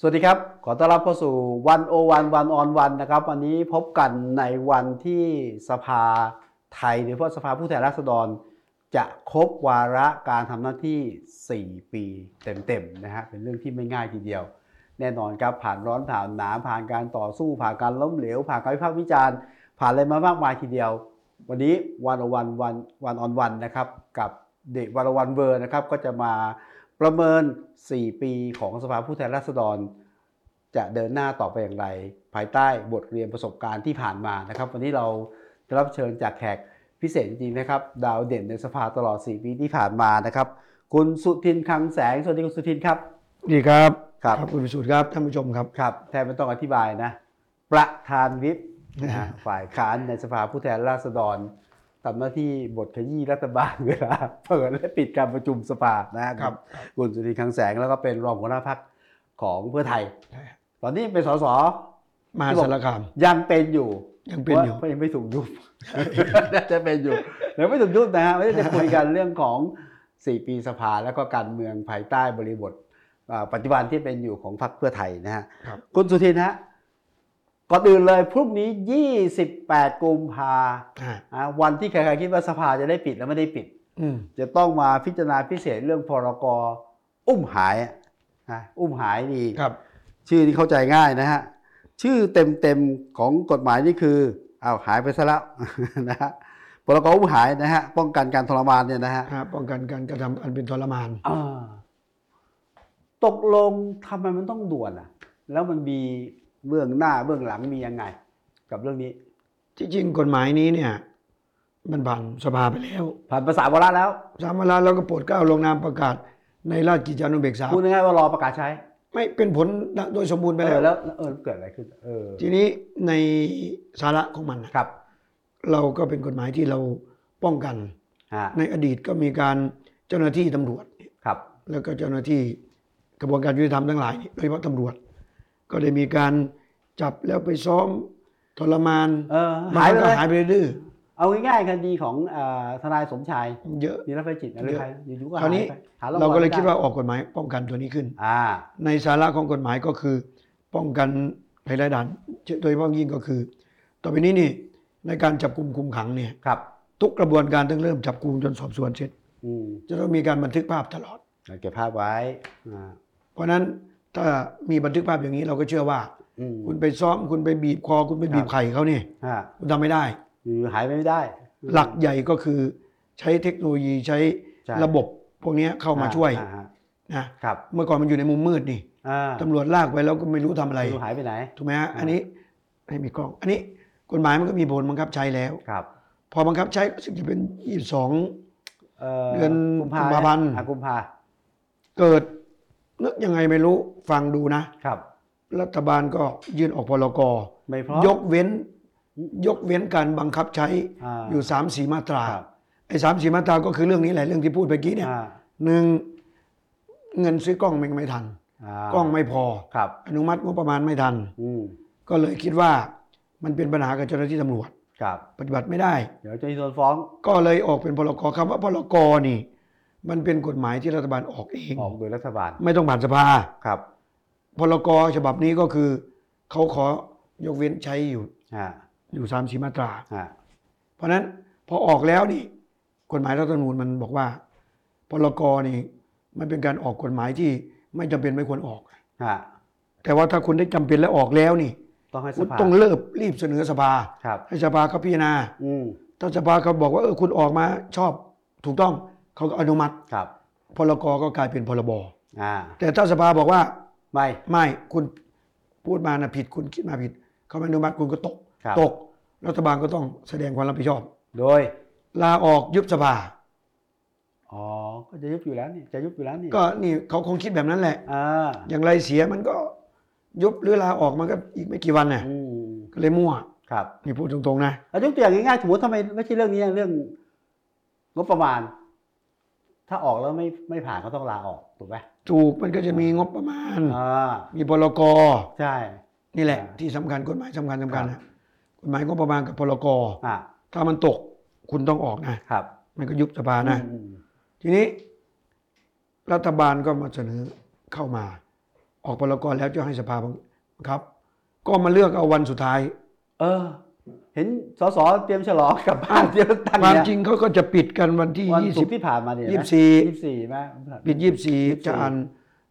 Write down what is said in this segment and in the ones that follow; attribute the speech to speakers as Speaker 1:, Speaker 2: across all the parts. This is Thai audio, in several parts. Speaker 1: สวัสดีครับ ขอต้อนรับเข้าสู่วันโอวันวันออนวันนะครับ วันนี้พบกันในวันที่สภาไทยโดยเฉพาะสภาผู้แทนราษฎร จะครบวาระการทำหน้าที่ 4 ปีเต็มๆนะฮะเป็นเรื่องที่ไม่ง่ายทีเดียว แน่นอนครับผ่านร้อนผ่านหนาวผ่านการต่อสู้ผ่านการล้มเหลว ผ่านการวิพากษ์วิจารณ์ผ่านอะไรมามากมายทีเดียว วันนี้วันวันวันวันออนวันนะครับกับเด็กวันวันเวอร์นะครับก็จะมาประเมิน 4 ปีของสภาผู้แทนราษฎร จะเดินหน้าต่อไปอย่างไร ภายใต้บทเรียนประสบการณ์ที่ผ่านมานะครับ วันนี้เราจะรับเชิญจากแขกพิเศษจริงๆนะครับ ดาวเด่นในสภาตลอด 4 ปีที่ผ่านมานะครับ คุณสุทินคลังแสงสวัสดีคุณสุทินครับ
Speaker 2: ดีครับ
Speaker 1: ครับ
Speaker 2: คุณวิสุทธิ์ครับท่านผู้ชมครับ
Speaker 1: ครับแทนไม่ต้องอธิบายนะ ประธานวิปนะ ฝ่ายค้านในสภาผู้แทนราษฎรทำหน้าที่บทขยี้รัฐบาลเวลาเปิดและปิดการประชุมสภานะครับ คุณสุรินทร์คลังแสงแล้วก็เป็นรองหัวหน้าพักของเพื่อไทย ตอนนี้เป็นสส
Speaker 2: มหาสารคาม
Speaker 1: ยังเป็นอยู่
Speaker 2: ยังเป็นอยู่
Speaker 1: พราะยังไม่ถูกยุบ น่าจะเป็นอยู่เดี๋ยวไม่ถูกยุบนะฮะไม่ได้จะคุยกันเรื่องของ 4 ปีสภาแล้วก็การเมืองภายใต้บริบทอ่าปัจจุบันที่เป็นอยู่ของพรรคเพื่อไทยนะฮะ
Speaker 2: ครับ
Speaker 1: คุณสุทินฮะก่อนอื่นเลยพรุ่งนี้ 28 กุมภา
Speaker 2: อ่า
Speaker 1: อ่าวันที่ใครๆคิดว่าสภาจะได้ปิดแล้วไม่ได้ปิด
Speaker 2: อืม
Speaker 1: จะต้องมาพิจารณาพิเศษเรื่องพรกอุ้มหายอ่ะนะอุ้มหายดี
Speaker 2: ครับ
Speaker 1: ชื่อที่เข้าใจง่ายนะฮะ ชื่อเต็มๆของกฎหมายนี่คืออ้าวหายไปซะแล้ว นะฮะพรกอุ้มหายนะฮะ ป้องกันการทรมานเนี่ยนะฮะ
Speaker 2: อ่าป้องกันการกระทำอันเป็นทรมาน
Speaker 1: อ่าตกลงทำไมมันต้องด่วนอ่ะ แล้วมันมีเบื้องหน้าเบื้องหลังมียังไง กับเรื่องนี้
Speaker 2: ที่จริงกฎหมายนี้เนี่ย มันผ่านสภาไปแล้ว
Speaker 1: ผ่านภาษาวาระแล้ว
Speaker 2: สามเวลาเราก็โปรดเกล้าลงนามประกาศในราชกิจจานุเบกษา
Speaker 1: พูดง่ายๆว่ารอประกาศใช้
Speaker 2: ไม่เป็นผลโดยสมบูรณ์ไป
Speaker 1: เอ
Speaker 2: แล้
Speaker 1: อ
Speaker 2: ว
Speaker 1: แล้วเออเกิดอะไรขึ้น เออ
Speaker 2: ทีนี้ในสาระของมันนะครับ เราก็เป็นกฎหมายที่เราป้องกัน
Speaker 1: ฮะ
Speaker 2: ในอดีตก็มีการเจ้าหน้าที่ตำรวจ
Speaker 1: ครับ
Speaker 2: แล้วก็เจ้าหน้าที่กระบวนการยุติธรรมทั้งหลายเนี่ยโดยเฉพาะตำรวจ ก็ได้มีการจับแล้วไปซ้อมทรมาน
Speaker 1: เออบ
Speaker 2: ง
Speaker 1: หาย
Speaker 2: ค
Speaker 1: ไป
Speaker 2: รั้
Speaker 1: เล
Speaker 2: งก็
Speaker 1: ย
Speaker 2: หายไปดื้อ
Speaker 1: เอาง่ายๆคดีของเอ่อทนายสมชาย
Speaker 2: เยอะ
Speaker 1: นิรภัยจิตอะไรใครอยู่ๆก็
Speaker 2: ค
Speaker 1: หา
Speaker 2: รา
Speaker 1: ยว
Speaker 2: นี้
Speaker 1: ไปหง
Speaker 2: เราก็เลย
Speaker 1: ไม่ไ
Speaker 2: คิดว่าออกกฎหมายป้องกันตัวนี้ขึ้น
Speaker 1: อ่า
Speaker 2: ในสาระของกฎหมายก็คือป้องกันภัยร้ายด่านโดยเฉพาะยิ่งก็คือ ต่อไปนี้นี่ในการจับกลุ่มคุมขังเนี่ย
Speaker 1: ครับ
Speaker 2: ทุกกระบวนการตั้งเริ่มจับกลุ่มจนสอบสวนเสร็จ
Speaker 1: อืม
Speaker 2: จะต้องมีการบันทึกภาพตลอด
Speaker 1: เราเก็บภาพไว้อ่า
Speaker 2: เพราะฉะนั้นถ้ามีบันทึกภาพอย่างนี้เราก็เชื่อว่า
Speaker 1: อืม
Speaker 2: คุณไปซ้อมคุณไปบีบคอคุณไปบีบไข่เขาเนี่ย
Speaker 1: ฮะ
Speaker 2: คุณทำไม่ได้
Speaker 1: อยู่หายไปไม่ได้
Speaker 2: หลักใหญ่ก็คือใช้เทคโนโลยีใช้
Speaker 1: ใช่
Speaker 2: ระบบพวกเนี้ยเข้ามาช่วย
Speaker 1: อ่ฮะ
Speaker 2: นะครับ เมื่อก่อนมันอยู่ในมุมมืดนี่
Speaker 1: อ่า
Speaker 2: ตำรวจลากไปแล้วก็ไม่รู้ทำอะไร
Speaker 1: ดูหายไปไหน
Speaker 2: ถูกไหมฮะ
Speaker 1: อ่า
Speaker 2: อันนี้ไม่มีกล้อง อันนี้กฎหมายมันก็มีผลบังคับใช้แล้ว
Speaker 1: ครับ
Speaker 2: พอบังคับใช้ก็รู้สึกจะเป็น 22 เดือนกุมภาพันธ์
Speaker 1: อ่ะกุมภา
Speaker 2: เกิดนึกยังไงไม่รู้ฟังดูนะ
Speaker 1: ครับ
Speaker 2: รัฐบาลก็ยื่นออกพรก
Speaker 1: ไม่พร้อม
Speaker 2: ยกเว้น ยกเว้นการบังคับใช้
Speaker 1: อ่า
Speaker 2: อยู่3 4มาตรา
Speaker 1: ครับ
Speaker 2: ไอ้สามสี่มาตราก็คือเรื่องนี้แหละเรื่องที่พูดไปกี้เนี่ย
Speaker 1: อ่า
Speaker 2: หนึ่งเงินซื้อกล้องมันไม่ทัน
Speaker 1: อ่าก
Speaker 2: ล้องไม่พอ
Speaker 1: ครับ
Speaker 2: อนุมัติงบประมาณไม่ทัน
Speaker 1: อืม
Speaker 2: ก็เลยคิดว่ามันเป็นปัญหากับเจ้าหน้าที่ตำรวจ
Speaker 1: ครับ
Speaker 2: ปฏิบัติไม่ได้
Speaker 1: เดี๋ยวเจะโดนฟ้อง
Speaker 2: ก็เลยออกเป็นพรกคำว่าพรกนี่ มันเป็นกฎหมายที่รัฐบาลออกเอง
Speaker 1: ออกโดยรัฐบาล
Speaker 2: ไม่ต้องผ่านสภา
Speaker 1: ครับ
Speaker 2: พรกฉบับนี้ก็คือเขาขอยกเว้นใช้อยู่
Speaker 1: ฮะ
Speaker 2: อยู่สามสีมาตรา
Speaker 1: ฮะ
Speaker 2: เพราะฉะนั้นพอออกแล้วนี่กฎหมายรัฐธรรมนูญมันบอกว่าพรกนี่มันเป็นการออกกฎหมายที่ไม่จำเป็นไม่ควรออก
Speaker 1: ฮะ
Speaker 2: แต่ว่าถ้าคุณได้จำเป็นและออกแล้วนี่
Speaker 1: ต้องให้ส
Speaker 2: คุณ
Speaker 1: ภา
Speaker 2: ต้องเลิกรีบเสนอสภา
Speaker 1: ครับ
Speaker 2: ให้สภาเขาพิจารณา
Speaker 1: อืม
Speaker 2: ถ้าสภาเขาบอกว่าเออคุณออกมาชอบถูกต้องเขาก็อนุมัติ
Speaker 1: ครับ
Speaker 2: พรกก็กลายเป็นพรบ
Speaker 1: อ่า
Speaker 2: แต่ถ้าสภาบอกว่า
Speaker 1: ไม่
Speaker 2: ไม่คุณพูดมานะผิดคุณคิดมาผิด เขาไม่อนุมัติคุณก็ตก
Speaker 1: ครับ
Speaker 2: ตก รัฐบาลก็ต้องแสดงความรับผิดชอบ
Speaker 1: โดย
Speaker 2: ลาออกยุบสภา
Speaker 1: อ๋อก็จะยุบอยู่แล้วนี่จะยุบอยู่แล้วนี่
Speaker 2: ก็นี่เขาคงคิดแบบนั้นแหละ
Speaker 1: อ่า
Speaker 2: อย่างไรเสียมันก็ยุบหรือลาออกมันก็อีกไม่กี่วันน่ะ
Speaker 1: อืม
Speaker 2: ก็เลยมั่ว
Speaker 1: ครับ
Speaker 2: นี่พูดตรงๆนะ
Speaker 1: อายกตัวอย่างง่ายๆสมมติทำไมไม่ใช่เรื่องนี้เรื่องงบประมาณ ถ้าออกแล้วไม่ไม่ผ่านก็ต้องลาออกถูกไหม
Speaker 2: ถูกมันก็จะมีงบประมาณ
Speaker 1: อ่า
Speaker 2: มีพรก
Speaker 1: ใช่
Speaker 2: นี่แหละ
Speaker 1: อ่า
Speaker 2: ที่สำคัญกฎหมายสำคัญสำคัญ
Speaker 1: ครับ
Speaker 2: นะกฎหมายงบประมาณกับพรก
Speaker 1: อ่ะ
Speaker 2: ถ้ามันตกคุณต้องออกนะครับมันก็ยุบสภานะ
Speaker 1: อืม
Speaker 2: ทีนี้ รัฐบาลก็มาเสนอเข้ามา ออกพลกรแล้วจะให้สภาบังครับ ก็มาเลือกเอาวันสุดท้าย
Speaker 1: เออ เห็นสสเตรียมฉลองกลับบ้าน เตรียมเลือกตั้ง
Speaker 2: ความ
Speaker 1: เนี่ย
Speaker 2: จริงเขาก็จะปิดกันวันที่
Speaker 1: วันศุกร์ที่ผ่านมาเนี่ย
Speaker 2: ยี่
Speaker 1: นะ
Speaker 2: สิบสี่
Speaker 1: ยี่สิบสี่ไหม
Speaker 2: 20 ปิด 24 จะอ่าน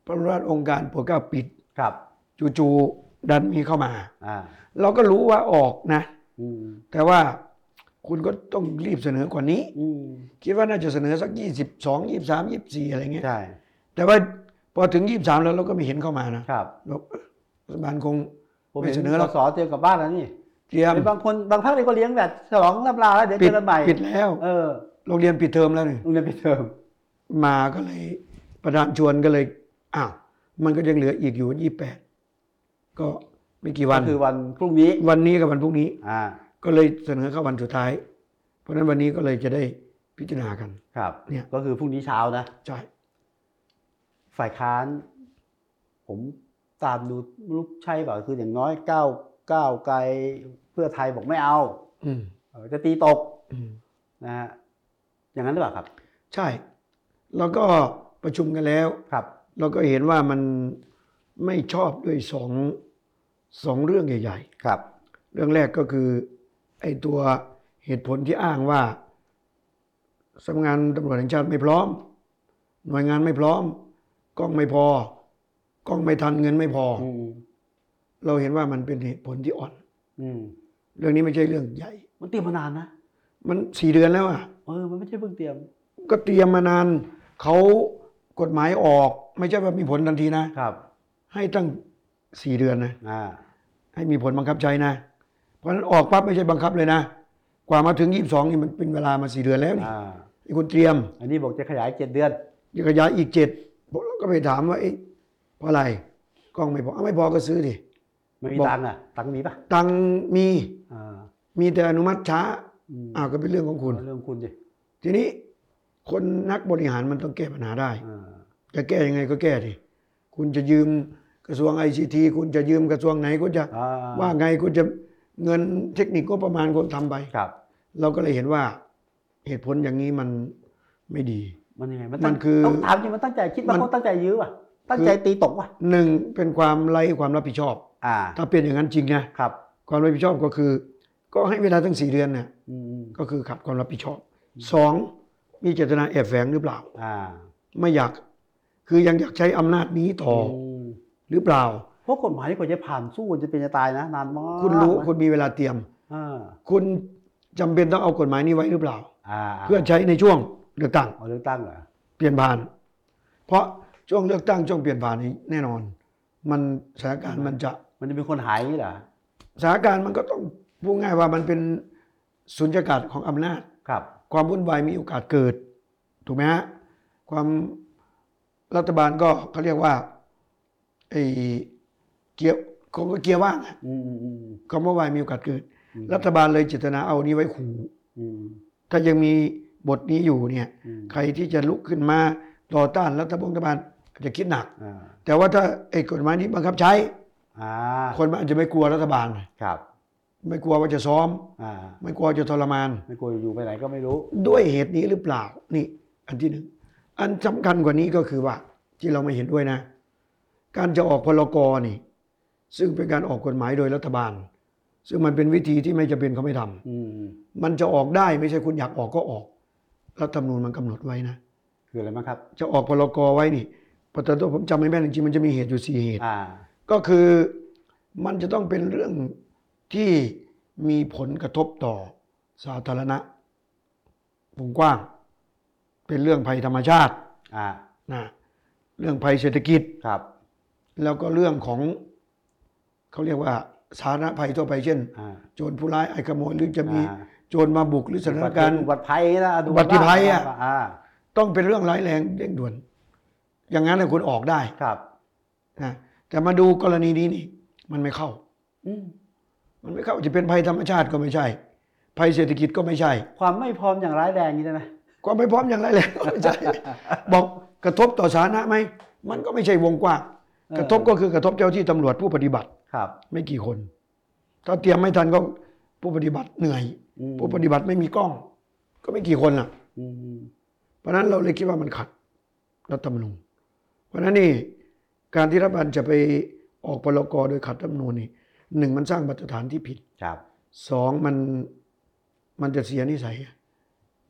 Speaker 2: พระราชองค์การโปรดเกล้าปิด
Speaker 1: ครับ
Speaker 2: จู่ๆดันมีเข้ามา
Speaker 1: อ่า
Speaker 2: เราก็รู้ว่าออกนะ
Speaker 1: อืม
Speaker 2: แต่ว่าคุณก็ต้องรีบเสนอกว่านี้
Speaker 1: อืม
Speaker 2: คิดว่าน่าจะเสนอสัก 22 23 24 อะไรเงี้ย
Speaker 1: ใช่
Speaker 2: แต่ว่าพอถึง 23 แล้วเราก็ไม่เห็นเข้ามานะครับ บอกเอ้อรัฐบาลคง
Speaker 1: ผมเห็น
Speaker 2: ไม่เสนอห
Speaker 1: ส
Speaker 2: รอก
Speaker 1: สเตรียมกลับบ้านแล้วนี่
Speaker 2: เตรียม
Speaker 1: เห็นบางคนบางพักเลยก็เลี้ยงแบบฉลองรับลาแล้วเดี๋ยว
Speaker 2: ปิ
Speaker 1: เจ
Speaker 2: ด
Speaker 1: อกันใหม่
Speaker 2: ปิดแล้ว
Speaker 1: เออ
Speaker 2: โรงเรียนปิดเทอมแล้วนี่
Speaker 1: โรงเรียนปิดเทอม
Speaker 2: มาก็เลย ประธานชวนก็เลยอ้าวมันก็ยังเหลืออีกอยู่ 28 ก็ไม่กี่วั
Speaker 1: ก็
Speaker 2: น
Speaker 1: คือวันพรุ่งนี้
Speaker 2: วันนี้กับวันพรุ่งนี้
Speaker 1: อ่า
Speaker 2: ก็เลยเสนอเข้าวันสุดท้าย เพราะฉะนั้นวันนี้ก็เลยจะได้พิจารณากัน
Speaker 1: ครับ
Speaker 2: เนี่ย
Speaker 1: ก็คือพรุ่งนี้เช้านะ
Speaker 2: ใช่
Speaker 1: ฝ่ายค้าน ผมตามดูรูปใช่เปล่าคืออย่างน้อยก้าวก้าวไกลเพื่อไทยบอกไม่เอา
Speaker 2: อืม
Speaker 1: เออจะตีตก
Speaker 2: อืม
Speaker 1: นะฮะอย่างนั้นหรือเปล่าครับ
Speaker 2: ใช่ แล้วก็ประชุมกันแล้ว
Speaker 1: ครับ
Speaker 2: เราก็เห็นว่ามันไม่ชอบด้วยสองสองเรื่องใหญ่
Speaker 1: ครับ
Speaker 2: ๆ เรื่องแรกก็คือไอ้ตัวเหตุผลที่อ้างว่าสำนักงานตำรวจแห่งชาติไม่พร้อม หน่วยงานไม่พร้อม กล้องไม่พอ กล้องไม่ทันเงินไม่พอ
Speaker 1: อืม
Speaker 2: เราเห็นว่ามันเป็นเหตุผลที่อ่อน
Speaker 1: อืม
Speaker 2: เรื่องนี้ไม่ใช่เรื่องใหญ่
Speaker 1: มันเตรียมมานานนะ
Speaker 2: มันสี่เดือนแล้วอ่ะ
Speaker 1: เออมันไม่ใช่เพิ่งเตรียม
Speaker 2: ก็เตรียมมานานเขากฎหมายออก ไม่ใช่ว่ามีผลทันทีนะ
Speaker 1: ครับ
Speaker 2: ให้ตั้งสี่เดือนนะ
Speaker 1: อ่า
Speaker 2: ให้มีผลบังคับใช้นะ เพราะฉะนั้นออกปั๊บไม่ใช่บังคับเลยนะ กว่ามาถึง 22นี่มันเป็นเวลามาสี่เดือนแล้วนี่
Speaker 1: อ่า
Speaker 2: นี่คุณเตรียม
Speaker 1: อันนี้บอกจะขยายเจ็ดเดือน
Speaker 2: จะขยายอีกเจ็ดผมก็ไปถามว่าเอ๊ะเพราะอะไรกล้องไม่พอเอาไม่พอก็ซื้อดิ
Speaker 1: ไม่มี
Speaker 2: บอก
Speaker 1: ตังค์อ่ะ ตังค์มีปะ
Speaker 2: ตังค์มี
Speaker 1: อ่า
Speaker 2: มีแต่อนุมัติช้า
Speaker 1: อืม
Speaker 2: อ้าวก็เป็นเรื่องของคุณ
Speaker 1: เรื่องคุณดิ
Speaker 2: ทีนี้คนนักบริหารมันต้องแก้ปัญหาได้
Speaker 1: อ่า
Speaker 2: จะแก้ยังไงก็แก้ดิคุณจะยืมกระทรวงไอซีทีคุณจะยืมกระทรวงไหนคุณจะ
Speaker 1: อ่า
Speaker 2: ว่าไงคุณจะเงินเทคนิคก็ประมาณคุณทำไป
Speaker 1: ครับ
Speaker 2: เราก็เลยเห็นว่าเหตุผลอย่างนี้มันไม่ดี
Speaker 1: มันยังไงมัน
Speaker 2: มั
Speaker 1: ตั้ง
Speaker 2: นคือ
Speaker 1: ต้องถามจริงมันตั้งใจคิดว่า
Speaker 2: มัน
Speaker 1: เขาตั้งใจยื้อว่ะตั้งใจตีตกว่ะ
Speaker 2: หนึ่งเป็นความไร้ความรับผิดชอบ
Speaker 1: อ่า
Speaker 2: ถ้าเป็นอย่างนั้นจริงนะครับ ความรับผิดชอบก็คือ ก็ให้เวลาตั้งสี่เดือนเนี่ย
Speaker 1: อืม
Speaker 2: ก็คือขัดความรับผิดชอบสองมีเจตนาแอบแฝงหรือเปล่า
Speaker 1: อ่า
Speaker 2: ไม่อยาก คือยังอยากใช้อำนาจนี้ต่ออ
Speaker 1: ม
Speaker 2: หรือเปล่า
Speaker 1: เพราะกฎหมายที่กว่าจะผ่านสู้มันจะเป็นจะตายนะนานมาก
Speaker 2: คุณรู้
Speaker 1: นะ
Speaker 2: คุณมีเวลาเตรียม
Speaker 1: อ่า
Speaker 2: คุณจำเป็นต้องเอากฎหมายนี้ไว้หรือเปล่า
Speaker 1: อ่า
Speaker 2: เพื่อใช้ในช่วงเลือกตั้ง
Speaker 1: เอาเลือกตั้งเหรอ
Speaker 2: เปลี่ยนผ่าน เพราะช่วงเลือกตั้งช่วงเปลี่ยนผ่านนี้แน่นอน มันสถานการณ์มันจะ
Speaker 1: มันจะเป็นคนหายอย่างนี้เหรอ
Speaker 2: สถานการณ์มันก็ต้องพูดง่ายว่ามันเป็นสุญญากาศของอำนาจ
Speaker 1: ครับ
Speaker 2: ความวุ่นวายมีโอกาสเกิด ถูกไหมฮะความรัฐบาลก็เขาเรียกว่าไอ้เกียร์คงก็เกียร์ว่างอะ
Speaker 1: อืมอืมอืม
Speaker 2: ความวุ่นวายมีโอกาสเกิด
Speaker 1: อืม
Speaker 2: รัฐบาลเลยเจตนาเอานี้ไว้ขู่
Speaker 1: อืม
Speaker 2: ถ้ายังมีบทนี้อยู่เนี่ย
Speaker 1: อืม
Speaker 2: ใครที่จะลุกขึ้นมาต่อต้านรัฐบาลอาจจะคิดหนัก
Speaker 1: อ่า
Speaker 2: แต่ว่าถ้าไอ้กฎหมายนี้บังคับใช้
Speaker 1: อ่า
Speaker 2: คนมันอาจจะไม่กลัวรัฐบาล
Speaker 1: ครับ
Speaker 2: ไม่กลัวว่าจะซ้อม
Speaker 1: อ่า
Speaker 2: ไม่กลัวจะทรมาน
Speaker 1: ไม่กลัวอยู่ไปไหนก็ไม่รู้
Speaker 2: ด้วยเหตุนี้หรือเปล่า นี่ อันที่หนึ่งอันสำคัญกว่านี้ก็คือว่า ที่เราไม่เห็นด้วยนะ การจะออกพลกรนี่ ซึ่งเป็นการออกกฎหมายโดยรัฐบาล ซึ่งมันเป็นวิธีที่ไม่จำเป็นเขาไม่ทำ
Speaker 1: อืม
Speaker 2: มันจะออกได้ไม่ใช่คุณอยากออกก็ออกรัฐธรรมนูญมันกำหนดไว้นะ
Speaker 1: คืออะไรบ้างครับ
Speaker 2: จะออกพลกรไว้นี่ปตตัวผมจำไม่แม่นจริงๆมันจะมีเหตุอยู่สี่เหตุ
Speaker 1: อ่า
Speaker 2: ก็คือมันจะต้องเป็นเรื่องที่มีผลกระทบต่อสาธารณะวงกว้าง เป็นเรื่องภัยธรรมชาติ
Speaker 1: อ่า
Speaker 2: นะเรื่องภัยเศรษฐกิจ
Speaker 1: ครับ
Speaker 2: แล้วก็เรื่องของเขาเรียกว่าสาธารณภัยทั่วไปเช่น
Speaker 1: อ่า
Speaker 2: โจรผู้ร้ายไอ้ขโมยหรือจะมี
Speaker 1: อ่า
Speaker 2: โจรมาบุกหรือสถานการณ์
Speaker 1: อุบัติภัยนะดู
Speaker 2: อุบัติภัยอะ
Speaker 1: อ่า
Speaker 2: ต้องเป็นเรื่องร้ายแรงเร่งด่วน อย่างนั้นนะคุณออกได้
Speaker 1: ครับ
Speaker 2: นะแต่มาดูกรณีนี้นี่มันไม่เข้า
Speaker 1: อืม
Speaker 2: มันไม่เข้าจะเป็นภัยธรรมชาติก็ไม่ใช่ ภัยเศรษฐกิจก็ไม่ใช่
Speaker 1: ความไม่พร้อมอย่างร้ายแรงนี้ได้ไหม
Speaker 2: ความไม่พร้อมอย่างไรายแรงก็ ไม่ใช่ บอกกระทบต่อสาธารณะไหมมันก็ไม่ใช่วงกว้างกระทบก็คือกระทบเจ้าที่ตำรวจผู้ปฏิบัติ
Speaker 1: ครับ
Speaker 2: ไม่กี่คน ถ้าเตรียมไม่ทันก็ผู้ปฏิบัติเหนื่อย
Speaker 1: อืม
Speaker 2: ผู้ปฏิบัติไม่มีกล้อง ก็ไม่กี่คนล่ะ
Speaker 1: อืมอืม
Speaker 2: เพราะฉะนั้นเราเลยคิดว่ามันขัดรัฐธรรมนูญเพราะฉะนั้นนี่ การที่รัฐบาลจะไปออกพรกรโดยขัดรัฐธรรมนูญนี่หนึ่งมันสร้างมาตรฐานที่ผิด
Speaker 1: ครับ
Speaker 2: สองมันมันจะเสียนิสัย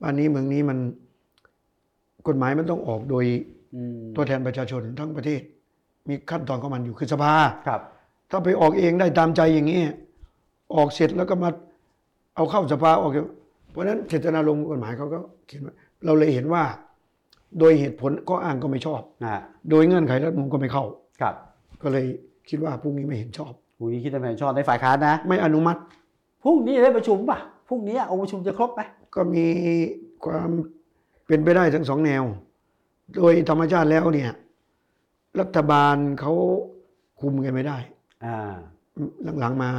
Speaker 2: บ้านนี้เมืองนี้มันกฎหมายมันต้องออกโดย
Speaker 1: อืม
Speaker 2: ตัวแทนประชาชนทั้งประเทศ มีขั้นตอนของมันอยู่คือสภา
Speaker 1: ครับ
Speaker 2: ถ้าไปออกเองได้ตามใจอย่างนี้ ออกเสร็จแล้วก็มาเอาเข้าสภาออกเดี๋ยวเพราะฉะนั้นเจตนาลงค์กฎหมายเขาก็เขียนไว้เราเลยเห็นว่า โดยเหตุผลก็อ้างก็ไม่ชอบ
Speaker 1: นะฮะ
Speaker 2: โดยเงื่อนไขรัฐธรรมนูลก็ไม่เข้า
Speaker 1: ครับ
Speaker 2: ก็เลยคิดว่าพรุ่งนี้ไม่เห็นชอบ
Speaker 1: คุณนี้คิดตามแผนชอบในฝ่ายค้านนะ
Speaker 2: ไม่อนุมัติ
Speaker 1: พรุ่งนี้ได้ประชุมป่ะพรุ่งนี้องค์ประชุมจะครบไหม
Speaker 2: ก็มีความเป็นไปได้ทั้งสองแนว โดยธรรมชาติแล้วเนี่ย รัฐบาลเขาคุมกันไม่ได้
Speaker 1: อ่า
Speaker 2: หลังๆมา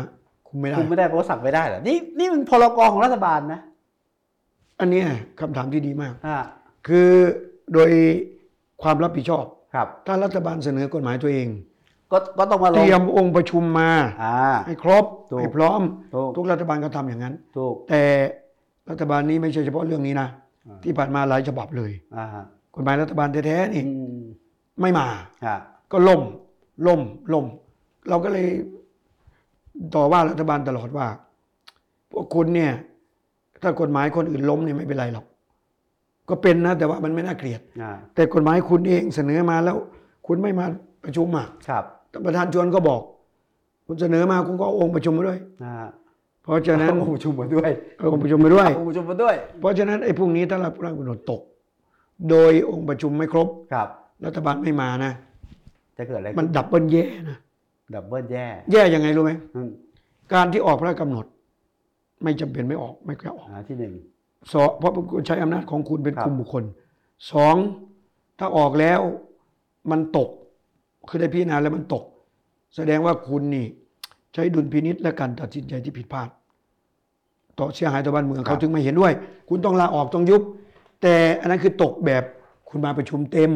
Speaker 2: คุมไม่ได้
Speaker 1: คุมไม่ได้เพราะว่าสั่งไม่ได้เหรอนี่นี่มันพรกของรัฐบาลนะ
Speaker 2: อันเนี้ยคำถามที่ดีมาก
Speaker 1: อ่า
Speaker 2: คือโดยความรับผิดชอบ
Speaker 1: ครับ
Speaker 2: ถ้ารัฐบาลเสนอกฎหมายตัวเอง
Speaker 1: ก็ก็ต้องมาล
Speaker 2: เต
Speaker 1: ง
Speaker 2: รียมองค์ประชุมมา
Speaker 1: อ่า
Speaker 2: ให้ครบ
Speaker 1: ถูก
Speaker 2: ให้พร้อม
Speaker 1: ถูก
Speaker 2: ทุกรัฐบาลก็ทำอย่างนั้น
Speaker 1: ถูก
Speaker 2: แต่รัฐบาลนี้ไม่ใช่เฉพาะเรื่องนี้นะ
Speaker 1: อ่า
Speaker 2: ที่ผ่านมาหลายฉบับเลย
Speaker 1: อ่าฮะ
Speaker 2: กฎหมายรัฐบาลแท้ๆ
Speaker 1: อื
Speaker 2: นี่
Speaker 1: ม
Speaker 2: ไม่มา
Speaker 1: อ่า
Speaker 2: ก็ล่มล่มล่ม เราก็เลยต่อว่ารัฐบาลตลอดว่า พวกคุณเนี่ย ถ้ากฎหมายคนอื่นล้มเนี่ยไม่เป็นไรหรอก ก็เป็นนะ แต่ว่ามันไม่น่าเกลียด
Speaker 1: อ่า
Speaker 2: แต่กฎหมายคุณเองเสนอมาแล้ว คุณไม่มาประชุมอ่ะ
Speaker 1: ครับ
Speaker 2: ท่านประธานชวนก็บอก คุณเสนอมาคุณก็เอาองค์ประชุมมาด้วย
Speaker 1: อ่า
Speaker 2: เพราะฉะนั้น
Speaker 1: เอาองค์ประชุมมาด้วย
Speaker 2: เอาองค์ประชุมมาด้วย
Speaker 1: เอาองค์ประชุมมาด้วย
Speaker 2: เพราะฉะนั้นไอ้พวกนี้ถ้าเราพลังกำหนดตก โดยองค์ประชุมไม่ครบ
Speaker 1: ครับ
Speaker 2: รัฐบาลไม่มานะ
Speaker 1: จะเกิดอะไร
Speaker 2: มันดับเบิลแย่นะ
Speaker 1: ดับเบิลแย่
Speaker 2: แย่ยังไงรู้ไหม
Speaker 1: อืม
Speaker 2: การที่ออกพระราชกำหนด ไม่จำเป็นไม่ออกไม่แก่ออก
Speaker 1: อ่าที่หนึ่ง
Speaker 2: สองเพราะคุณใช้อำนาจของคุณเป็น
Speaker 1: ครับ
Speaker 2: กลุ่มบุคคลสองถ้าออกแล้วมันตก คือได้พิจารณาแล้วมันตก แสดงว่าคุณนี่ ใช้ดุลพินิษและการตัดสินใจที่ผิดพลาด ต่อเสียหายต่อบ้านเมืองเขาถึงไม่เห็นด้วย คุณต้องลาออกต้องยุบ แต่อันนั้นคือตกแบบคุณมาประชุมเต็ม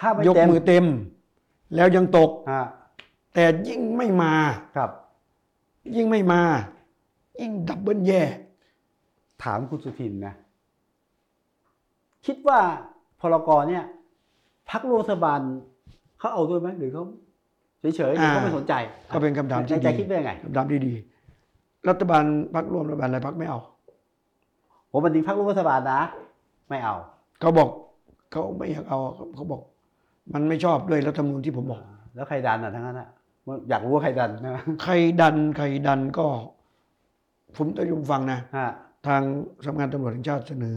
Speaker 1: ถ้าไม่
Speaker 2: ยก
Speaker 1: เต็ม
Speaker 2: มือเต็ม แล้วยังตก
Speaker 1: อ่า
Speaker 2: แต่ยิ่งไม่มา
Speaker 1: ครับ
Speaker 2: ยิ่งไม่มา ยิ่งดับเบิลแย่
Speaker 1: ถามคุณสุทินนะ คิดว่าพรกรเนี่ยพักรัฐบาลเขาเอาด้วยไหมหรือเขาเฉยๆหรือเขา
Speaker 2: อ่า
Speaker 1: ไม่สนใจ
Speaker 2: ก็เป็นคำถามที่
Speaker 1: ในใจ
Speaker 2: ดี
Speaker 1: คิดได้ยังไง
Speaker 2: คำถามที่ดี รัฐบาลพักร่วมรัฐบาลอะไรพักไม่เอา
Speaker 1: ผมบันทึกพักรัฐบาลนะ ไม่เอา
Speaker 2: เขาบอกเขาไม่อยากเอาเขาบอก มันไม่ชอบด้วยรัฐธรรมนูญที่ผมบอก
Speaker 1: แล้วใครดันอ่ะทั้งนั้นอ่ะอยากรู้ว่าใครดัน นะ
Speaker 2: ใครดันใครดันก็ ผมจะยุมฟังนะ
Speaker 1: ฮะ
Speaker 2: ทางสำนักงานตำรวจแห่งชาติเสนอ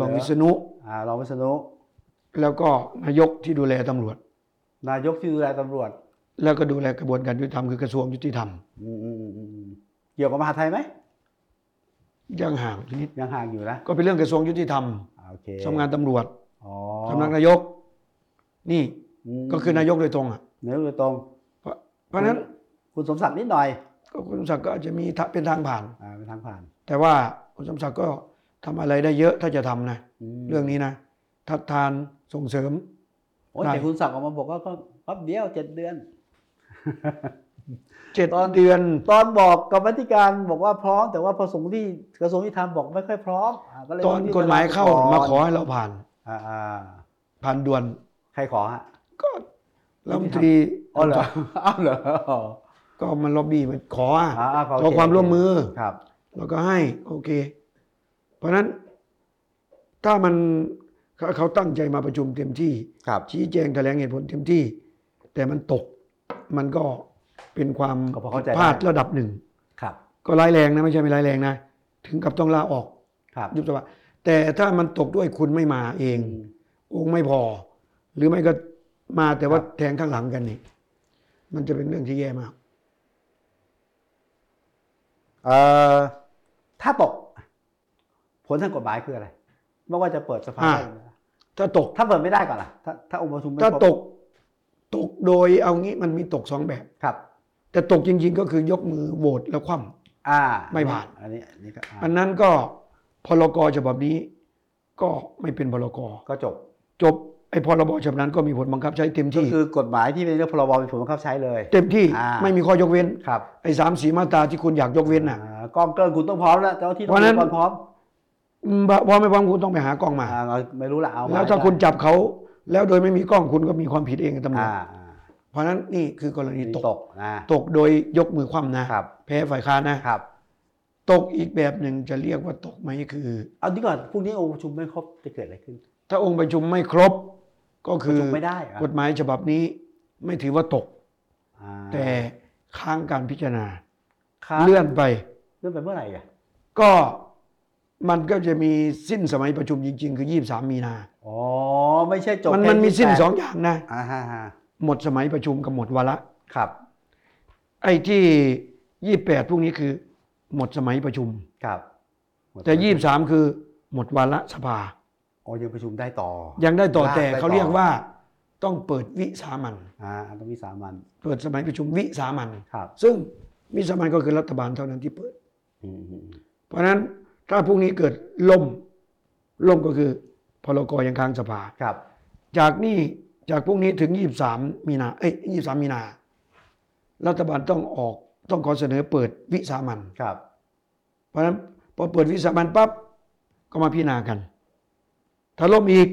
Speaker 2: รองวิษณุ
Speaker 1: อ่ารองวิษณุ
Speaker 2: แล้วก็นายกที่ดูแลตำรวจ
Speaker 1: นายกที่ดูแลตำรวจ
Speaker 2: แล้วก็ดูแลกระบวนการยุติธรรมคือกระทรวงยุติธรรม
Speaker 1: อืมอืมอืมอืมเกี่ยวกับมหาดไทยไหม
Speaker 2: ยังห่างอยู่นิด
Speaker 1: ยังห่างอยู่นะ
Speaker 2: ก็เป็นเรื่องกระทรวงยุติธรรม
Speaker 1: อ่าโอเค
Speaker 2: สำนักงานตำรวจ
Speaker 1: อ๋อ
Speaker 2: สำนักนายก นี่
Speaker 1: ม
Speaker 2: ก็คือนายกโดยตรงอ่ะ
Speaker 1: เนื้อโดยตรง
Speaker 2: เพราะฉะนั้น
Speaker 1: คุณสมศักดิ์นิดหน่อย
Speaker 2: ก็คุณสมศักดิ์ก็อาจจะมีทะเป็นทางผ่าน
Speaker 1: อ่าเป็นทางผ่าน
Speaker 2: แต่ว่าคุณสมศักดิ์ก็ทำอะไรได้เยอะถ้าจะทำนะ
Speaker 1: ม
Speaker 2: เรื่องนี้นะทัดทานส่งเสริม
Speaker 1: โอ้ย
Speaker 2: ได้
Speaker 1: แต่คุณศักดิ์ออกมาบอกว่าก็แป๊บเดียวเจ็ดเดือน
Speaker 2: เจ็ด
Speaker 1: ตอน
Speaker 2: เดือน
Speaker 1: ตอนบอกกรรมาธิการบอกว่าพร้อม แต่ว่าพอสงฆ์ที่กระทรวงยุติธรรมบอกไม่ค่อยพร้อมะเลย
Speaker 2: ตอนกฎหมายเข้า
Speaker 1: ก่น
Speaker 2: มาขอให้เราผ่าน
Speaker 1: อ่าอ่า
Speaker 2: ผ่านด่วน
Speaker 1: ใครขอฮะ
Speaker 2: ก็รัฐมนตรี
Speaker 1: อ๋อเหรออ้าวเหรออ๋อ
Speaker 2: ก็มันล็อบบี้มันขออ่ะ
Speaker 1: อ่าข
Speaker 2: ขอความร่วมมือ
Speaker 1: ครับ
Speaker 2: เราก็ให้ โอเค เพราะฉะนั้น ถ้ามันเขาเขาตั้งใจมาประชุมเต็มที่
Speaker 1: ครับ
Speaker 2: ชี้แจงแถลงเหตุผลเต็มที่ แต่มันตกมันก็เป็นความ
Speaker 1: ก็พอเข้าใจได้
Speaker 2: พลาดระดับหนึ่ง
Speaker 1: ครับ
Speaker 2: ก็ร้ายแรงนะไม่ใช่ไม่ร้ายแรงนะ ถึงกับต้องลาออก
Speaker 1: ครับ
Speaker 2: ยุบสภาแต่ถ้ามันตกด้วยคุณไม่มาเอง องค์ไม่พอ หรือไม่ก็มาแต่ว่าแทงข้างหลังกันนี่มันจะเป็นเรื่องที่แย่มาก
Speaker 1: เอ่อถ้าตก ผลทางกฎหมายคืออะไรไม่ว่าจะเปิดสภา
Speaker 2: อ่า
Speaker 1: ได้หรือไม่
Speaker 2: ถ้าตก
Speaker 1: ถ้าเปิดไม่ได้ก่อนล่ะ ถ้าถ้าองค์ประชุมไม่
Speaker 2: ถ้า
Speaker 1: ครบ
Speaker 2: ตก ตกโดยเอางี้มันมีตกสองแบบ
Speaker 1: ครับ
Speaker 2: แต่ตกจริง ๆ ก็คือยกมือโหวตแล้วคว่
Speaker 1: อ่า
Speaker 2: ไม่ผ่าน
Speaker 1: อันนี้อันนี้ก็อ่า
Speaker 2: ำอันนั้นก็พรกฉบับนี้ ก็ไม่เป็นพรก
Speaker 1: ก็จบ
Speaker 2: จบไอ้พรบฉบับนั้นก็มีผลบังคับใช้เต็ม
Speaker 1: ก็
Speaker 2: ที่
Speaker 1: คือกฎหมายที่เป็นเรื่องพรบเป็นผลบังคับใช้เลย
Speaker 2: เต็มที่
Speaker 1: อ่า
Speaker 2: ไม่มีข้อยกเว้น
Speaker 1: ครับ
Speaker 2: ไอ้สามสีมาตราที่คุณอยากยกเว้นน่ะ
Speaker 1: อ่ากล้องเกินคุณต้องพร้อมแล้วเจ้าที่ต้อง
Speaker 2: เพราะฉะนั้น
Speaker 1: มีกล้องพร้อม
Speaker 2: อืมพอไม่พร้อมคุณต้องไปหากล้องมา
Speaker 1: อ่าเราไม่รู้ละเอามา
Speaker 2: แล้วถ้าคุณจับเขา แล้วโดยไม่มีกล้องคุณก็มีความผิดเองกับตำรวจ
Speaker 1: อ่า
Speaker 2: พ ราะฉะนั้นนี่คือกรณีตก
Speaker 1: ตกนะ
Speaker 2: ตกโดยยกมือคว่ำนะครับ แพ้ฝ่ายค้านนะ
Speaker 1: ครับ
Speaker 2: ตกอีกแบบหนึ่งจะเรียกว่าตกไหมคือ
Speaker 1: เอาดีก่อนพรุ่งนี้องค์ประชุมไม่ครบจะเกิดอะไรขึ้น
Speaker 2: ถ้าองค์ประชุมไม่ครบก็
Speaker 1: ป
Speaker 2: คื
Speaker 1: ระ
Speaker 2: อ
Speaker 1: ชุมไม่ได้เหรอก
Speaker 2: ฎหมายฉบับนี้ไม่ถือว่าตก
Speaker 1: อ่า
Speaker 2: แต่ค้างการพิจารณา
Speaker 1: ครับ
Speaker 2: เลื่อนไป
Speaker 1: เลื่อนไปเมื่อไหร่อ่ะ
Speaker 2: ก็มันก็จะมีสิ้นสมัยประชุมจริง ๆ คือ 23 มีนา
Speaker 1: อ๋อไม่ใช่จบ
Speaker 2: มัน
Speaker 1: แค่
Speaker 2: มันมีสิ้น
Speaker 1: 28
Speaker 2: สองอย่างนะ
Speaker 1: อ่าฮะฮะ
Speaker 2: หมดสมัยประชุมกับหมดวาระ
Speaker 1: ครับ
Speaker 2: ไอ้ที่ 28 พวกนี้คือ หมดสมัยประชุม
Speaker 1: ครับหมด
Speaker 2: แต่ 23 คือหมดวาระสภา
Speaker 1: อ๋อยังประชุมได้ต่อ
Speaker 2: ยังได้ต่อ
Speaker 1: ลาก
Speaker 2: แต่
Speaker 1: ได้ต่อ
Speaker 2: เขาเรียกว่าต้องเปิดวิสามัน
Speaker 1: อ่าต้องมีสามัญ
Speaker 2: เปิดสมัยประชุมวิสามัน
Speaker 1: ครับ
Speaker 2: ซึ่งวิสามันก็คือรัฐบาลเท่านั้นที่เปิด
Speaker 1: อืมอืม
Speaker 2: เพราะฉะนั้นถ้าพรุ่งนี้เกิดล่มล่มก็คือพลกรยังค้างสภา
Speaker 1: ครับ
Speaker 2: จากนี่จากพรุ่งนี้ถึง 23 มีนาเอ้ย23 มีนา รัฐบาลต้องออกต้องขอเสนอเปิดวิสามัน
Speaker 1: ครับ
Speaker 2: เพราะฉะนั้นพอเปิดวิสามันปั๊บก็มาพิจารณากัน ถ้าล่มอีก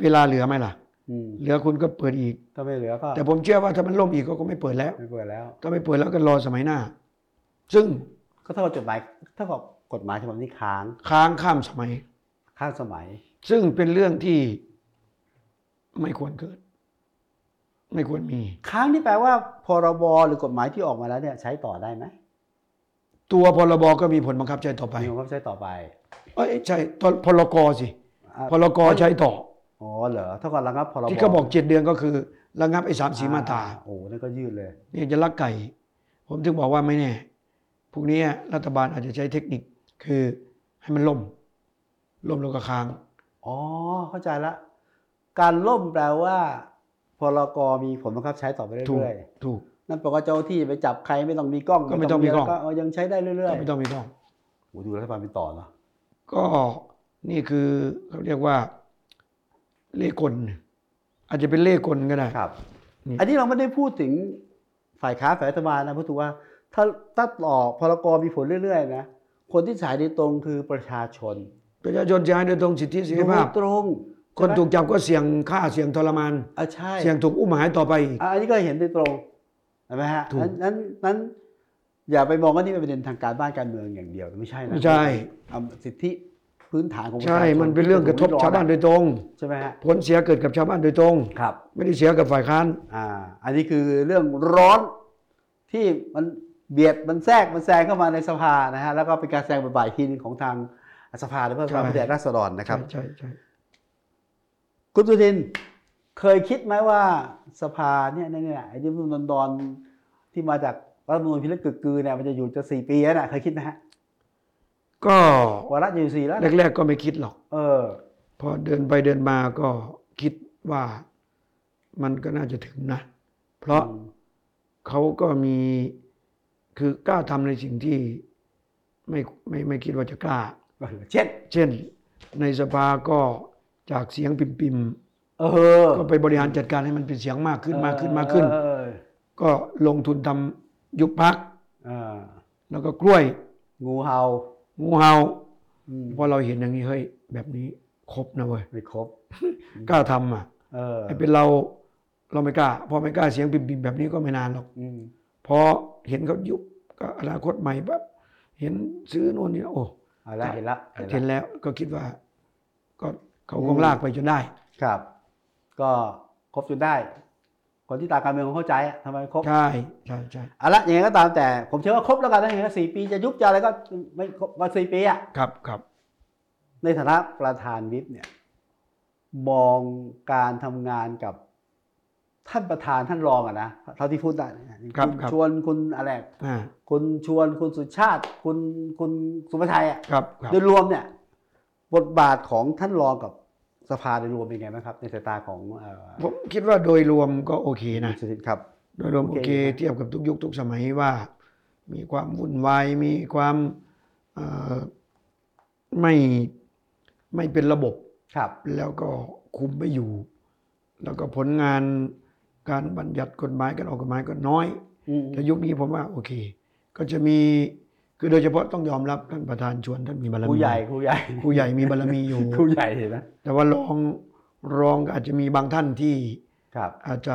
Speaker 2: เวลาเหลือไหมล่ะ
Speaker 1: อืม
Speaker 2: เหลือคุณก็เปิดอีก
Speaker 1: ถ้าไม่เหลือก็
Speaker 2: แต่ผมเชื่อว่าถ้ามันล่มอีกก็คงไม่เปิดแล้ว
Speaker 1: ไม่เปิดแล้ว
Speaker 2: ถ้าไม่เปิดแล้วก็รอสมัยหน้า ซึ่ง
Speaker 1: ก็เท่ากับจดหมายเท่ากับกฎหมายฉบับนี้ค้าง
Speaker 2: ค้างข้ามสมัย
Speaker 1: ข้ามสมัย
Speaker 2: ซึ่งเป็นเรื่องที่ไม่ควรเกิด ไม่ควรมี
Speaker 1: ค้างนี่แปลว่าพรบหรือกฎหมายที่ออกมาแล้วเนี่ยใช้ต่อได้ไหม
Speaker 2: ตัวพรบก็มีผลบังคับใช้ต่อไป
Speaker 1: มีความใช้ต่อไป
Speaker 2: เอ้ยใช่ตอนพรกสิ
Speaker 1: อ่ะ
Speaker 2: พรกใช้ต่อ
Speaker 1: อ๋อเหรอเท่ากับระงับพรบ
Speaker 2: ที่เขาบอกเจ็ดเดือนก็คือระงับไอ้สามสีมาตรา
Speaker 1: อ่โอ้นั่นก็ยืดเลย
Speaker 2: เนี่ยจะลักไก่ ผมถึงบอกว่าไม่แน่พวกนี้รัฐบาลอาจจะใช้เทคนิคคือให้มันล่ม ล่มแล้วก็ค้าง
Speaker 1: อ๋อเข้าใจละ การล่มแปลว่าพรกมีผลบังคับใช้ต่อไป
Speaker 2: ถูก
Speaker 1: เรื่อย
Speaker 2: ถูก
Speaker 1: ๆนั่นแปลว่าเจ้าหน้าที่ไปจับใครไม่ต้องมีกล้อง
Speaker 2: ก็ไม่ต้องมีกล้อง
Speaker 1: ะไรยังใช้ได้เรื่อย
Speaker 2: ไม่ต้องไม่ต้อง
Speaker 1: ๆโอ้ดูรัฐบาลเป็นต่อเนาะ
Speaker 2: ก็นี่คือเขาเรียกว่าเล่ห์กล อาจจะเป็นเล่ห์กลก็ได้
Speaker 1: ครับ
Speaker 2: นี่
Speaker 1: อันนี้เราไม่ได้พูดถึงฝ่ายค้านฝ่ายรัฐบาลนะพูดถึงว่า ถ้าตัดออกพรกมีผลเรื่อยๆนะคนที่สายโดยตรงคือประชาชน
Speaker 2: ประชาชนจะให้โดยตรงสิทธิเสรี
Speaker 1: ดู
Speaker 2: ภาพ
Speaker 1: ตรง
Speaker 2: คนถู
Speaker 1: ใช่ไหม
Speaker 2: กจับก็เสี่ยงฆ่าเสี่ยงทรมาน
Speaker 1: อ่ะใช่
Speaker 2: เสี่ยงถูกอุ้มหายต่อไปอีก
Speaker 1: อ่ะอันนี้ก็เห็นโดยตรงใช่ไหมฮะ
Speaker 2: ถูก
Speaker 1: นั้นนั้นนั้น อย่าไปมองว่านี่เป็นประเด็นทางการบ้านการเมืองอย่างเดียวไม่ใช่นะ
Speaker 2: ไม่ใช่
Speaker 1: เอาสิทธิพื้นฐานของประชาช
Speaker 2: ใช่ มันเป็นเรื่องกระทบชาวบ้านโดยตรง
Speaker 1: ใช่ไหมฮะ
Speaker 2: ผลเสียเกิดกับชาวบ้านโดยตรง
Speaker 1: ครับ
Speaker 2: ไม่ได้เสียกับฝ่ายค้าน
Speaker 1: อ่าอันนี้คือเรื่องร้อนที่มันเบียดมันแทรกมันแซงเข้ามาในสภานะฮะแล้วก็เป็นการแซงบทบาทอีกทีหนึงของทางสภาหรือเพื่อ
Speaker 2: ใช่
Speaker 1: การปฏิราษฎรนะครับ
Speaker 2: ใช่ใช่ใช่
Speaker 1: คุณสุทินเคยคิดไหมว่าสภาเนี่ยเนี่ยเนี่ยไอ้ที่มันดอนๆที่มาจากรัฐธรรมนูญพิลึกกึกกือเนี่ยมันจะอยู่จะสี่ปีแล้วน่ะเคยคิดไหมฮะ
Speaker 2: ก็
Speaker 1: วาระจะอยู่สี่แล้วนะ
Speaker 2: แรก ๆ ก็ไม่คิดหรอก
Speaker 1: เออ
Speaker 2: พอเดินไปเดินมาก็คิดว่ามันก็น่าจะถึงนะ เพราะ เขาก็มีคือกล้าทำในสิ่งที่ไม่ไม่ไม่คิดว่าจะกล้า
Speaker 1: อืมเช่น
Speaker 2: เช่น ในสภาก็จากเสียงปิมปิม
Speaker 1: เออ
Speaker 2: ๆก็ไปบริหารจัดการให้มันเป็นเสียงมากขึ้นมากขึ้นมากขึ้น
Speaker 1: เออ
Speaker 2: ก็ลงทุนทำยุบพัก
Speaker 1: เออ
Speaker 2: แล้วก็กล้วย
Speaker 1: งูเห่า
Speaker 2: งูเห่า
Speaker 1: อืม
Speaker 2: พอเราเห็นอย่างนี้เฮ้ยแบบนี้ครบนะเว้ย
Speaker 1: ไม่ครบ
Speaker 2: กล้าทำอ่ะ
Speaker 1: เออ
Speaker 2: ไอ้เป็นเราเราไม่กล้า พอไม่กล้าเสียงปิมปิมๆแบบนี้ก็ไม่นานหรอก
Speaker 1: อืม
Speaker 2: พอเห็นเขายุบก็อนาคตใหม่ปั๊บเห็นซื้อโน่นนี่โอ้
Speaker 1: เอาละเห็นละ
Speaker 2: เห็
Speaker 1: ละ
Speaker 2: นแล้วก็คิดว่า ก็เขาค
Speaker 1: อื
Speaker 2: ง
Speaker 1: ม
Speaker 2: ลากไปจนได้
Speaker 1: ครับ ก็ครบจนได้ คนที่ตามการเมืองเขาเข้าใจอะทำไมไม่ครบ
Speaker 2: ใช่ใช่ใช่
Speaker 1: เอาละยังไงก็ตามแต่ผมเชื่อว่าครบแล้วกันนะยังไงก็สี่ปีจะยุบจะอะไรก็ไม่ครบมาสี่ปีอะ
Speaker 2: ครับครับ
Speaker 1: ในฐานะประธานวิปเนี่ยมองการทำงานกับท่านประธานท่านรองอะนะเท่าที่พูดได้นะณชวนคุณอะไร
Speaker 2: อ่า
Speaker 1: คุณชวนคุณสุชาติ คุณคุณสุภชัยอะ
Speaker 2: ครับครับ
Speaker 1: โดยรวมเนี่ย บทบาทของท่านรองกับสภาโดยรวมเป็นไงบ้างครับ ในสายตาของเอ่อ
Speaker 2: ผมคิดว่าโดยรวมก็โอเคนะ
Speaker 1: สุทินครับ
Speaker 2: โดยรวมโอ
Speaker 1: โอ
Speaker 2: เค
Speaker 1: เคนะ
Speaker 2: เทียบกับทุกยุคทุกสมัยว่า มีความวุ่นวายมีความเอ่อไม่ไม่เป็นระบบ
Speaker 1: ครับ
Speaker 2: แล้วก็คุมไม่อยู่ แล้วก็ผลงานการบัญญัติกฎหมายการออกกฎหมายก็น้อย
Speaker 1: อืม
Speaker 2: แต่ยุคนี้ผมว่าโอเค ก็จะมีคือโดยเฉพาะต้องยอมรับท่านประธานชวนท่านมีบารมี
Speaker 1: ครูใหญ่ครูใหญ่
Speaker 2: ครูใหญ่มีบารมี อยู่
Speaker 1: ครูใหญ่เห็นไหม
Speaker 2: แต่ว่ารองรองก็อาจจะมีบางท่านที่
Speaker 1: ครับ
Speaker 2: อาจจะ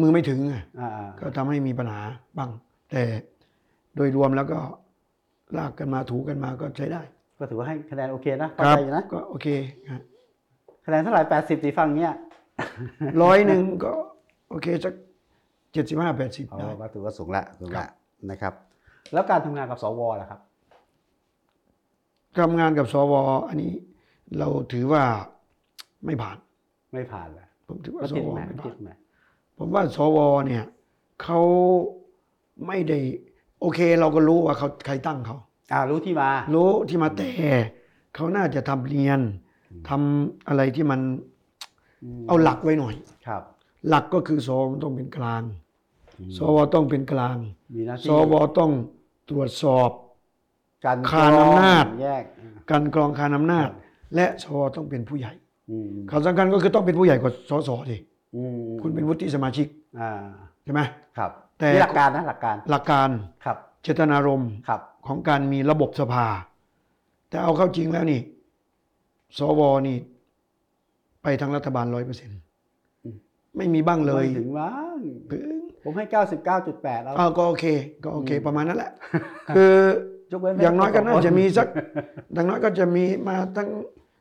Speaker 2: มือไม่ถึงอะ
Speaker 1: อ่าอ่า
Speaker 2: ก็ทำให้มีปัญหาบ้าง แต่โดยรวมแล้วก็ลากกันมาถูกันมาก็ใช้ได้
Speaker 1: ก็ถือว่าให้คะแนนโอเคนะ
Speaker 2: ค
Speaker 1: เข้า
Speaker 2: รั
Speaker 1: ใจอยู่นะ
Speaker 2: ก็โอเคฮะ
Speaker 1: คะแนนเท่าไหร่แปดสิบตีฟังเนี้ย
Speaker 2: ร้อยหนึ่งก็โอเคสักเจ็ดสิบห้าแปดสิบ
Speaker 1: อ๋
Speaker 2: ได้
Speaker 1: อว่าถือว่าสูงละสูง
Speaker 2: ครั
Speaker 1: ละ
Speaker 2: บ
Speaker 1: นะครับ แล้วการทำงานกับสวล่ะครับ
Speaker 2: ทำงานกับสวอันนี้ เราถือว่าไม่ผ่าน
Speaker 1: ไม่ผ่านเลย
Speaker 2: ผมถือว่า
Speaker 1: แล้ว
Speaker 2: ส
Speaker 1: ติด
Speaker 2: ว
Speaker 1: ไหม
Speaker 2: ไม่ผ่า
Speaker 1: ติ
Speaker 2: น
Speaker 1: ดไหม
Speaker 2: ผมว่าสวเนี่ยเขาไม่ได้ โอเค เราก็รู้ว่าเขาใครตั้งเขา
Speaker 1: อ่ารู้ที่มา
Speaker 2: รู้ที่มาแต่เขาน่าจะทำเรียนทำอะไรที่มัน
Speaker 1: อืม
Speaker 2: เอาหลักไว้หน่อย
Speaker 1: ครับ
Speaker 2: หลักก็คือสวต้องเป็นกลาง
Speaker 1: อืม
Speaker 2: สวต้องเป็นกลาง
Speaker 1: มีหน้า
Speaker 2: ส
Speaker 1: ที่
Speaker 2: วต้องตรวจสอบ
Speaker 1: การ
Speaker 2: คานอำนาจ
Speaker 1: แยก
Speaker 2: การกรองการอำนาจ และสวต้องเป็นผู้ใหญ่
Speaker 1: อืม
Speaker 2: ข่าวสำคัญก็คือต้องเป็นผู้ใหญ่กว่าสสดิ
Speaker 1: อืม
Speaker 2: คุณเป็นวุฒิสมาชิก
Speaker 1: อ่า
Speaker 2: ใช่ไหม
Speaker 1: ครับ
Speaker 2: แต่
Speaker 1: นี่หลักการนะหลักการ
Speaker 2: หลักการ
Speaker 1: ครับ
Speaker 2: เจตนารมณ์
Speaker 1: ครับ
Speaker 2: ของการมีระบบสภา แต่เอาเข้าจริงแล้วนี่ สวนี่ ไปทางรัฐบาลร้อยเปอร์เซ็นต์
Speaker 1: อืม
Speaker 2: ไม่มีบ้างเลย
Speaker 1: ไม่ถึงมั้ง
Speaker 2: พึ่ง
Speaker 1: ผมให้เก้าสิบเก้าจุดแปดแล้ว
Speaker 2: เอาก็โอเค ก็โอเค
Speaker 1: อืม
Speaker 2: ประมาณนั้นแหละ คือ
Speaker 1: ยกเว้นไม่
Speaker 2: อย่างน้อยก็
Speaker 1: ได้
Speaker 2: น่าจะมีสักอย่างน้อยก็จะมีมาทั้ง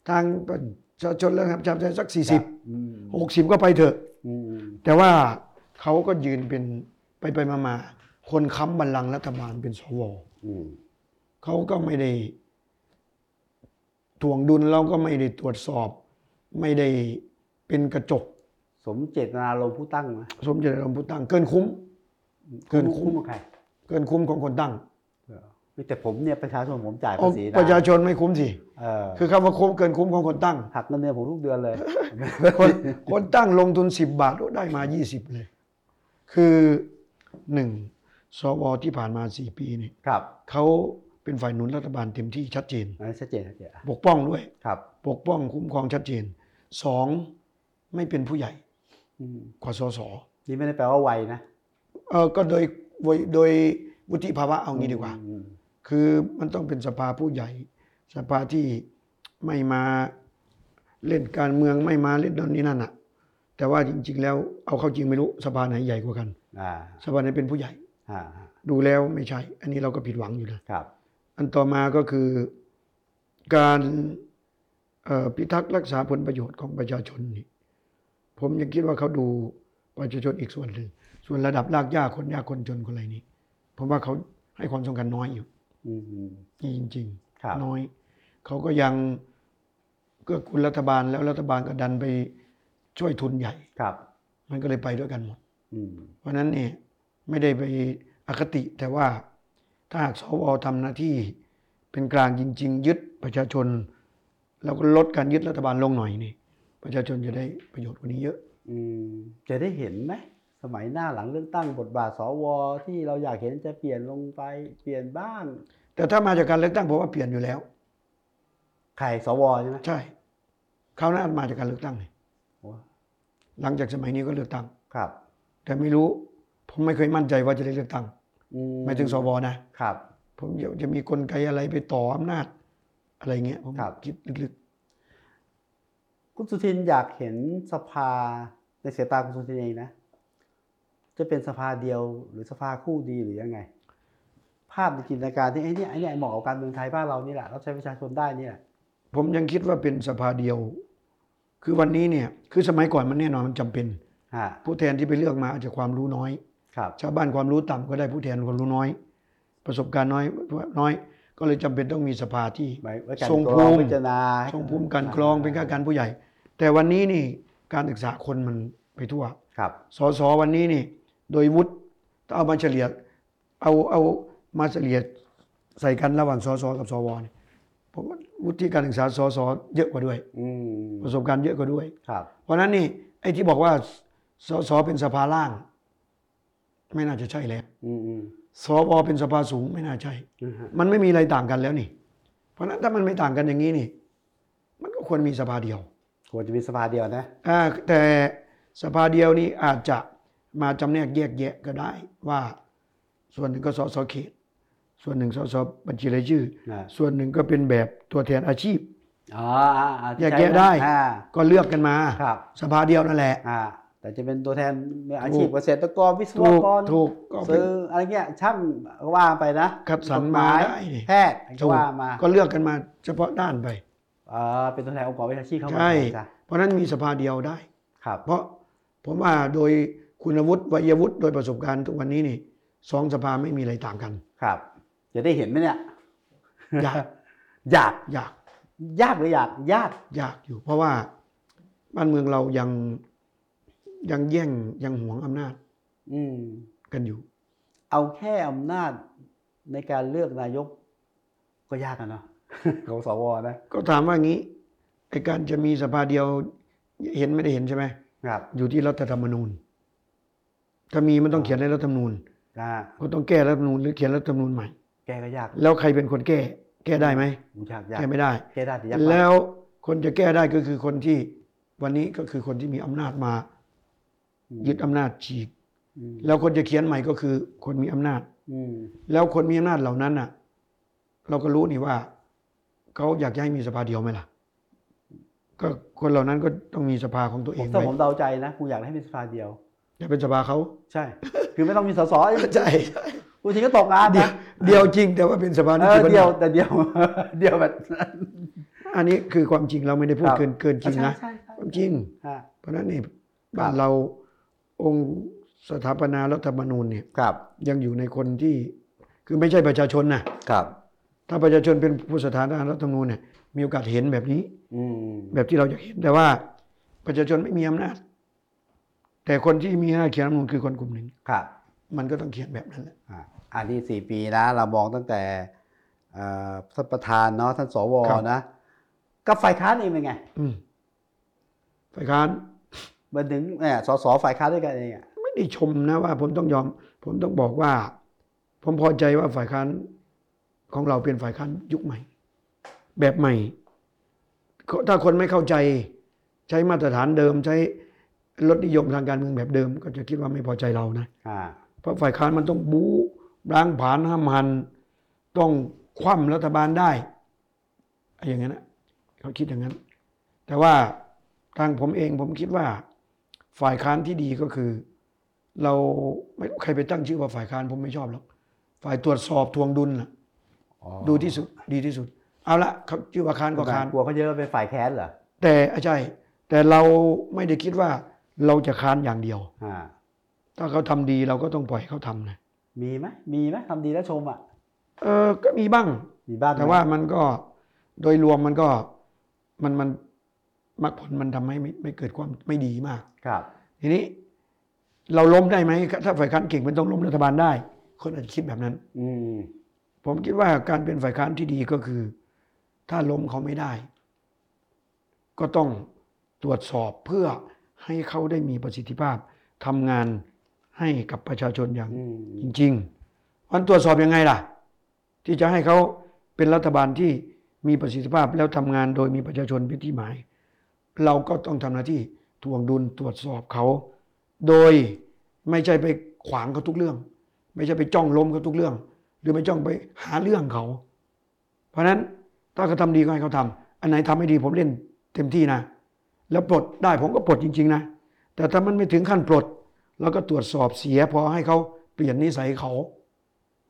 Speaker 2: ทางประชาชนแล้วครับจำได้สักสี่สิบ
Speaker 1: อืม
Speaker 2: หกสิบก็ไปเถอะ
Speaker 1: อืม
Speaker 2: แต่ว่าเขาก็ยืนเป็นไปไปมามาคนค้ำบัลลังก์รัฐบาลเป็นสว
Speaker 1: อืม
Speaker 2: เขาก็ไม่ได้ถ่วงดุลเราก็ไม่ได้ตรวจสอบ ไม่ได้เป็นกระจก
Speaker 1: สมเจตนารมณ์ผู้ตั้งไหม
Speaker 2: สมเจตอารมณ์ผู้ตั้งเกินคุ้ม เกินคุ้ม
Speaker 1: คุ้มกับใคร
Speaker 2: เกินคุ้มของคนตั้ง
Speaker 1: เออแต่ผมเนี่ยประชาชนผมจ่าย
Speaker 2: เอา
Speaker 1: ภาษีน
Speaker 2: ประชาชนไม่คุ้มสิ
Speaker 1: เออ
Speaker 2: คือคำว่าคุ้มเกินคุ้มของคนตั้ง
Speaker 1: หักเงินเดือนผมทุกเดือนเลย
Speaker 2: คนคนตั้งลงทุน 10 บาทโอ้ได้มา 20 เลย คือหนึ่งสวที่ผ่านมาสี่ปีเนี่ย
Speaker 1: ครับ
Speaker 2: เขาเป็นฝ่ายหนุนรัฐบาลเต็มที่ชัดเจน
Speaker 1: อันนั้นชัดเจนชัดเจน
Speaker 2: ปกป้องด้วย
Speaker 1: ครับ
Speaker 2: ปกป้องคุ้มครองชัดเจนสองไม่เป็นผู้ใหญ่
Speaker 1: อืม
Speaker 2: กว่าสส
Speaker 1: นี่ไม่ได้แปลว่าไวนะ
Speaker 2: เออก็โดยโดยโดยวุฒิภาวะเอางี้ดีกว่า
Speaker 1: อืม
Speaker 2: คือมันต้องเป็นสภาผู้ใหญ่ สภาที่ไม่มาเล่นการเมืองไม่มาเล่นนั่นนี่นั่นอะแต่ว่าจริง ๆ แล้วเอาเข้าจริงไม่รู้สภาไหนใหญ่กว่ากัน
Speaker 1: อ่า
Speaker 2: สภาไหนเป็นผู้ใหญ่
Speaker 1: อ่า
Speaker 2: ดูแล้วไม่ใช่ อันนี้เราก็ผิดหวังอยู่นะ
Speaker 1: ครับ
Speaker 2: อันต่อมาก็คือการเอ่อพิทักษ์รักษาผลประโยชน์ของประชาชนนี่ผมยังคิดว่าเขาดูประชาชนอีกส่วนหนึ่งส่วนระดับรากหญ้าคนยากคนจนคนอะไรนี้ผมว่าเขาให้ความสำคัญน้อยอยู่
Speaker 1: อืม
Speaker 2: นี่จริง
Speaker 1: ครับ
Speaker 2: ๆน้อย เขาก็ยังเกื้อกูลรัฐบาลแล้วรัฐบาลก็ดันไปช่วยทุนใหญ่
Speaker 1: ครับ
Speaker 2: มันก็เลยไปด้วยกันหมด
Speaker 1: อืม
Speaker 2: เพราะฉะนั้นเนี่ยไม่ได้ไปอคติ แต่ว่าถ้าหากสวทำหน้าที่เป็นกลางจริง ๆ ยึดประชาชน แล้วก็ลดการยึดรัฐบาลลงหน่อยนี่ ประชาชนจะได้ประโยชน์กว่านี้เยอะ
Speaker 1: อืมจะได้เห็นไหมสมัยหน้าหลังเลือกตั้งบทบาทสวที่เราอยากเห็นจะเปลี่ยนลงไปเปลี่ยนบ้าง
Speaker 2: แต่ถ้ามาจากการเลือกตั้งผมว่าเปลี่ยนอยู่แล้ว
Speaker 1: ใครสวใช่ไหม
Speaker 2: ใช่คราวหน้ามาจากการเลือกตั้งนี่
Speaker 1: โอ้
Speaker 2: หลังจากสมัยนี้ก็เลือกตั้ง
Speaker 1: ครับ
Speaker 2: แต่ไม่รู้ ผมไม่เคยมั่นใจว่าจะได้เลือกตั้ง
Speaker 1: อื
Speaker 2: หมายถึงสวนะครับ ผมเดี๋ยวจะมีกลไกอะไรไปต่ออำนาจ อะไรเงี้ยผม
Speaker 1: ครับ
Speaker 2: คิดลึก
Speaker 1: คุณสุทินอยากเห็นสภาในสายตาคุณสุทินเองนะ จะเป็นสภาเดียวหรือสภาคู่ดีหรือยังไง ภาพในจินตนาการที่ไอ้เนี่ยไอ้เนี่ยเหมาะกับการเมืองไทยบ้านเรานี่แหละเราใช้ประชาชนได้นี่แหละ
Speaker 2: ๆผมยังคิดว่าเป็นสภาเดียว คือวันนี้เนี่ย คือสมัยก่อนมันแน่นอนมันจำเป็น
Speaker 1: ฮะ
Speaker 2: ผู้แทนที่ไปเลือกมาอาจจะความรู้น้อย
Speaker 1: ครับ
Speaker 2: ชาวบ้านความรู้ต่ำก็ได้ผู้แทนความรู้น้อย ประสบการณ์น้อยน้อย ก็เลยจำเป็นต้องมีสภาที่
Speaker 1: ไว้ไว้การ
Speaker 2: ทรง
Speaker 1: กรอง
Speaker 2: ภูมิ
Speaker 1: พิจารณาให้
Speaker 2: ทรงภูมิการกรองเป็นข้าราชการผู้ใหญ่ แต่วันนี้นี่การศึกษาคนมันไปทั่ว
Speaker 1: ครับ
Speaker 2: สสวันนี้นี่ โดยวุฒิถ้าเอามาเฉลี่ยเอาเอามาเฉลี่ยใส่กันระหว่างสสกับสวเนี่ยผมว่าวุฒิการศึกษาสสเยอะกว่าด้วย
Speaker 1: อืม
Speaker 2: ประสบการณ์เยอะกว่าด้วย
Speaker 1: ครับ
Speaker 2: เพราะฉะนั้นนี่ไอ้ที่บอกว่าสสเป็นสภาล่าง ไม่น่าจะใช่แล้ว
Speaker 1: อืมอืม
Speaker 2: สวเป็นสภาสูงไม่น่าใช่
Speaker 1: นะฮะ
Speaker 2: มันไม่มีอะไรต่างกันแล้วนี่ เพราะฉะนั้นถ้ามันไม่ต่างกันอย่างนี้นี่ มันก็ควรมีสภาเดียว
Speaker 1: ควรจะมีสภาเดียวนะ
Speaker 2: อ่าแต่สภาเดียวนี่อาจจะมาจำแนกแยกแยะก็ได้ว่า ส่วนหนึ่งก็สสเขต ส่วนหนึ่งสสบัญชีรายชื่อ
Speaker 1: อ่า
Speaker 2: ส่วนหนึ่งก็เป็นแบบตัวแทนอาชีพ
Speaker 1: อ๋ออ่าอ่า
Speaker 2: แยกแยะได้
Speaker 1: อ่า
Speaker 2: ก็เลือกกันมา
Speaker 1: ครับ
Speaker 2: สภาเดียวนั่นแหละ
Speaker 1: อ่า แต่จะเป็นตัวแทนอาชีพเกษตรกรวิศว
Speaker 2: ถูก
Speaker 1: กร
Speaker 2: ถูกก็ไป
Speaker 1: ซื้ออะไรเงี้ยช่างก็ว่าไปนะ
Speaker 2: คัดสรร
Speaker 1: กฎห
Speaker 2: มาย ได้นี่
Speaker 1: แพทย์
Speaker 2: ถู
Speaker 1: ก็
Speaker 2: ก
Speaker 1: ว่ามา
Speaker 2: ก็เลือกกันมาเฉพาะด้านไป
Speaker 1: เออเป็นตัวแทนองค์กรวิชาชีพเข้ามา
Speaker 2: ใช่
Speaker 1: จ้ะ
Speaker 2: เพราะฉะนั้นมีสภาเดียวได้
Speaker 1: ครับ
Speaker 2: เพราะผมว่าโดยคุณวุฒิวัยวุฒิโดยประสบการณ์ทุกวันนี้นี่สองสภาไม่มีอะไรต่าง กัน
Speaker 1: ครับ จะได้เห็นไหมเนี่ย
Speaker 2: อยาก
Speaker 1: อยาก
Speaker 2: ยาก
Speaker 1: ยากหรืออยากยาก
Speaker 2: ยากอยู่ เพราะว่าบ้านเมืองเรายังยังแย่งยังหวงอำนาจ
Speaker 1: อืม
Speaker 2: กันอยู่
Speaker 1: เอาแค่อำนาจในการเลือกนายก ก็ยากนะเนาะ ของสวนะ
Speaker 2: ก็ถามว่างี้ไอการจะมีสภาเดียวเห็นไม่ได้เห็นใช่ไหม
Speaker 1: ครับ
Speaker 2: อยู่ที่รัฐธรรมนูญ ถ้ามีมันต้องเขียนในรัฐธรรมนูญ
Speaker 1: อ่า
Speaker 2: ก็ต้องแก้รัฐธรรมนูญหรือเขียนรัฐธรรมนูญใหม่
Speaker 1: แกก็ยาก
Speaker 2: แล้วใครเป็นคนแก้ แก้ได้ไหม
Speaker 1: ยากยาก
Speaker 2: แก้ไม่ได้
Speaker 1: แกได้แต่ยาก
Speaker 2: แล้วคนจะแก้ได้ก็คือคนที่วันนี้ก็คือคนที่มีอำนาจมา ยึดอำนาจฉีก
Speaker 1: อืม
Speaker 2: แล้วคนจะเขียนใหม่ก็คือคนมีอำนาจ
Speaker 1: อืม
Speaker 2: แล้วคนมีอำนาจเหล่านั้นน่ะ เราก็รู้นี่ว่าเขาอยากจะให้มีสภาเดียวไหมล่ะ ก็คนเหล่านั้นก็ต้องมีสภาของตัว
Speaker 1: ผ
Speaker 2: เอ
Speaker 1: ม
Speaker 2: ง
Speaker 1: ถ้า
Speaker 2: ไว้
Speaker 1: ผมเดาใจนะกูอยากให้เป็นสภาเดียว
Speaker 2: อย่าเป็นสภาเขา
Speaker 1: ใช่ คือไม่ต้องมีสส
Speaker 2: ใช่
Speaker 1: กูทีก็ตกงาน
Speaker 2: เดียว
Speaker 1: นะ
Speaker 2: เดียวจริงแต่ว่าเป็นสภา
Speaker 1: เอ
Speaker 2: นี่
Speaker 1: อ
Speaker 2: คือปัญ
Speaker 1: เดียว
Speaker 2: หา
Speaker 1: แต่เดียว เดียวแบบนั้น
Speaker 2: อันนี้คือความจริงเราไม่ได้พูดเกินเกินจริงนะ
Speaker 1: ใช่ใช่
Speaker 2: ความจริง
Speaker 1: ใช่
Speaker 2: เพราะฉะนั้นนี่บ้านเราองค์สถาปนารัฐธรรมนูญเนี่ย
Speaker 1: ครับ
Speaker 2: ยังอยู่ในคนที่คือไม่ใช่ประชาชนนะครับ ถ้าประชาชนเป็นผู้สถานการณ์รัฐธรรมนูญเนี่ยมีโอกาสเห็นแบบนี้
Speaker 1: อืม
Speaker 2: แบบที่เราอยากเห็นแต่ว่าประชาชนไม่มีอำนาจ แต่คนที่มีอำนาจเขียนรัฐธรรมนูญคือคนกลุ่มหนึ่ง
Speaker 1: ครับ
Speaker 2: มันก็ต้องเขียนแบบนั้นแหละ
Speaker 1: อ่ะอันนี้สี่ปีนะ เรามองตั้งแต่เอ่อท่านประธานเนาะท่านสว
Speaker 2: ครับ
Speaker 1: นะกับฝ่ายค้านเองเป็นไง
Speaker 2: อืมฝ่ายค้าน
Speaker 1: มาถึงเนี่ยสสฝ่ายค้านด้วยกันเองอะ
Speaker 2: ไม่ได้ชมนะว่า ผมต้องยอม ผมต้องบอกว่า ผมพอใจว่าฝ่ายค้านของเราเป็นฝ่ายค้านยุคใหม่ แบบใหม่ก็ถ้าคนไม่เข้าใจ ใช้มาตรฐานเดิม ใช้ลดนิยมทางการเมืองแบบเดิม ก็จะคิดว่าไม่พอใจเรานะ
Speaker 1: อ่า
Speaker 2: เพราะฝ่ายค้านมันต้องบู๊ล้างผลาญห้ามหัน ต้องคว่ำรัฐบาลได้ไอ้อย่างนั้นนะเขาคิดอย่างนั้น แต่ว่าทางผมเองผมคิดว่า ฝ่ายค้านที่ดีก็คือ เราไม่รู้ใครไปตั้งชื่อว่าฝ่ายค้านผมไม่ชอบหรอกฝ่ายตรวจสอบทวงดุลน่ะดูที่สุดดีที่สุด เอาละเขาชื่อว่าค้าน
Speaker 1: ก
Speaker 2: ก็ค้าน
Speaker 1: ลัวเขาเยอะเป็นฝ่ายแค้นเหรอ
Speaker 2: แต่อ่ะใช่ แต่เราไม่ได้คิดว่าเราจะค้านอย่างเดียว
Speaker 1: อ่า
Speaker 2: ถ้าเขาทำดีเราก็ต้องปล่อยเขาทำนะ
Speaker 1: มีไหมมีไหมทำดีแล้วชมอ่ะ
Speaker 2: เออก็มีบ้าง
Speaker 1: มีบ้างไหม
Speaker 2: แต่ว่ามันก็โดยรวมมันก็มันมันมรรคผลมันทำให้ไม่ไม่เกิดความไม่ดีมาก
Speaker 1: ครับ
Speaker 2: ทีนี้ เราล้มได้ไหมถ้าฝ่ายค้านเก่งมันต้องล้มรัฐบาลได้ คนอาจจะคิดแบบนั้น
Speaker 1: อืม
Speaker 2: ผมคิดว่าการเป็นฝ่ายค้านที่ดีก็คือ ถ้าล้มเขาไม่ได้ ก็ต้องตรวจสอบเพื่อให้เขาได้มีประสิทธิภาพทำงานให้กับประชาชนอย่าง
Speaker 1: อืม
Speaker 2: จริงๆมันตรวจสอบยังไงล่ะ ที่จะให้เขาเป็นรัฐบาลที่มีประสิทธิภาพแล้วทำงานโดยมีประชาชนเป็นที่หมาย เราก็ต้องทำหน้าที่ทวงดุลตรวจสอบเขา โดยไม่ใช่ไปขวางเขาทุกเรื่อง ไม่ใช่ไปจ้องล้มเขาทุกเรื่อง หรือไม่จ้องไปหาเรื่องเขา เพราะฉะนั้นถ้าเขาทำดีก็ให้เขาทำอันไหนทำไม่ดีผมเล่นเต็มที่นะ แล้วปลดได้ผมก็ปลดจริง ๆ นะ แต่ถ้ามันไม่ถึงขั้นปลด แล้วก็ตรวจสอบเสียพอให้เขาเปลี่ยนนิสัยเขา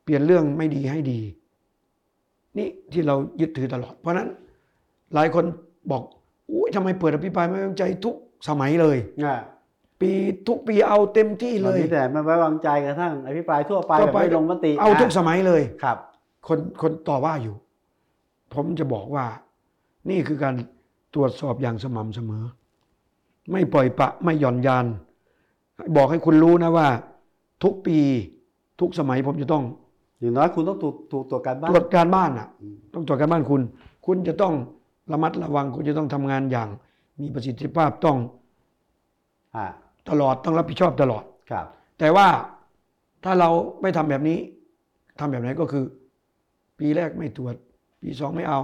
Speaker 2: เปลี่ยนเรื่องไม่ดีให้ดี นี่ที่เรายึดถือตลอด เพราะฉะนั้นหลายคนบอกอุ้ยทำไมเปิดอภิปรายไม่ไว้วางใจทุกสมัยเลย
Speaker 1: อ่า
Speaker 2: ปีทุกปีเอาเต็มที่
Speaker 1: ต
Speaker 2: เล
Speaker 1: อน
Speaker 2: ย
Speaker 1: นี้แต่ไม่ไว้วางใจกระทั่งอภิปรายทั่วไป
Speaker 2: ทั่
Speaker 1: แบ
Speaker 2: ว
Speaker 1: บ
Speaker 2: ไป
Speaker 1: ไม่ลงมติ
Speaker 2: เอาทุก
Speaker 1: ะ
Speaker 2: สมัยเลย
Speaker 1: ครับ
Speaker 2: คนคนต่อว่าอยู่ ผมจะบอกว่า นี่คือการตรวจสอบอย่างสม่ำเสมอ ไม่ปล่อยปละไม่หย่อนยาน บอกให้คุณรู้นะว่า ทุกปีทุกสมัยผมจะต้อง
Speaker 1: อย่างน้อยคุณต้องถูกถูกตรวจการบ้าน
Speaker 2: ตรวจการบ้านอ่ะ
Speaker 1: อืม
Speaker 2: ต้องตรวจการบ้านคุณ คุณจะต้องระมัดระวัง คุณจะต้องทำงานอย่าง มีประสิทธิภาพต้อง
Speaker 1: อ่า
Speaker 2: ตลอดต้องรับผิดชอบตลอด
Speaker 1: ครับ
Speaker 2: แต่ว่าถ้าเราไม่ทำแบบนี้ทำแบบไหนก็คือ ปีแรกไม่ตรวจ ปีสองไม่เอา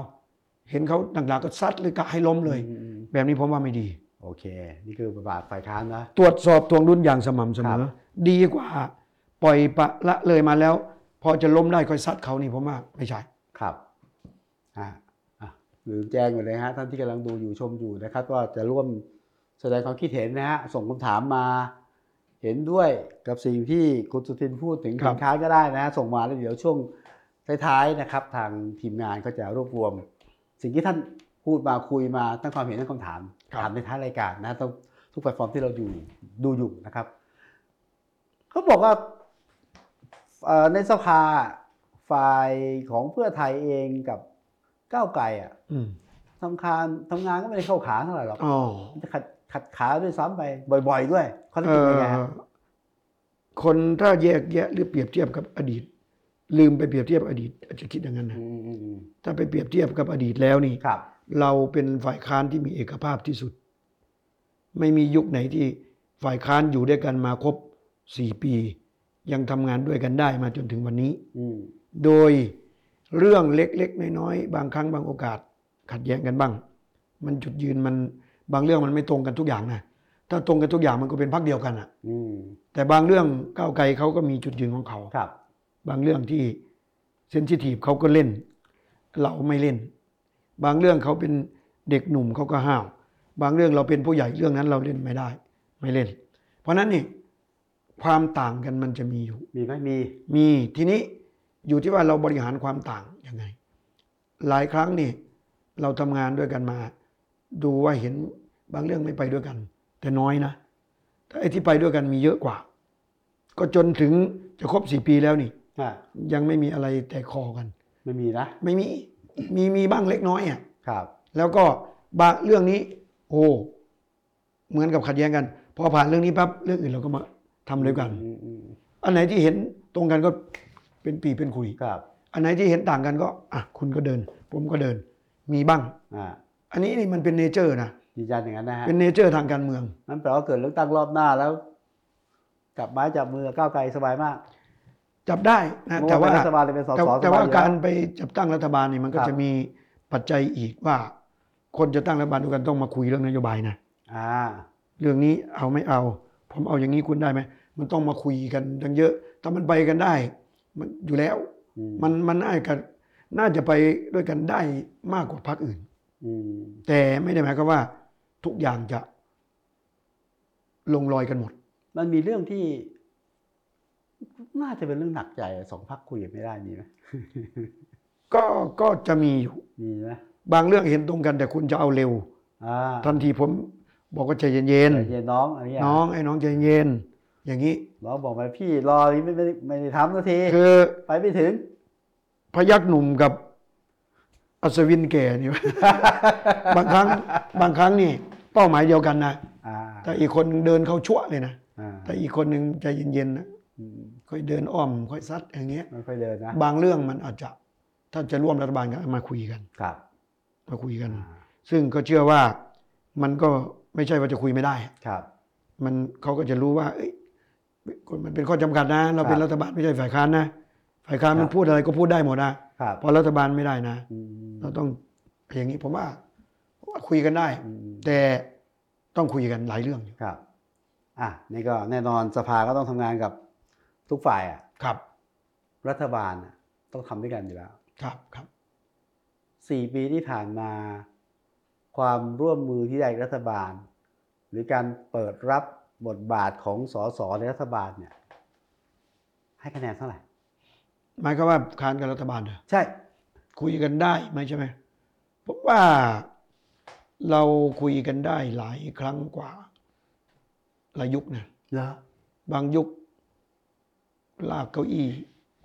Speaker 2: เห็นเขาหนักๆก็ซัดหรือกะให้ล้มเลย
Speaker 1: อืมอืม
Speaker 2: แบบนี้ผมว่าไม่ดี
Speaker 1: โอเค นี่คือบทบาทฝ่ายค้านนะ
Speaker 2: ตรวจสอบทวงดุลอย่างสม่ำเส
Speaker 1: ค
Speaker 2: มอ
Speaker 1: รับ
Speaker 2: ดีกว่า ปล่อยปละละเลยมาแล้ว พอจะล้มได้ค่อยซัดเขานี่ผมว่าไม่ใช่
Speaker 1: ครับอ่าอ่ะลืมแจ้งไปเลยฮะท่านที่กำลังดูอยู่ชมอยู่นะครับ ก็จะร่วม แสดงความคิดเห็นนะฮะส่งคำถามมาเห็นด้วยกับสิ่งที่คุณสุทินพูดถึง
Speaker 2: ครับ
Speaker 1: สินค้าก็ได้นะฮะส่งมาแล้วเดี๋ยวช่วงท้ายๆนะครับ ทางทีมงานก็จะรวบรวม สิ่งที่ท่านพูดมาคุยมาตั้งความเห็นตั้งคำถามถามในท้ายรายการนะต้องทุกแพลตฟอร์มที่เราอยู่ดูอยู่นะครับเขาบอกว่าเอ่อในสภาฝ่ายของเพื่อไทยเองกับก้าวไกลอ่ะ
Speaker 2: อืม
Speaker 1: ทำคานทำงานก็ไม่ได้เข้าขาเท่าไหร่หรอก
Speaker 2: อ๋อ
Speaker 1: มันจะขัดขัดขาด้วยซ้ำไป บ่อย ๆ ด้วยเขาต้อ
Speaker 2: เอง
Speaker 1: คิดยังไงฮะ
Speaker 2: อคนถ้าแยกแยะหรือเปรียบเทียบกับอดีต ลืมไปเปรียบเทียบอดีตอาจจะคิดอย่างนั้นนะ
Speaker 1: มอืมอืม
Speaker 2: ถ้าไปเปรียบเทียบกับอดีตแล้วนี่
Speaker 1: ครับ
Speaker 2: เราเป็นฝ่ายค้านที่มีเอกภาพที่สุด ไม่มียุคไหนที่ฝ่ายค้านอยู่ด้วยกันมาครบสี่ปี ยังทำงานด้วยกันได้มาจนถึงวันนี้
Speaker 1: อืม
Speaker 2: โดยเรื่องเล็กๆ น้อยๆ บางครั้งบางโอกาส ขัดแย้งกันบ้าง มันจุดยืนมันบางเรื่องมันไม่ตรงกันทุกอย่างนะถ้าตรงกันทุกอย่างมันก็เป็นพรรคเดียวกันอะ
Speaker 1: อืม
Speaker 2: แต่บางเรื่องก้าวไกลเขาก็มีจุดยืนของเขา
Speaker 1: ครับ
Speaker 2: บางเรื่องที่เซนซิทีฟเขาก็เล่น เราไม่เล่น บางเรื่องเขาเป็นเด็กหนุ่มเขาก็ห้าว บางเรื่องเราเป็นผู้ใหญ่เรื่องนั้นเราเล่นไม่ได้ ไม่เล่น เพราะฉะนั้นนี่ความต่างกันมันจะมีอยู่
Speaker 1: มีไหมมี
Speaker 2: มีทีนี้อยู่ที่ว่าเราบริหารความต่างยังไง หลายครั้งนี่เราทำงานด้วยกันมา ดูว่าเห็นบางเรื่องไม่ไปด้วยกัน แต่น้อยนะแต่ไอ้ที่ไปด้วยกันมีเยอะกว่า ก็จนถึงจะครบสี่ปีแล้วนี่
Speaker 1: อ่ะ
Speaker 2: ยังไม่มีอะไรแตกคอกัน
Speaker 1: ไม่มีนะ
Speaker 2: ไม่มีมีมีบ้างเล็กน้อยอ่ะ
Speaker 1: ครับ
Speaker 2: แล้วก็บางเรื่องนี้ โอ้เหมือนกับขัดแย้งกัน พอผ่านเรื่องนี้ปั๊บเรื่องอื่นเราก็มาทำด้วยกัน
Speaker 1: อืมอืม
Speaker 2: อันไหนที่เห็นตรงกันก็เป็นปีเป็นคุย
Speaker 1: ครับ
Speaker 2: อันไหนที่เห็นต่างกันก็อ่ะคุณก็เดิน ผมก็เดิน มีบ้าง
Speaker 1: อ่า
Speaker 2: อันนี้นี่มันเป็นเนเจอร์นะ
Speaker 1: ยืนยันอย่างนั้นนะฮะ
Speaker 2: เป็นเนเจอร์ทางการเมือง
Speaker 1: นั่นแปลว่าเกิดเลือกตั้งรอบหน้าแล้ว จับไม้จับมือก้าวไกลสบายมาก
Speaker 2: จับได้นะแต่ว่า
Speaker 1: เมื่อเป็นรัฐบาลเลยเป็นสส
Speaker 2: แต่แต่
Speaker 1: สบ
Speaker 2: ว่าย
Speaker 1: อยู่
Speaker 2: การ
Speaker 1: แล้
Speaker 2: ไปจับตั้งรัฐบาลนี่มันก็
Speaker 1: ครับ
Speaker 2: จะมีปัจจัยอีกว่า คนจะตั้งรัฐบาลด้วยกันต้องมาคุยเรื่องนโยบายนะ
Speaker 1: อ่า
Speaker 2: เรื่องนี้เอาไม่เอา ผมเอาอย่างนี้คุณได้ไหมมันต้องมาคุยกันตั้งเยอะ ถ้ามันไปกันได้ มันอยู่แล้ว
Speaker 1: อืม
Speaker 2: มันมันน่าจะน่าจะไปด้วยกันได้มากกว่าพรรคอื่น
Speaker 1: อืม
Speaker 2: แต่ไม่ได้หมายความว่า ทุกอย่างจะ ลงรอยกันหมด
Speaker 1: มันมีเรื่องที่ น่าจะเป็นเรื่องหนักใจอะสองพักคุยกันไม่ได้มีไหม
Speaker 2: ก็ก็จะมีอยู่
Speaker 1: มีไหม
Speaker 2: บางเรื่องเห็นตรงกัน แต่คุณจะเอาเร็ว
Speaker 1: อ่า
Speaker 2: ทันทีผมบอกว่าใจเย็น
Speaker 1: เย็นน้องอะไรเงี้ย
Speaker 2: ๆน้องไอ้น้องใจเย็นอย่างนี้
Speaker 1: น้องบอกไปพี่รอไม่ไม่ไม่ได้ทำสักที
Speaker 2: คือ
Speaker 1: ไปไม่ถึง
Speaker 2: พยักหนุ่มกับอัศวินแก่นี่ บางครั้งบางครั้งนี่ เป้าหมายเดียวกันนะ
Speaker 1: อ่า
Speaker 2: แต่อีกคนเดินเข้าชั่วเลยนะ
Speaker 1: อ่า
Speaker 2: แต่อีกคนหนึ่งใจเย็นๆนะ
Speaker 1: อืม
Speaker 2: ค่อยเดินอ้อม ค่อยซัดอย่างเงี้ย
Speaker 1: ไม่ค่อยเดินนะ
Speaker 2: บางเรื่องมันอาจจะ ถ้าจะร่วมรัฐบาลกันมาคุยกัน
Speaker 1: ครับ
Speaker 2: มาคุยกัน
Speaker 1: อ่า
Speaker 2: ซึ่งก็เชื่อว่ามันก็ไม่ใช่ว่าจะคุยไม่ได้
Speaker 1: ครับ
Speaker 2: มันเขาก็จะรู้ว่า เอ้ยกฎมันเป็นข้อจำกัดนะ เราเป็
Speaker 1: ค
Speaker 2: น
Speaker 1: รับ
Speaker 2: รัฐบาลไม่ใช่ฝ่ายค้านนะ ฝ่ายค้านมั
Speaker 1: ครั
Speaker 2: น
Speaker 1: บ
Speaker 2: พูดอะไรก็พูดได้หมดนะครับ เพราะรัฐบาลไม่ได้นะ
Speaker 1: อืม
Speaker 2: เราต้องอย่างนี้ผมว่าผมว่าคุยกันได้
Speaker 1: อืม
Speaker 2: แต่ต้องคุยกันหลายเรื่องอยู่
Speaker 1: ครับ อ่ะนี่ก็แน่นอนสภาก็ต้องทำงานกับทุกฝ่ายอ่ะ
Speaker 2: ครับ
Speaker 1: รัฐบาลอะต้องทำด้วยกันอยู่แล้ว
Speaker 2: ครับครับ
Speaker 1: สี่ปีที่ผ่านมา ความร่วมมือที่ได้กับรัฐบาล หรือการเปิดรับบทบาทของสสในรัฐบาลเนี่ย ให้คะแนนเท่าไหร่
Speaker 2: หมายความว่าค้านกับรัฐบาลเหรอ
Speaker 1: ใช่
Speaker 2: คุยกันได้ไหมใช่ไหมผมว่าเราคุยกันได้หลายครั้งกว่าหลายยุคนะ
Speaker 1: เหรอ
Speaker 2: บางยุค ลากเก้าอี้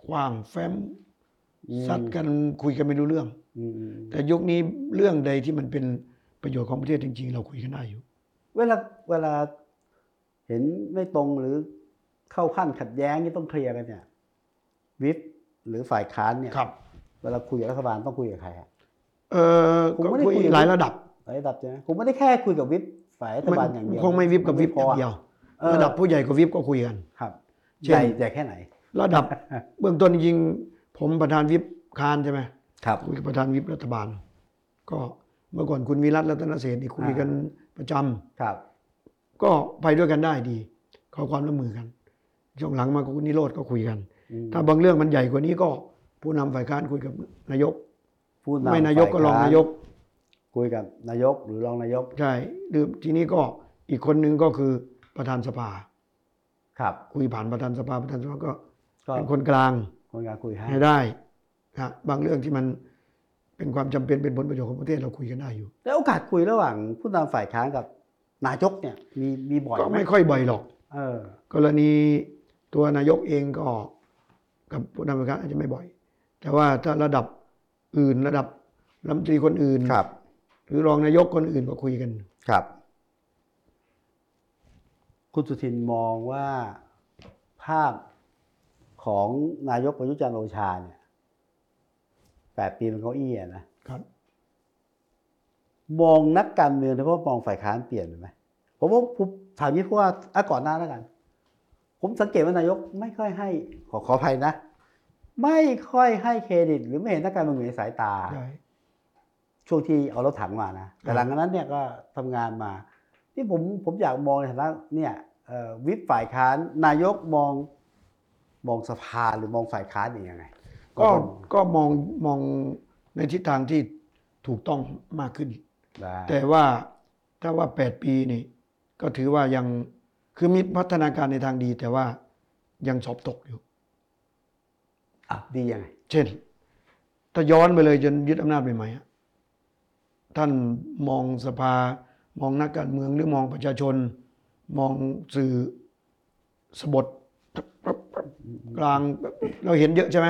Speaker 2: ขว้างแฟ้ม
Speaker 1: อืม
Speaker 2: ซัดกันคุยกันไม่รู้เรื่อง
Speaker 1: อืมอืม
Speaker 2: แต่ยุคนี้เรื่องใดที่มันเป็นประโยชน์ของประเทศจริง ๆ เราคุยกันได้อยู่
Speaker 1: เวลาเวลาเห็นไม่ตรงหรือเข้าขั้นขัดแย้งที่ต้องเคลียร์กันเนี่ย วิปหรือฝ่ายค้านเนี่ย
Speaker 2: ครับ
Speaker 1: เวลาคุยกับรัฐบาลต้องคุยกับใครฮะ
Speaker 2: เออ
Speaker 1: ผม
Speaker 2: ก็
Speaker 1: ไม่ได้
Speaker 2: คุย
Speaker 1: คุยกับ
Speaker 2: หลายระดับ
Speaker 1: หลายระดับใช่ไหมผมไม่ได้แค่คุยกับวิปฝ่ายรัฐบาลอย่าง
Speaker 2: มั
Speaker 1: เดีย
Speaker 2: น
Speaker 1: ว
Speaker 2: คงไม่วิบกับวิบ
Speaker 1: น
Speaker 2: อ
Speaker 1: ไม่
Speaker 2: ย่าง
Speaker 1: พ
Speaker 2: เดียว
Speaker 1: เออ
Speaker 2: ระดับผู้ใหญ่กับวิบก็คุยกัน
Speaker 1: ครับ
Speaker 2: เช่
Speaker 1: ให
Speaker 2: น
Speaker 1: ญ่ใหญ่แค่ไหน
Speaker 2: ระ ดับ เบื้องต้นจริงๆผมประธานวิบคานใช่ไหม
Speaker 1: ครับ
Speaker 2: คุยกับประธานวิบรัฐบาล ก็เมื่อก่อนคุณวิรัตรัตนเศรษฐ์นี่คุยกันประจำ
Speaker 1: ครับ
Speaker 2: ก็ไปด้วยกันได้ดี ขอความร่วมมือกัน ช่วงหลังมากับคุณนิโรธก็คุยกัน
Speaker 1: อืม
Speaker 2: ถ้าบางเรื่องมันใหญ่กว่านี้ก็ผู้นำฝ่ายค้านคุยกับนายก
Speaker 1: ผู้ำ
Speaker 2: ไม่นายกก็รอง
Speaker 1: ฝ่
Speaker 2: นายก
Speaker 1: คุยกับนายกหรือรองนายก
Speaker 2: ใช่หรือทีนี้ก็ อีกคนหนึ่งก็คือประธานสภา
Speaker 1: ครับ
Speaker 2: คุยผ่านประธานสภาประธานสภาก็
Speaker 1: ก็
Speaker 2: เป็นคนกลาง
Speaker 1: คนการคุยให้
Speaker 2: ให้ได้นะบางเรื่องที่มันเป็นความจำเป็นเป็นผลประโยชน์ของประเทศเราคุยกันได้อยู่
Speaker 1: แล้วโอกาสคุยระหว่างผู้นำฝ่ายค้านกับนายกเนี่ยมีมีบ่อย
Speaker 2: ก็
Speaker 1: ไหม
Speaker 2: ไม่ค่อยบ่อยหรอก
Speaker 1: เออก
Speaker 2: รณีตัวนายกเองก็กับผู้นำการอาจจะไม่บ่อย แต่ว่าถ้าระดับอื่นระดับรัฐมนตรีคนอื่น
Speaker 1: ครับ
Speaker 2: หรือรองนายกคนอื่นก็คุยกัน
Speaker 1: ครับ คุณสุทินมองว่าภาพของนายกประยุทธ์จันทร์โอชาเนี่ยแปดปีเป็นเก้าอี้อะนะ
Speaker 2: ครับ
Speaker 1: มองนักการเมืองโดยเฉพาะมองฝ่ายค้านเปลี่ยนไหมผมว่าผมถามนี้เพราะว่าอ่ะก่อนหน้าแล้วกัน ผมสังเกตว่านายกไม่ค่อยให้ ขอขออภัยนะ ไม่ค่อยให้เครดิต หรือไม่เห็นนักการเมืองอยู่ในสายตา
Speaker 2: ได้
Speaker 1: ช่วงที่เอารถถังมานะ แต่
Speaker 2: ครับ
Speaker 1: หลังจากนั้นเนี่ยก็ทำงานมา ที่ผมผมอยากมองในฐานะเนี่ยเอ่อวิปฝ่ายค้านนายกมองมองสภาหรือมองฝ่ายค้านอย่างไง
Speaker 2: ก็ก็มองมองในทิศทางที่ถูกต้องมากขึ้น
Speaker 1: ได้
Speaker 2: แต่ว่าถ้าว่า 8 ปีนี่ ก็ถือว่ายังคือมีพัฒนาการในทางดี แต่ว่ายังสอบตกอยู่
Speaker 1: อ่ะดียังไง
Speaker 2: เช่น ถ้าย้อนไปเลยจนยึดอำนาจใหม่ๆอะท่านมองสภามองนักการเมืองหรือมองประชาชน มองสื่อสบทกลางเราเห็นเยอะใช่ไหม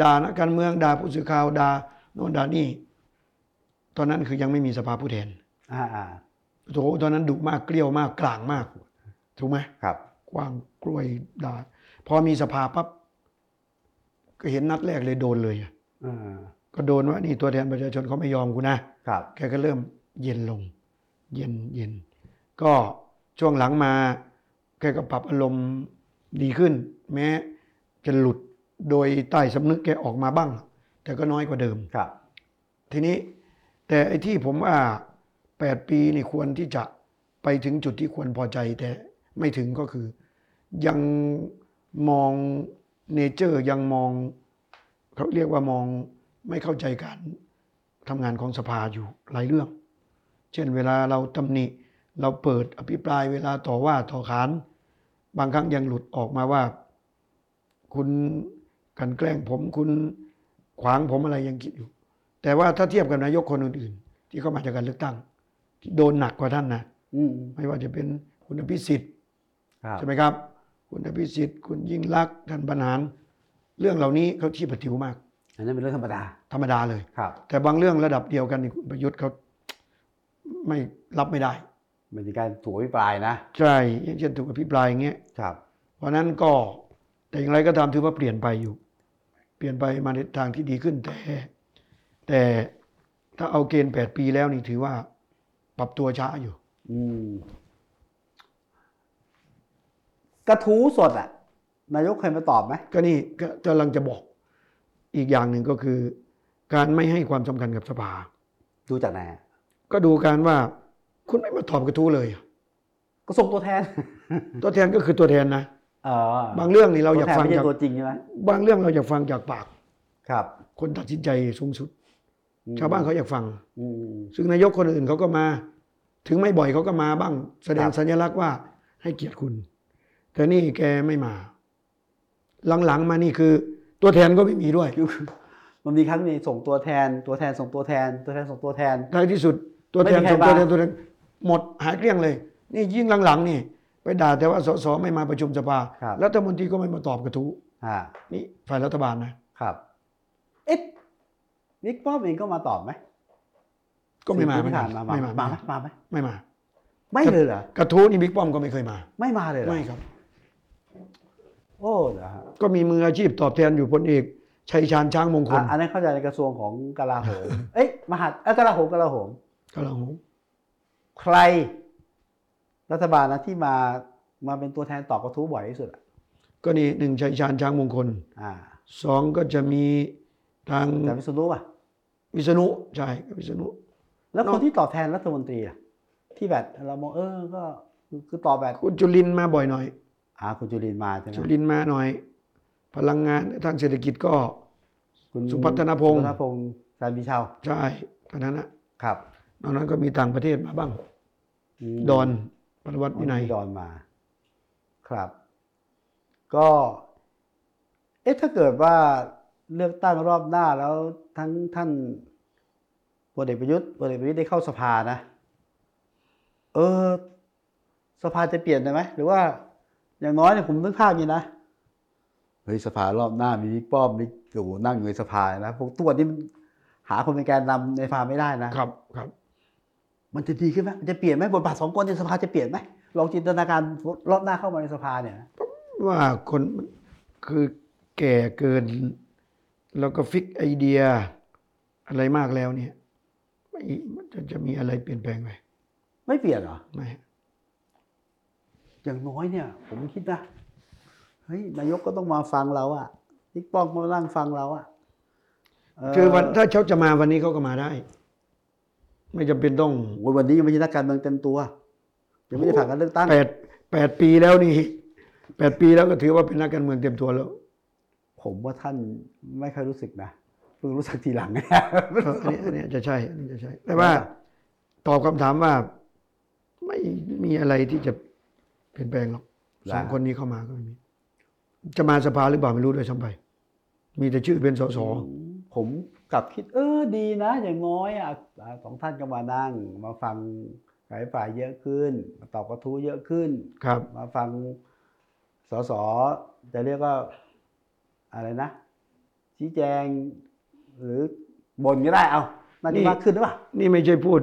Speaker 2: ด่านักการเมืองด่าผู้สื่อข่าวด่าโน่นด่านี่ ตอนนั้นคือยังไม่มีสภาผู้แทน
Speaker 1: อ่าอ่า
Speaker 2: โถตอนนั้นดุมากเกลี้ยวมากกลางมาก ถูกไหม
Speaker 1: ครับ
Speaker 2: กว้างกล้วยด่าพอมีสภาปั๊บก็เห็นนัดแรกเลยโดนเลยอะ
Speaker 1: อ่า
Speaker 2: ก็โดนว่านี่ตัวแทนประชาชนเขาไม่ยอมกูนะ
Speaker 1: ครับ
Speaker 2: แกก็เริ่มเย็นลง เย็นเย็น ก็ช่วงหลังมา แกก็ปรับอารมณ์ดีขึ้น แม้จะหลุดโดยใต้สำนึกแกออกมาบ้าง แต่ก็น้อยกว่าเดิม
Speaker 1: ครับ
Speaker 2: ทีนี้แต่ไอ้ที่ผมว่า 8 ปีนี่ควรที่จะไปถึงจุดที่ควรพอใจแต่ไม่ถึงก็คือ ยังมองเนเจอร์ยังมองเขาเรียกว่ามองไม่เข้าใจการทำงานของสภาอยู่หลายเรื่อง เช่นเวลาเราตำหนิ เราเปิดอภิปรายเวลาต่อว่าต่อขาน บางครั้งยังหลุดออกมาว่า คุณกลันแกล้งผมคุณขวางผมอะไรยังคิดอยู่ แต่ว่าถ้าเทียบกับนายกคนอื่นๆ ที่เข้ามาจากการเลือกตั้ง ที่โดนหนักกว่าท่านนะ
Speaker 1: อืม
Speaker 2: ไม่ว่าจะเป็นคุณพิสิทธิ์
Speaker 1: ครับ
Speaker 2: ใช่ไหมครับ คุณพิสิทธิ์ คุณยิ่งลักษณ์ท่านบรรหาร เรื่องเหล่านี้เขาที่ปฏิวมาก
Speaker 1: อันนั้นเป็นเรื่องธรรมดา
Speaker 2: ธรรมดาเลย
Speaker 1: ครับ
Speaker 2: แต่บางเรื่องระดับเดียวกันนี่คุณประยุทธ์เขาไม่รับไม่ได้
Speaker 1: มันเป็นการถูกอภิปรายนะ
Speaker 2: ใช่อย่างเช่นถูกอภิปรายอย่างเงี้ย
Speaker 1: ครับ
Speaker 2: เพราะฉะนั้นก็แต่อย่างไรก็ตามถือว่าเปลี่ยนไปอยู่ เปลี่ยนไปมาในทางที่ดีขึ้นแต่ แต่ถ้าเอาเกณฑ์ 8 ปีแล้วนี่ถือว่าปรับตัวช้าอยู่
Speaker 1: อืม กระทู้สดอ่ะ นายกเคยมาตอบไหม
Speaker 2: ก็นี่ก็กำลังจะบอกอีกอย่างหนึ่งก็คือ การไม่ให้ความสำคัญกับสภา
Speaker 1: ดูจากไหนอะ
Speaker 2: ก็ดูการว่าคุณไม่มาตอบกระทู้เลยอะ
Speaker 1: ก็ส่งตัวแทน
Speaker 2: ตัวแทนก็คือตัวแทนนะ
Speaker 1: เออบ
Speaker 2: างเรื่องนี่เรา
Speaker 1: เราอ
Speaker 2: อาย
Speaker 1: ยาก ก
Speaker 2: ฟั
Speaker 1: ฟั
Speaker 2: ง
Speaker 1: ง
Speaker 2: จาก
Speaker 1: ตัวจริงใช่ไหม
Speaker 2: บางเรื่องเราอยากฟังจากปาก
Speaker 1: ครับ
Speaker 2: คนตัดสินใจสูงสุด
Speaker 1: อืม
Speaker 2: ชาวบ้านเขาอยากฟัง
Speaker 1: อืม
Speaker 2: ซึ่งนายกคนอื่นเขาก็มา ถึงไม่บ่อยเขาก็มาบ้าง แสด
Speaker 1: ค
Speaker 2: ง
Speaker 1: รับ
Speaker 2: สัญลักษณ์ว่าให้เกียรติคุณ แต่นี่แกไม่มา หลังๆมานี่คือ ตัวแทนก็ไม่มีด้วย
Speaker 1: คือมันมีครั้งหนึงส่งตัวแทน ตัวแทนส่งตัวแทน ตัวแทนส่งตัวแทน
Speaker 2: ท้ายที่สุด ตัวแทน
Speaker 1: ไม่มี
Speaker 2: ส่ง
Speaker 1: ใคร
Speaker 2: ตั
Speaker 1: มา
Speaker 2: วแทนตัวแทนหมดหายเกลี้ยงเลย นี่ยิ่งหลังๆนี่ ไปด่าแต่ว่าสสไม่มาประชุมสภา
Speaker 1: ครับ
Speaker 2: รัฐมนตรีก็ไม่มาตอบกระทู้
Speaker 1: อ่า
Speaker 2: นี่ฝ่ายรัฐบาลนะครับ
Speaker 1: เอ๊ะบิ๊กป้อมเองก็มาตอบไหม
Speaker 2: ก็ไม่มา
Speaker 1: สิ่ง
Speaker 2: เหมือ
Speaker 1: ที่
Speaker 2: นกั
Speaker 1: ผ่าน นมา
Speaker 2: ไม่
Speaker 1: มา
Speaker 2: มา
Speaker 1: มาไหมมาไหม
Speaker 2: ไม่มา
Speaker 1: ไม่เลยเหรอ
Speaker 2: กระทู้นี่บิ๊กป้อมก็ไม่เคยมา
Speaker 1: ไม่มาเลยเหรอ
Speaker 2: ไม่ครับ
Speaker 1: โอ้เหรอฮะ
Speaker 2: ก็มีมืออาชีพตอบแทนอยู่พลเอกชัยชาญช้างมงคล
Speaker 1: อ่ะอันนั้นเข้าใจในกระทรวงของกลาโหม เอ้ยมหาดเอ้ยกลาโหมกลาโหม
Speaker 2: กระหง
Speaker 1: ใคร รัฐบาลนะที่มามาเป็นตัวแทนตอบกระทู้บ่อยที่สุดอะ
Speaker 2: ก็นี่หนึ่งชัยชาญช้างมงคล
Speaker 1: อ่า
Speaker 2: สองก็จะมีทาง
Speaker 1: แต่พิษณุป่ะ
Speaker 2: วิษณุใช่วิษณุ
Speaker 1: แล้ว
Speaker 2: น
Speaker 1: ค
Speaker 2: อน ก
Speaker 1: ที่ตอบแทนรัฐมนตรีอะที่แบบเรามองเออก็คือคือตอบแบบ
Speaker 2: คุณจุลินมาบ่อยหน่อย
Speaker 1: อ่าคุณจุลินมาใช่ไหม
Speaker 2: จุลินมาหน่อย พลังงานทางเศรษฐกิจก็
Speaker 1: คุณ
Speaker 2: สุพัฒนพงษ์
Speaker 1: สุพัฒนพงษ์จารย์มีชาว
Speaker 2: ใช่ตอนนั้นนะครับ นอกนั้นก็มีต่างประเทศมาบ้าง
Speaker 1: ม
Speaker 2: ดอน ปฏิวัติวินัย
Speaker 1: ที่ดอนมา ครับ ก็ เอ๊ะถ้าเกิดว่าเลือกตั้งรอบหน้าแล้วทั้งท่านพลเอกประยุทธ์พลเอกประวิตยได้เข้าสภานะ เออ สภาจะเปลี่ยนได้ไหมหรือว่า อย่างน้อยเนี่ยผมนึกภาพอย่างนี้นะเฮ้ยสภารอบหน้ามีบิ๊กป้อมบิ๊กตู่นั่งอยู่ในสภานะพวกตัวนี้มันหาคนเป็นแกนนำในสภาไม่ได้นะ
Speaker 2: ครับครับ
Speaker 1: มันจะดีขึ้นไหมมันจะเปลี่ยนไหมบทบาทสองคนในสภาจะเปลี่ยนไหมลองจินตนาการรอบหน้าเข้ามาในสภาเนี่ยนะ
Speaker 2: ว่าคนคือแก่เกิน แล้วก็ฟิกไอเดียอะไรมากแล้วเนี่ยไม่มันจะจะมีอะไรเปลี่ยนแปลงไหม
Speaker 1: ไม่เปลี่ยนเหรอ
Speaker 2: ไม่
Speaker 1: อย่างน้อยเนี่ย ผมคิดนะเฮ้ยนายกก็ต้องมาฟังเราอะบิ๊กป้อมก็มานั่งฟังเราอะเ
Speaker 2: คือวันถ้าเขาจะมาวันนี้เขาก็มาได้ ไม่จำเป็นต้อง
Speaker 1: โอ้ยวันนี้ยังไม่ใช่นักการเมืองเต็มตัวยังไม่ได้ผ่านการเลือกตั้ง
Speaker 2: แปดแปดปีแล้วนี่แปดปีแล้วก็ถือว่าเป็นนักการเมืองเต็มตัวแล้ว
Speaker 1: ผมว่าท่านไม่ค่อยรู้สึกนะเพิ่งรู้สึกทีหลัง
Speaker 2: เอออันนี้อันนี้จะใช่อันนี้จะใช่ แต่ว่าตอบคำถามว่า ไม่มีอะไรที่จะเปลี่ยนแปลงหรอก
Speaker 1: แล้ว
Speaker 2: สองคนนี้เข้ามาก็ไม่มี จะมาสภาหรือเปล่าไม่รู้ด้วยซ้ำไป มีแต่ชื่อเป็นสส
Speaker 1: ผมกลับคิด เออดีนะ อย่างน้อยอ่ะอ่าสองท่านก็มานั่ง มาฟังไายฝ่ายเยอะขึ้น มาตอบกระทู้เยอะขึ้น
Speaker 2: ครับ
Speaker 1: มาฟังสสจะเรียกว่าอะไรนะ ชี้แจง หรือบ่นก็ได้เอาน่า
Speaker 2: นี่
Speaker 1: จะมากขึ้นหรือเปล่า
Speaker 2: นี่ไม่ใช่พูด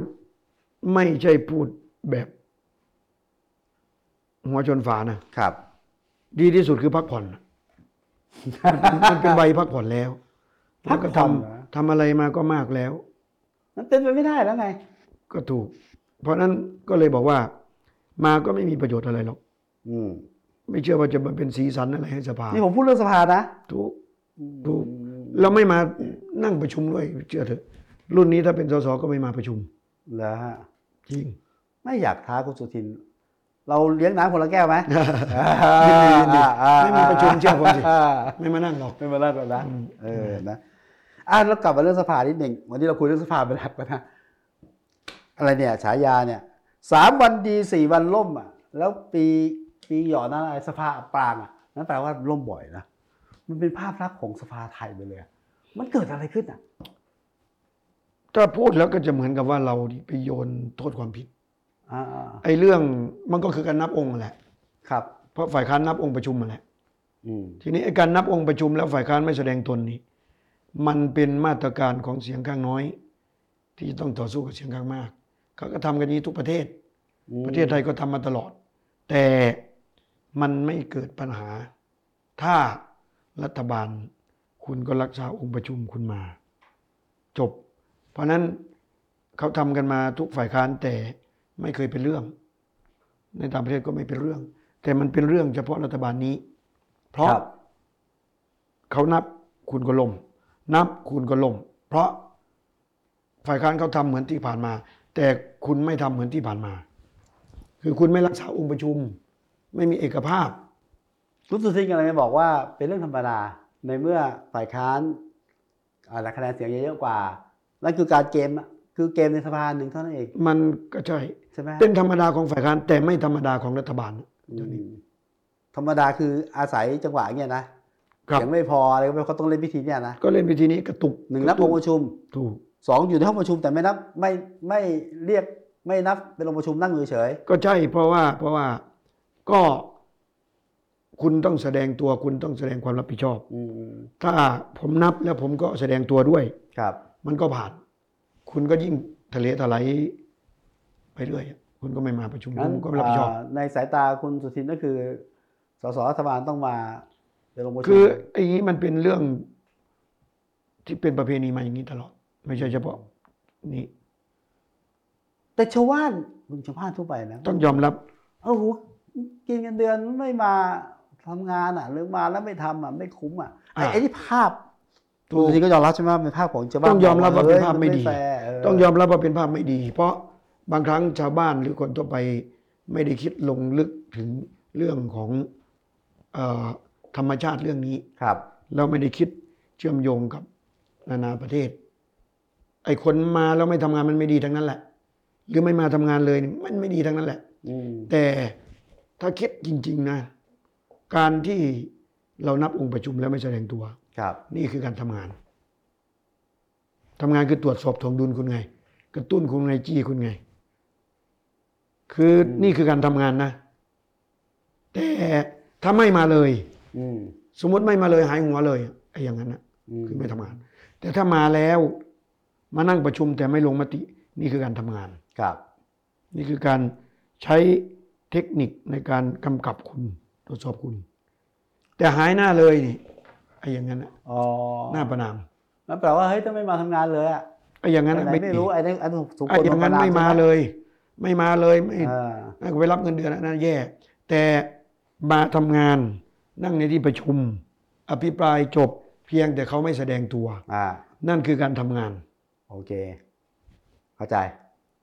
Speaker 2: ไม่ใช่พูดแบบ หัวชนฝานะครับ ดีที่สุดคือพักผ่อนนะ มันมันเป็นใบพักผ่อนแล้ว
Speaker 1: พักผ่อนเห
Speaker 2: ท
Speaker 1: รอ
Speaker 2: ำทำอะไรมาก็มากแล้ว
Speaker 1: นั้นเป็นไปไม่ได้แล้วไง
Speaker 2: ก็ถูก เพราะนั้นก็เลยบอกว่า มาก็ไม่มีประโยชน์อะไรหรอก
Speaker 1: อืม
Speaker 2: ไม่เชื่อว่าจะมาเป็นสีสันอะไรให้สภา
Speaker 1: นี่ผมพูดเรื่องสภานะ
Speaker 2: ถูก
Speaker 1: อื
Speaker 2: ถูก
Speaker 1: ม
Speaker 2: เราไม่มานั่งประชุมด้วยเชื่อเถอะ รุ่นนี้ถ้าเป็นสสก็ไม่มาประชุม
Speaker 1: เหรอฮะ
Speaker 2: จริง
Speaker 1: ไม่อยากท้าคุณสุทิน เราเลี้ยงน้ำคนละแก้วไหม
Speaker 2: ยินดียินดีไม่มีประชุมเชื่อผมสิ ไม่มานั่งหรอก
Speaker 1: ไม่มาเล่ากันนะเออนะอ่ะเรากลับมาเรื่องสภานิดหนึ่งวันนี้เราคุยเรื่องสภาไปแล้วนะอะไรเนี่ยฉายาเนี่ยสามวันดีสี่วันล่มอ่ะ แล้วปีปีหย่อนนั้นอะไรสภาอับปรางอ่ะนั่นแปลว่าล่มบ่อยนะมันเป็นภาพลักษณ์ของสภาไทยไปเลยอะมันเกิดอะไรขึ้นอ่ะ
Speaker 2: ถ้าพูดแล้วก็จะเหมือนกับว่าเรานี่ไปโยนโทษความผิด
Speaker 1: อ่า
Speaker 2: ไอ้เรื่องมันก็คือการนับองค์นั่นแหละ
Speaker 1: ๆครับ
Speaker 2: เพราะฝ่ายค้านนับองค์ประชุมมาแหละ
Speaker 1: อืม
Speaker 2: ทีนี้ไอ้การนับองค์ประชุมแล้วฝ่ายค้านไม่แสดงตนนี่ มันเป็นมาตรการของเสียงข้างน้อย ที่จะต้องต่อสู้กับเสียงข้างมาก เขาก็ทำกันอย่างนี้ทุกประเทศ
Speaker 1: อืม
Speaker 2: ประเทศไทยก็ทำมาตลอด แต่มันไม่เกิดปัญหา ถ้ารัฐบาล คุณก็รักษาองค์ประชุมคุณมา จบ เพราะนั้นเขาทำกันมาทุกฝ่ายค้านแต่ไม่เคยเป็นเรื่อง ในต่างประเทศก็ไม่เป็นเรื่อง แต่มันเป็นเรื่องเฉพาะรัฐบาลนี้ เพราะ
Speaker 1: ครับ
Speaker 2: เขานับคุณก็ลมนับคุณก็ลมเพราะฝ่ายค้านเขาทำเหมือนที่ผ่านมา แต่คุณไม่ทำเหมือนที่ผ่านมา คือคุณไม่รักษาองค์ประชุม ไม่มีเอกภาพ
Speaker 1: คุณสุทินกำลังจะบอกว่าเป็นเรื่องธรรมดาในเมื่อฝ่ายค้านอาจจะคะแนนเสียงเยอะกว่านั่นคือการเกมอะคือเกมในสภาหนึ่งเท่านั้นเอง
Speaker 2: มันก็ใช่
Speaker 1: ใช่ไหม
Speaker 2: เป็นธรรมดาของฝ่ายค้านแต่ไม่ธรรมดาของรัฐบาล
Speaker 1: อืมธรรมดาคืออาศัยจังหวะเนี่ยนะครับ เสียงไม่พออะไรก็ไม่เขาต้องเล่นพิธีเนี่ยนะ
Speaker 2: ก็เล่นวิธีนี้กระตุก
Speaker 1: หนึ่งนับอ
Speaker 2: กะตุ
Speaker 1: ง
Speaker 2: ก
Speaker 1: ค์ประชุม
Speaker 2: ถูก
Speaker 1: สองอยู่ในห้องประชุมแต่ไม่นับไม่ไม่เรียกไม่นับเป็นองค์ประชุมนั่งอยู่เฉย
Speaker 2: ก็ใช่เพราะว่าเพราะว่าก็คุณต้องแสดงตัวคุณต้องแสดงความรับผิดชอบ
Speaker 1: อืม
Speaker 2: ถ้าผมนับแล้วผมก็แสดงตัวด้วย
Speaker 1: ครับ
Speaker 2: มันก็ผ่าน คุณก็ยิ่งทะเลทลายไปเรื่อยอะคุณก็ไม่มาประชุม
Speaker 1: งั้น
Speaker 2: คุณก็ไม่รับผิดชอบ
Speaker 1: าในสายตาคุณสุทินก็คือสสรัฐบาลต้องมาเป็นองค์ประชุม
Speaker 2: คือไอ้นี้มันเป็นเรื่องที่เป็นประเพณีมาอย่างนี้ตลอด ไม่ใช่เฉพาะนี่
Speaker 1: แต่ชาวบ้านมึงชาวบ้านทั่วไปนะ
Speaker 2: ต้องยอมรับ
Speaker 1: โอ้โหกินเงินเดือนไม่มาทำงานอ่ะหรือมาแล้วไม่ทำอ่ะไม่คุ้มอ่ะไอ้
Speaker 2: อ่า
Speaker 1: ไอ้ที่ภาพ
Speaker 2: ถูก
Speaker 1: จริงๆก็ยอมรับใช่ไหมว่าเป็นภาพของชาวบ้าน
Speaker 2: ต้องยอมรับว่าเป็นภาพไม่ดี
Speaker 1: เฮ้ยนแฟร์เ
Speaker 2: ต้องยอมรับว่าเป็นภาพไม่ดี เพราะบางครั้งชาวบ้านหรือคนทั่วไปไม่ได้คิดลงลึกถึงเรื่องของเออธรรมชาติเรื่องนี้
Speaker 1: ครับ
Speaker 2: เราไม่ได้คิดเชื่อมโยงกับนานาประเทศ ไอ้คนมาแล้วไม่ทำงานมันไม่ดีทั้งนั้นแหละ หรือไม่มาทำงานเลยนี่มันไม่ดีทั้งนั้นแหละ
Speaker 1: อืม
Speaker 2: แต่ถ้าคิดจริง ๆ นะ การที่เรานับองค์ประชุมแล้วไม่แสดงตัว
Speaker 1: ครับ
Speaker 2: นี่คือการทำงาน ทำงานคือตรวจสอบทวงดุลคุณไง กระตุ้นคุณไงจี้คุณไง คืออ
Speaker 1: ม
Speaker 2: นี่คือการทำงานนะ แต่ถ้าไม่มาเลย
Speaker 1: อืม
Speaker 2: สมมติไม่มาเลยหายหัวเลยไอ้อย่างนั้นนะ
Speaker 1: ม
Speaker 2: คือไม่ทำงาน แต่ถ้ามาแล้ว มานั่งประชุมแต่ไม่ลงมติ นี่คือการทำงาน
Speaker 1: ครับ
Speaker 2: นี่คือการใช้เทคนิคในการกำกับคุณ ตรวจสอบคุณ แต่หายหน้าเลยนี่ไอ้อย่างนั้นน่ะ
Speaker 1: อ๋อ
Speaker 2: หน้าประนาม
Speaker 1: นั่นแปลว่าเฮ้ยถ้าไม่มาทำงานเลยอะ
Speaker 2: ไอ้อย่างนั้นน่ะ
Speaker 1: ไปไหไม่
Speaker 2: ดี
Speaker 1: รู้ไอ้นั่นอันนั้นถูก
Speaker 2: ไอ้อย่างนั้นไม่มาเลย ไม่มาเลยไม่
Speaker 1: อ่า
Speaker 2: ไอ้ไปรับเงินเดือนอันนั่นแย่ แต่มาทำงานนั่งในที่ประชุม อภิปรายจบเพียงแต่เขาไม่แสดงตัว
Speaker 1: อ่า
Speaker 2: นั่นคือการทำงาน
Speaker 1: โอเค เข้าใจ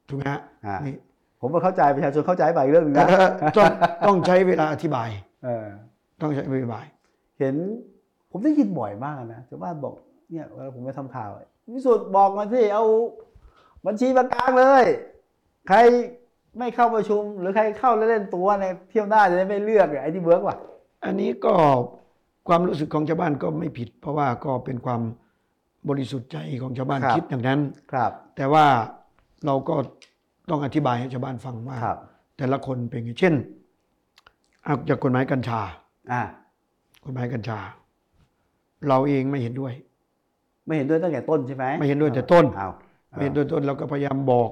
Speaker 2: ถูกไหมฮะ
Speaker 1: อ่านี่
Speaker 2: นี่
Speaker 1: ผมก็เข้าใจประชาชนเข้าใจไปอีกเรื่องหนึงนะ
Speaker 2: เออต้องต้องใช้เวลาอธิบาย
Speaker 1: เออ
Speaker 2: ต้องใช้เวลาอธิบาย
Speaker 1: เห็นผมได้ยินบ่อยมากนะชาวบ้านบอกเนี่ยเวลาผมไปทำข่าวพิสุทธ์บอกมาสิเอาบัญชีมากลางเลย ใครไม่เข้าประชุม หรือใครเข้าแล้วเล่นตัวในเที่ยวหน้าจะได้ไม่เลือกเนี่ยไอ้ที่เวิร์กว่ะ
Speaker 2: อันนี้ก็ความรู้สึกของชาวบ้านก็ไม่ผิด เพราะว่าก็เป็นความบริสุทธิ์ใจของชาวบ้านคิดอย่างนั้น
Speaker 1: ครับ
Speaker 2: แต่ว่าเราก็ต้องอธิบายให้ชาวบ้านฟังว่า
Speaker 1: ครับ
Speaker 2: แต่ละคนเป็นไงเช่นเอาจากกฎหมายกัญชา
Speaker 1: อ่าก
Speaker 2: ฎหมายกัญชา เราเองไม่เห็นด้วย
Speaker 1: ไม่เห็นด้วยตั้งแต่ต้นใช่ไหม
Speaker 2: ไม่เห็นด้วยแต่ต้น
Speaker 1: อ้าว
Speaker 2: ไม่เห็นด้วยต้นเราก็พยายามบอก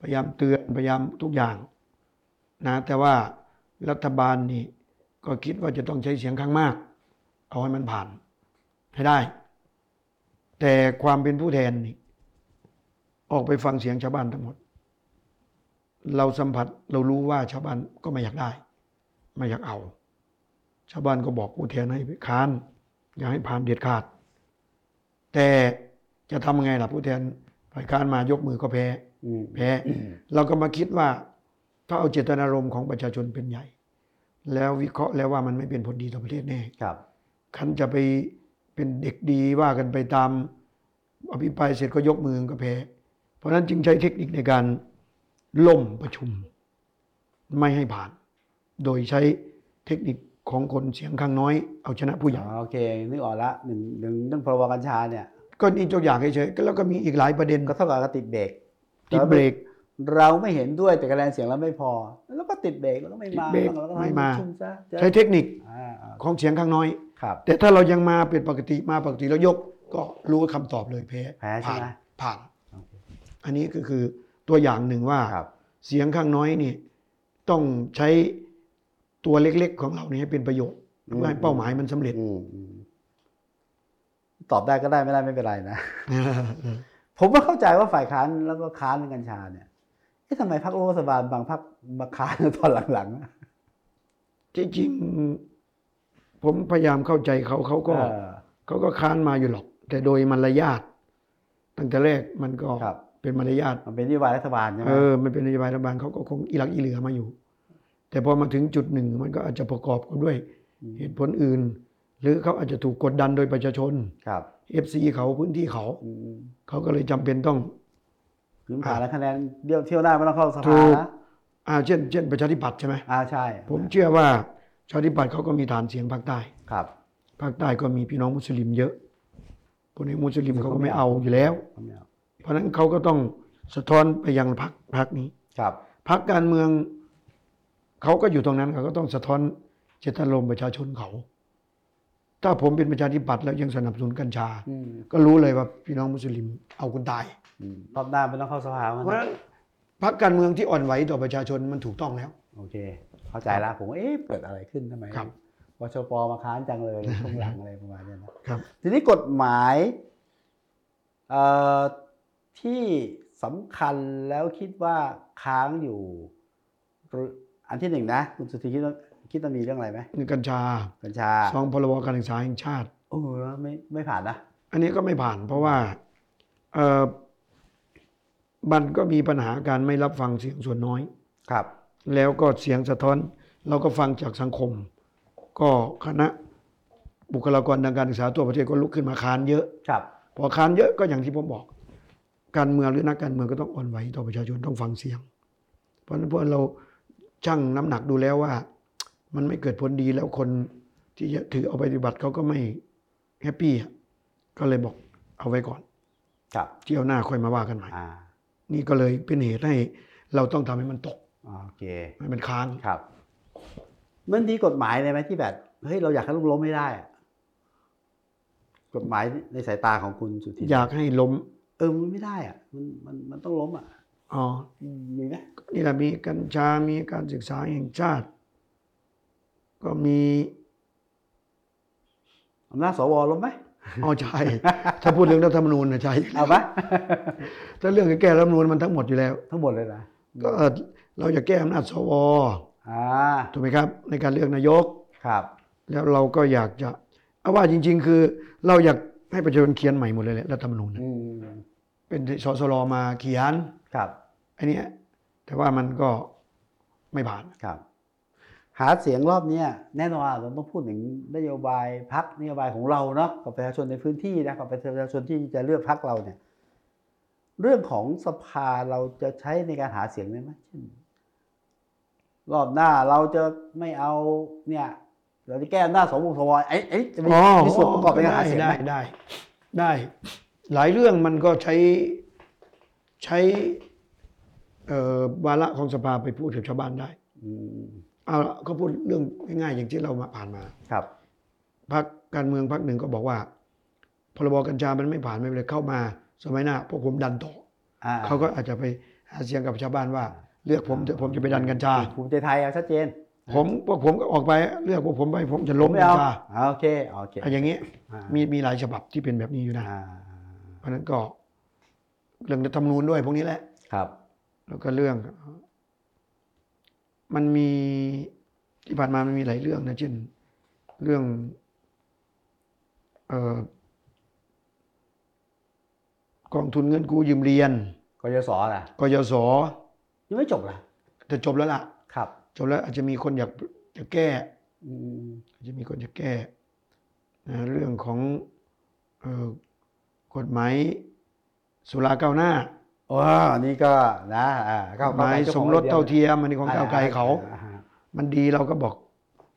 Speaker 2: พยายามเตือนพยายามทุกอย่าง นะ แต่ว่ารัฐบาลนี่ ก็คิดว่าจะต้องใช้เสียงข้างมาก เอาให้มันผ่านให้ได้ แต่ความเป็นผู้แทนนี่ ออกไปฟังเสียงชาวบ้านทั้งหมด เราสัมผัสเรารู้ว่าชาวบ้านก็ไม่อยากได้ ไม่อยากเอา ชาวบ้านก็บอกผู้แทนให้ค้าน อย่าให้ผ่านเด็ดขาด แต่จะทำไงล่ะผู้แทนฝ่ายค้านมายกมือก็แพ้
Speaker 1: อืม
Speaker 2: แพ้ เราก็มาคิดว่าถ้าเอาเจตนารมณ์ของประชาชนเป็นใหญ่ แล้ววิเคราะห์แล้วว่ามันไม่เป็นผลดีต่อประเทศแน่
Speaker 1: ครับ
Speaker 2: คันจะไปเป็นเด็กดีว่ากันไปตามอภิปรายเสร็จก็ยกมือก็แพ้ เพราะฉะนั้นจึงใช้เทคนิคในการล่มประชุม ไม่ให้ผ่าน โดยใช้เทคนิคของคนเสียงข้างน้อย เอาชนะผู้ใหญ่
Speaker 1: อ๋อโอเค นึกออกละหนึ่งหนึ่งเรื่องพรบกัญชาเนี่ย
Speaker 2: ก็นี่ตัวอย่างเฉยๆแล้วก็มีอีกหลายประเด็น
Speaker 1: ก็เท่ากับก็ติดเบรก
Speaker 2: ติดเบรก
Speaker 1: เราไม่เห็นด้วยแต่คะแนนเสียงเราไม่พอ แล้วก็ติดเบรกแล้วก็ไม่มา
Speaker 2: ติดเบรก
Speaker 1: แล้วก็
Speaker 2: ไม่
Speaker 1: ให้
Speaker 2: มา
Speaker 1: ประชุมซะจะ
Speaker 2: ใช้เทคนิค
Speaker 1: อ่าอ่า
Speaker 2: ของเสียงข้างน้อย
Speaker 1: ครับ
Speaker 2: แต่ถ้าเรายังมาเป็นปกติมาปกติแล้วยก ก็รู้คำตอบเลยแพ้
Speaker 1: แพ้ใช่
Speaker 2: ผ่าน
Speaker 1: ไหม
Speaker 2: ผ่าน อันนี้ก็คือตัวอย่างหนึ่งว่า
Speaker 1: ครับ
Speaker 2: เสียงข้างน้อยนี่ต้องใช้ตัวเล็กๆ ของเรานี่ให้เป็นประโยชน์
Speaker 1: อืม
Speaker 2: เพื่อให้เป้าหมายมันสำเร็จ
Speaker 1: อืมอืมตอบได้ก็ได้ไม่ได้ไม่เป็นไรนะ ผมว่าเข้าใจว่าฝ่ายค้านแล้วก็ค้านเรื่องกัญชาเนี่ยเอ๊ะทำไมพรรครัฐบาลบางพรรคมาค้านตอนหลังๆอะ
Speaker 2: จริงๆผมพยายามเข้าใจเขาเขาก็
Speaker 1: เออ
Speaker 2: เขาก็ค้านมาอยู่หรอก แต่โดยมารยาทตั้งแต่แรกมันก็
Speaker 1: ครับ
Speaker 2: เป็นมารยาท
Speaker 1: มันเป็นนโยบายรัฐบาลใช่ไหม
Speaker 2: เออมันเป็นนโยบายรัฐบาลเขาก็คงอีหลักอีเหลือมาอยู่ แต่พอมาถึงจุดหนึ่ง มันก็อาจจะประกอบกันด้วย เหตุผลอื่น หรือเขาอาจจะถูกกดดันโดยประชาชน
Speaker 1: ครับ
Speaker 2: FC เขาพื้นที่เขา
Speaker 1: อืม
Speaker 2: เขาก็เลยจำเป็นต้อง
Speaker 1: พื้นฐานและคะแนนเดี่ยวเที่ยวหน้าไม่ต้องเข้าส
Speaker 2: ถู
Speaker 1: ภาก นะ
Speaker 2: อ่าเช่นเช่นประชาธิปัตย์ใช่ไหม
Speaker 1: อ่าใช่
Speaker 2: ผมเชื่อว่าประชาธิปัตย์เขาก็มีฐานเสียงภาคใต้
Speaker 1: ครับ
Speaker 2: ภาคใต้ก็มีพี่น้องมุสลิมเยอะพวกนี้มุสลิมเขาก็ไม่เอาอยู่แล้ว เพราะฉะนั้นเขาก็ต้องสะท้อนไปยังพรรคพรรคนี้
Speaker 1: ครับ
Speaker 2: พรรคการเมืองเขาก็อยู่ตรงนั้นเขาก็ต้องสะท้อนเจตนารมณ์ประชาชนเขา ถ้าผมเป็นประชาธิปัตย์แล้วยังสนับสนุนกัญชา
Speaker 1: อืม
Speaker 2: ก็รู้เลยว่าพี่น้องมุสลิมเอาคุณตาย
Speaker 1: อืมรอบหน้าไม่ต้องเข้าสภามัน
Speaker 2: เพราะฉะนั้นพรรคการเมืองที่อ่อนไหวต่อประชาชนมันถูกต้องแล้ว
Speaker 1: โอเค เข้าใจละผมว่าเอ๊ะเกิดอะไรขึ้นทำไม
Speaker 2: ครับ
Speaker 1: วชปมาค้านจัง เลยช่วงหลังอะไรประมาณเนี้ยนะ
Speaker 2: ครับ
Speaker 1: ทีนี้กฎหมายเอ่อที่สำคัญแล้วคิดว่าค้างอยู่หรืออันที่หนึ่งนะคุณสุธีคิดว่าคิดว่ามีเรื่องอะไรไหม
Speaker 2: หนึ่งกัญชา
Speaker 1: กัญชา
Speaker 2: สองพรบการศึกษาแห่งชาติ
Speaker 1: โอ้โหไม่ไม่ผ่านนะ
Speaker 2: อันนี้ก็ไม่ผ่านเพราะว่าเออมันก็มีปัญหาการไม่รับฟังเสียงส่วนน้อย
Speaker 1: ครับ
Speaker 2: แล้วก็เสียงสะท้อน เราก็ฟังจากสังคม ก็คณะบุคลากรทางการศึกษาทั่วประเทศก็ลุกขึ้นมาค้านเยอะ
Speaker 1: ครับ
Speaker 2: พอค้านเยอะก็อย่างที่ผมบอก การเมืองหรือนักการเมืองก็ต้องอ่อนไหวต่อประชาชนต้องฟังเสียง เพราะฉะนั้นพวกเรา ชั่งน้ำหนักดูแล้วว่า มันไม่เกิดผลดีแล้วคนที่จะถือเอาไปปฏิบัติเขาก็ไม่แฮปปี้อะก็เลยบอกเอาไว้ก่อน
Speaker 1: ครับ
Speaker 2: เที่ยวหน้าค่อยมาว่ากันใหม่
Speaker 1: อ่า
Speaker 2: นี่ก็เลยเป็นเหตุให้เราต้องทำให้มันตก
Speaker 1: โอเค
Speaker 2: ให้มันค้าง
Speaker 1: ครับมันมีกฎหมายเลยไหมที่แบบเฮ้ยเราอยากให้ลูกล้มไม่ได้อะกฎหมายในสายตาของคุณสุทิน
Speaker 2: อยากให้ล้ม
Speaker 1: เออมันไม่ได้อ่ะ มันมันมันต้องล้มอ่ะ
Speaker 2: อ๋อ
Speaker 1: มีไหม
Speaker 2: นี่แหละมีกัญชา มีการศึกษาแห่งชาติ ก็มี
Speaker 1: อำนาจสวล้มไหม
Speaker 2: อ๋อใช่ ถ้าพูดเรื่องรัฐธรรมนูญนะใช่
Speaker 1: เอาไหม
Speaker 2: ถ้าเรื่องแก้รัฐธรรมนูญมันทั้งหมดอยู่แล้ว
Speaker 1: ทั้งหมดเลยนะ
Speaker 2: ก็เอ่อเราจะแก้อำนาจสว
Speaker 1: อ่า
Speaker 2: ถูกไหมครับ ในการเลือกนายก
Speaker 1: ครับ
Speaker 2: แล้วเราก็อยากจะเอาว่าจริง ๆ คือ เราอยากให้ประชาชนเขียนใหม่หมดเลยแหละรัฐธรรมนูญน่ะ
Speaker 1: อืม
Speaker 2: เป็นสสลมาเขียน
Speaker 1: ครับ
Speaker 2: ไอันนี้ยแต่ว่ามันก็ไม่ผ่าน
Speaker 1: ครับ หาเสียงรอบเนี้ยแน่นอนอะเราต้องพูดถึงนโยบายพักนโยบายของเราเนาะกับประชาชนในพื้นที่นะกับประชาชนที่จะเลือกพักเราเนี่ย เรื่องของสภาเราจะใช้ในการหาเสียงได้ไหมเช่นรอบหน้าเราจะไม่เอาเนี่ย เราจะแก้หน้าจสองวงสวไอ้ไอ้จะมี
Speaker 2: อ๋อ
Speaker 1: มีส่วนประกอบในการหาเสียง
Speaker 2: ได้
Speaker 1: ไหม
Speaker 2: ได้ได้ได้ หลายเรื่องมันก็ใช้ใช้เอ่อวาระของสภาไปพูดกับชาวบ้านได้
Speaker 1: อืม
Speaker 2: เอาละก็พูดเรื่องง่ายๆอย่างที่เรามาผ่านมา
Speaker 1: ครับ
Speaker 2: พรรคการเมืองพรรคหนึ่งก็บอกว่า พรบกัญชามันไม่ผ่านไม่เป็นไรเข้ามา สมัยหน้าพวกผมดันต่อ
Speaker 1: อ่า
Speaker 2: เขาก็อาจจะไปหาเสียงกับชาวบ้านว่า เลือกผมเถอะผมจะไปดันกัญชา
Speaker 1: ภูมิใจไทยเอาชัดเจน
Speaker 2: ผมพวกผมก็ออกไปเลือกพวกผมไปผมจะล้ม
Speaker 1: ไม่
Speaker 2: กัญ
Speaker 1: เอา
Speaker 2: ชา
Speaker 1: อ่าโอเคโอเค
Speaker 2: อะไรอย่างเงี้ย
Speaker 1: อ่า
Speaker 2: มีมีหลายฉบับที่เป็นแบบนี้อยู่นะ
Speaker 1: อ่า
Speaker 2: เพราะฉะนั้นก็เรื่องรัฐธรรมนูญด้วยพวกนี้แหละ
Speaker 1: ครับ
Speaker 2: แล้วก็เรื่อง มันมีที่ผ่านมามันมีหลายเรื่องนะเช่น เรื่อง เออกองทุนเงินกู้ยืมเรียน
Speaker 1: กยศล่ะ
Speaker 2: กยศ
Speaker 1: ยังไม่จบล่ะ
Speaker 2: จะจบแล้วล่ะ
Speaker 1: ครับ
Speaker 2: จบแล้ว อาจจะมีคนอยากจะแก้
Speaker 1: อืม
Speaker 2: อาจจะมีคนจะแก้นะเรื่องของเออกฎหมายสุราก้าวหน้า
Speaker 1: ว้าวอันนี้ก็นะอ่าก็
Speaker 2: กฎหมาย
Speaker 1: ก็
Speaker 2: ส
Speaker 1: ของ
Speaker 2: มรสเท่าเทียมมันนของ
Speaker 1: อ่
Speaker 2: ก้าวไกลเขา
Speaker 1: อ่ฮะ
Speaker 2: มันดีเราก็บอก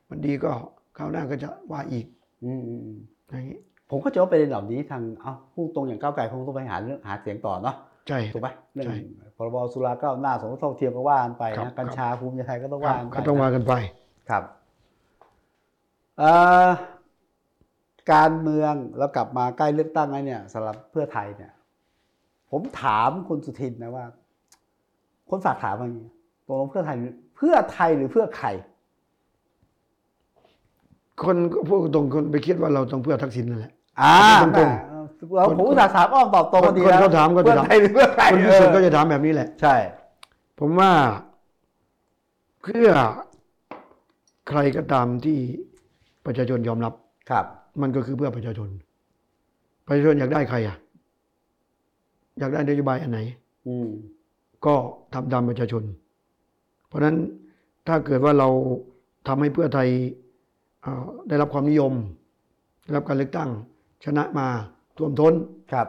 Speaker 2: มันดีก็คราวหน้าก็จะว่าอีก
Speaker 1: อืมอืมอืม
Speaker 2: อย่างนี้
Speaker 1: ผมก็จะว่าประเด็นเหล่านี้ทางเอ้าพูดตรงอย่างก้าวไกลคงต้องไปหาเรื่องหาเสียงต่อเนาะ
Speaker 2: ใช่
Speaker 1: ถูกไหมเรื่อง
Speaker 2: ใช่
Speaker 1: พรบสุราก้าวหน้าสมรสเท่าเทียมก็ว่ากันไป
Speaker 2: ครับ
Speaker 1: นะกัญชาภูมิใจไทยก็ต้อง
Speaker 2: ครั
Speaker 1: ว่า
Speaker 2: บ
Speaker 1: กันไป
Speaker 2: ก็ต้องว่ากันไป
Speaker 1: ครับเอ่อการเมืองแล้วกลับมาใกล้เลือกตั้งแล้วเนี่ยสำหรับเพื่อไทยเนี่ย ผมถามคุณสุทินนะว่า คนฝากถามว่าอย่างนี้ตกลงเพื่อไทยหรือเพื่อไทยหรือเพื่อใคร
Speaker 2: คนก็พูดตรงคนไปคิดว่าเราต้องเพื่อทักษิณนั่นแหละ
Speaker 1: อ่า
Speaker 2: ตรงๆ
Speaker 1: แม่เราผมอุตส่าห์ถามอ้อมตอบตรงก็ดี
Speaker 2: คน
Speaker 1: แล้ว
Speaker 2: เขาถามก็
Speaker 1: เพื่
Speaker 2: จะ
Speaker 1: อ
Speaker 2: ถาม
Speaker 1: ไทยหรือเพื่อใคร
Speaker 2: คนที่สุดก็
Speaker 1: เออ
Speaker 2: จะถามแบบนี้แหละ
Speaker 1: ใช่
Speaker 2: ผมว่าเพื่อใครก็ตามที่ประชาชนยอมรับ
Speaker 1: ครับ
Speaker 2: มันก็คือเพื่อประชาชน ประชาชนอยากได้ใครอ่ะ อยากได้นโยบายอันไหน
Speaker 1: อืม
Speaker 2: ก็ทำตามประชาชน เพราะฉะนั้นถ้าเกิดว่าเราทำให้เพื่อไทยเอ่อได้รับความนิยมได้รับการเลือกตั้ง ชนะมาท่วมท้น
Speaker 1: ครับ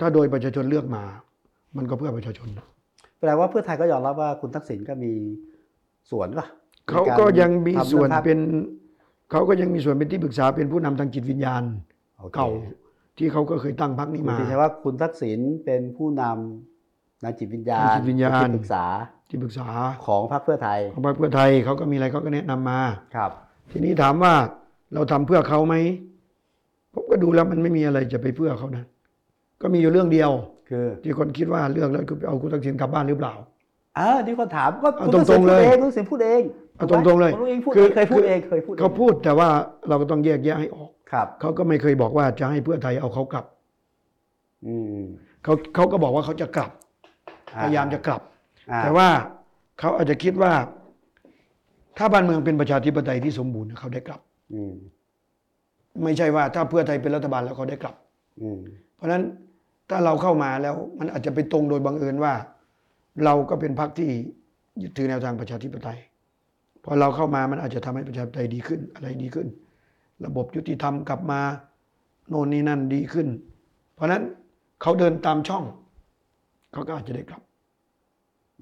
Speaker 2: ถ้าโดยประชาชนเลือกมา มันก็เพื่อประชาชน
Speaker 1: แปลว่าเพื่อไทยก็ยอมรับว่าคุณทักษิณก็มีส่วนป่ะ
Speaker 2: เขาก็ยังมี
Speaker 1: ทำเรื่อง
Speaker 2: ส่วน
Speaker 1: ภาพ
Speaker 2: เป็นเขาก็ยังมีส่วนเป็นที่ปรึกษาเป็นผู้นำทางจิตวิญญาณ
Speaker 1: โอค
Speaker 2: เก่า ที่เขาก็เคยตั้งพรรคนี้
Speaker 1: คุณ
Speaker 2: มา
Speaker 1: ทินใช้ว่าคุณทักษิณเป็นผู้นำนางจิตวิญญาณ
Speaker 2: ทางจิตวิญญาณ
Speaker 1: เป็นที่ปรึกษา
Speaker 2: ที่ปรึกษา
Speaker 1: ของพรรคเพื่อไทย
Speaker 2: ของพรรคเพื่อไทยเขาก็มีอะไรเขาก็แนะนำมา
Speaker 1: ครับ
Speaker 2: ทีนี้ถามว่าเราทำเพื่อเขาไหมผมก็ดูแล้วมันไม่มีอะไรจะไปเพื่อเขานะ ก็มีอยู่เรื่องเดียว
Speaker 1: คือ
Speaker 2: ที่คนคิดว่าเลือกแล้วคือเอาคุณทักษิณกลับบ้านหรือเปล่า
Speaker 1: อ่าที่คนถามก็
Speaker 2: เอา
Speaker 1: คุณทัก
Speaker 2: ตร
Speaker 1: ษิณ
Speaker 2: งๆ
Speaker 1: พู
Speaker 2: เล
Speaker 1: ด
Speaker 2: ย
Speaker 1: เองคุณทักษิณพูดเอง
Speaker 2: เอาตรงๆเลย
Speaker 1: คุณเองพูด
Speaker 2: คือ
Speaker 1: เคยพูดเองเคยพูดอง
Speaker 2: เขาพูดแต่ว่าเราก็ต้องแยกแยะให้ออก
Speaker 1: ครับ
Speaker 2: เขาก็ไม่เคยบอกว่าจะให้เพื่อไทยเอาเขากลับ
Speaker 1: อืม
Speaker 2: เขาเขาก็บอกว่าเขาจะกลับ
Speaker 1: อ่
Speaker 2: พยายามจะกลับ
Speaker 1: อ่
Speaker 2: แต่ว่าเขาอาจจะคิดว่า ถ้าบ้านเมืองเป็นประชาธิปไตยที่สมบูรณ์นะเขาได้กลับ
Speaker 1: อืม
Speaker 2: ไม่ใช่ว่าถ้าเพื่อไทยเป็นรัฐบาลแล้วเขาได้กลับ
Speaker 1: อืม
Speaker 2: เพราะฉะนั้นถ้าเราเข้ามาแล้วมันอาจจะไปตรงโดยบังเอิญว่า เราก็เป็นพรรคที่ยึดถือแนวทางประชาธิปไตยพอเราเข้ามามันอาจจะทำให้ประชาธิปไตยดีขึ้น อะไรดีขึ้น ระบบยุติธรรมกลับมาโน่นนี่นั่นดีขึ้น เพราะฉะนั้นเขาเดินตามช่อง เขาก็อาจจะได้กลับ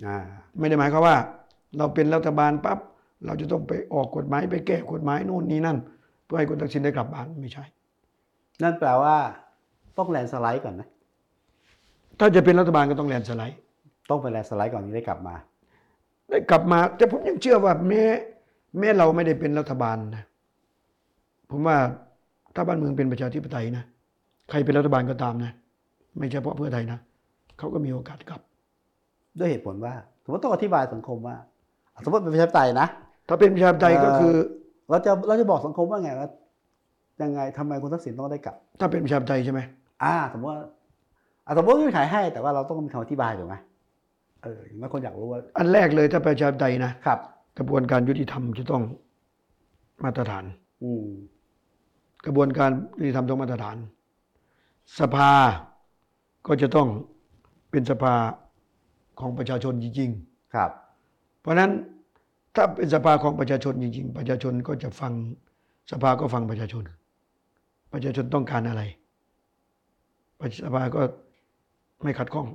Speaker 1: อ่า
Speaker 2: ไม่ได้หมายความว่า เราเป็นรัฐบาลปั๊บเราจะต้องไปออกกฎหมายไปแก้กฎหมายนู่นนี่นั่น เพื่อให้คุณทักษิณได้กลับบ้านไม่ใช่
Speaker 1: นั่นแปลว่า ต้องแลนด์สไลด์ก่อนนะ
Speaker 2: ถ้าจะเป็นรัฐบาลก็ต้องแลนด์สไลด์
Speaker 1: ต้องไปแลนด์สไลด์ก่อนถึงได้กลับมา
Speaker 2: ได้กลับมาแต่ผมยังเชื่อว่าแม้แม้เราไม่ได้เป็นรัฐบาลนะผมว่าถ้าบ้านเมืองเป็นประชาธิปไตยนะใครเป็นรัฐบาลก็ตามนะ ไม่เฉพาะเพื่อไทยนะเขาก็มีโอกาสกลับ
Speaker 1: ด้วยเหตุผลว่าสมมติต้องอธิบายสังคมว่า สมมติเป็นประชาธิปไตยนะ
Speaker 2: ถ้าเป็นประชาธิปไตยก็คือ
Speaker 1: เราจะเราจะบอกสังคมว่าไงว่ายังไงทำไมคุณทักษิณต้องได้กลับ
Speaker 2: ถ้าเป็นประชาธิปไตยใช่ไหม
Speaker 1: อ่า สมมติว่าอ่ะสมมติว่าเงื่อนไขให้แต่ว่าเราต้องมีคำอธิบายถูกไหมเอออย่างน้อยคนอยากรู้ว่า
Speaker 2: อันแรกเลยถ้าประชาธิปไตยนะครับ กระบวนการยุติธรรมจะต้องมาตรฐาน
Speaker 1: อืม
Speaker 2: กระบวนการยุติธรรมต้องมาตรฐาน สภาก็จะต้องเป็นสภาของประชาชนจริง ๆ
Speaker 1: ครับ
Speaker 2: เพราะฉะนั้นถ้าเป็นสภาของประชาชนจริง ๆ ประชาชนก็จะฟังสภาก็ฟังประชาชน ประชาชนต้องการอะไร ประชาสภาก็ไม่ขัดข้อง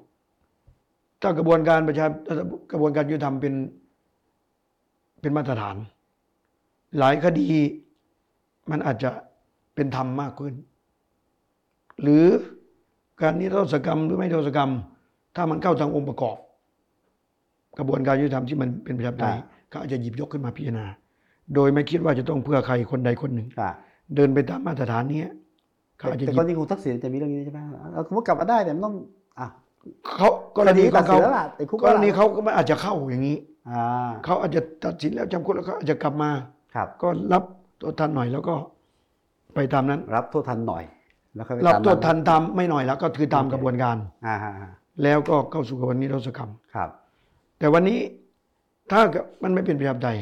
Speaker 2: ถ้ากระบวนการประชากระบวนการยุติธรรมเป็นเป็นมาตรฐาน หลายคดีมันอาจจะเป็นธรรมมากขึ้น หรือการนิรโทษกรรมหรือไม่นิรโทษกรรม ถ้ามันเข้าทางองค์ประกอบ กระบวนการยุติธรรมที่มันเป็นประชาธิปไตย
Speaker 1: อ่า
Speaker 2: เขาอาจจะหยิบยกขึ้นมาพิจารณา โดยไม่คิดว่าจะต้องเพื่อใครคนใดคนหนึ่ง
Speaker 1: ค่ะ
Speaker 2: เดินไปตามมาตรฐานเนี้ยเขาอาจจะห
Speaker 1: แต่
Speaker 2: ยิ
Speaker 1: กร
Speaker 2: บ
Speaker 1: ณีคุณทักษิณจะมีเรื่องนี้ใช่ไหมเอาสมมติกลับมาได้แต่มันต้องอ่ะ
Speaker 2: เขากรณีของเขา
Speaker 1: ตัดสินแล้วล่ะติดคุก
Speaker 2: ก
Speaker 1: แล้ว
Speaker 2: ร
Speaker 1: ล่ะ
Speaker 2: ณีเขาก็ไม่อาจจะเข้าอย่างนี้
Speaker 1: อ่า
Speaker 2: เขาอาจจะตัดสินแล้วจำคุกแล้วเขาอาจจะกลับมา
Speaker 1: ครับ
Speaker 2: ก็รับตัวทันหน่อยแล้วก็ไปตามนั้น
Speaker 1: รับโทษทันหน่อยแล้วค่อยไป
Speaker 2: รับ
Speaker 1: ตาม
Speaker 2: ตัวทันตามไม่หน่อยแล้วก็คือตามกระบวนการ
Speaker 1: อ่าฮะฮะ
Speaker 2: แล้วก็เข้าสู่กระบวนนิรโทษกรรม
Speaker 1: ครับ
Speaker 2: แต่วันนี้ถ้ามันไม่เป็นประชาธิปไตย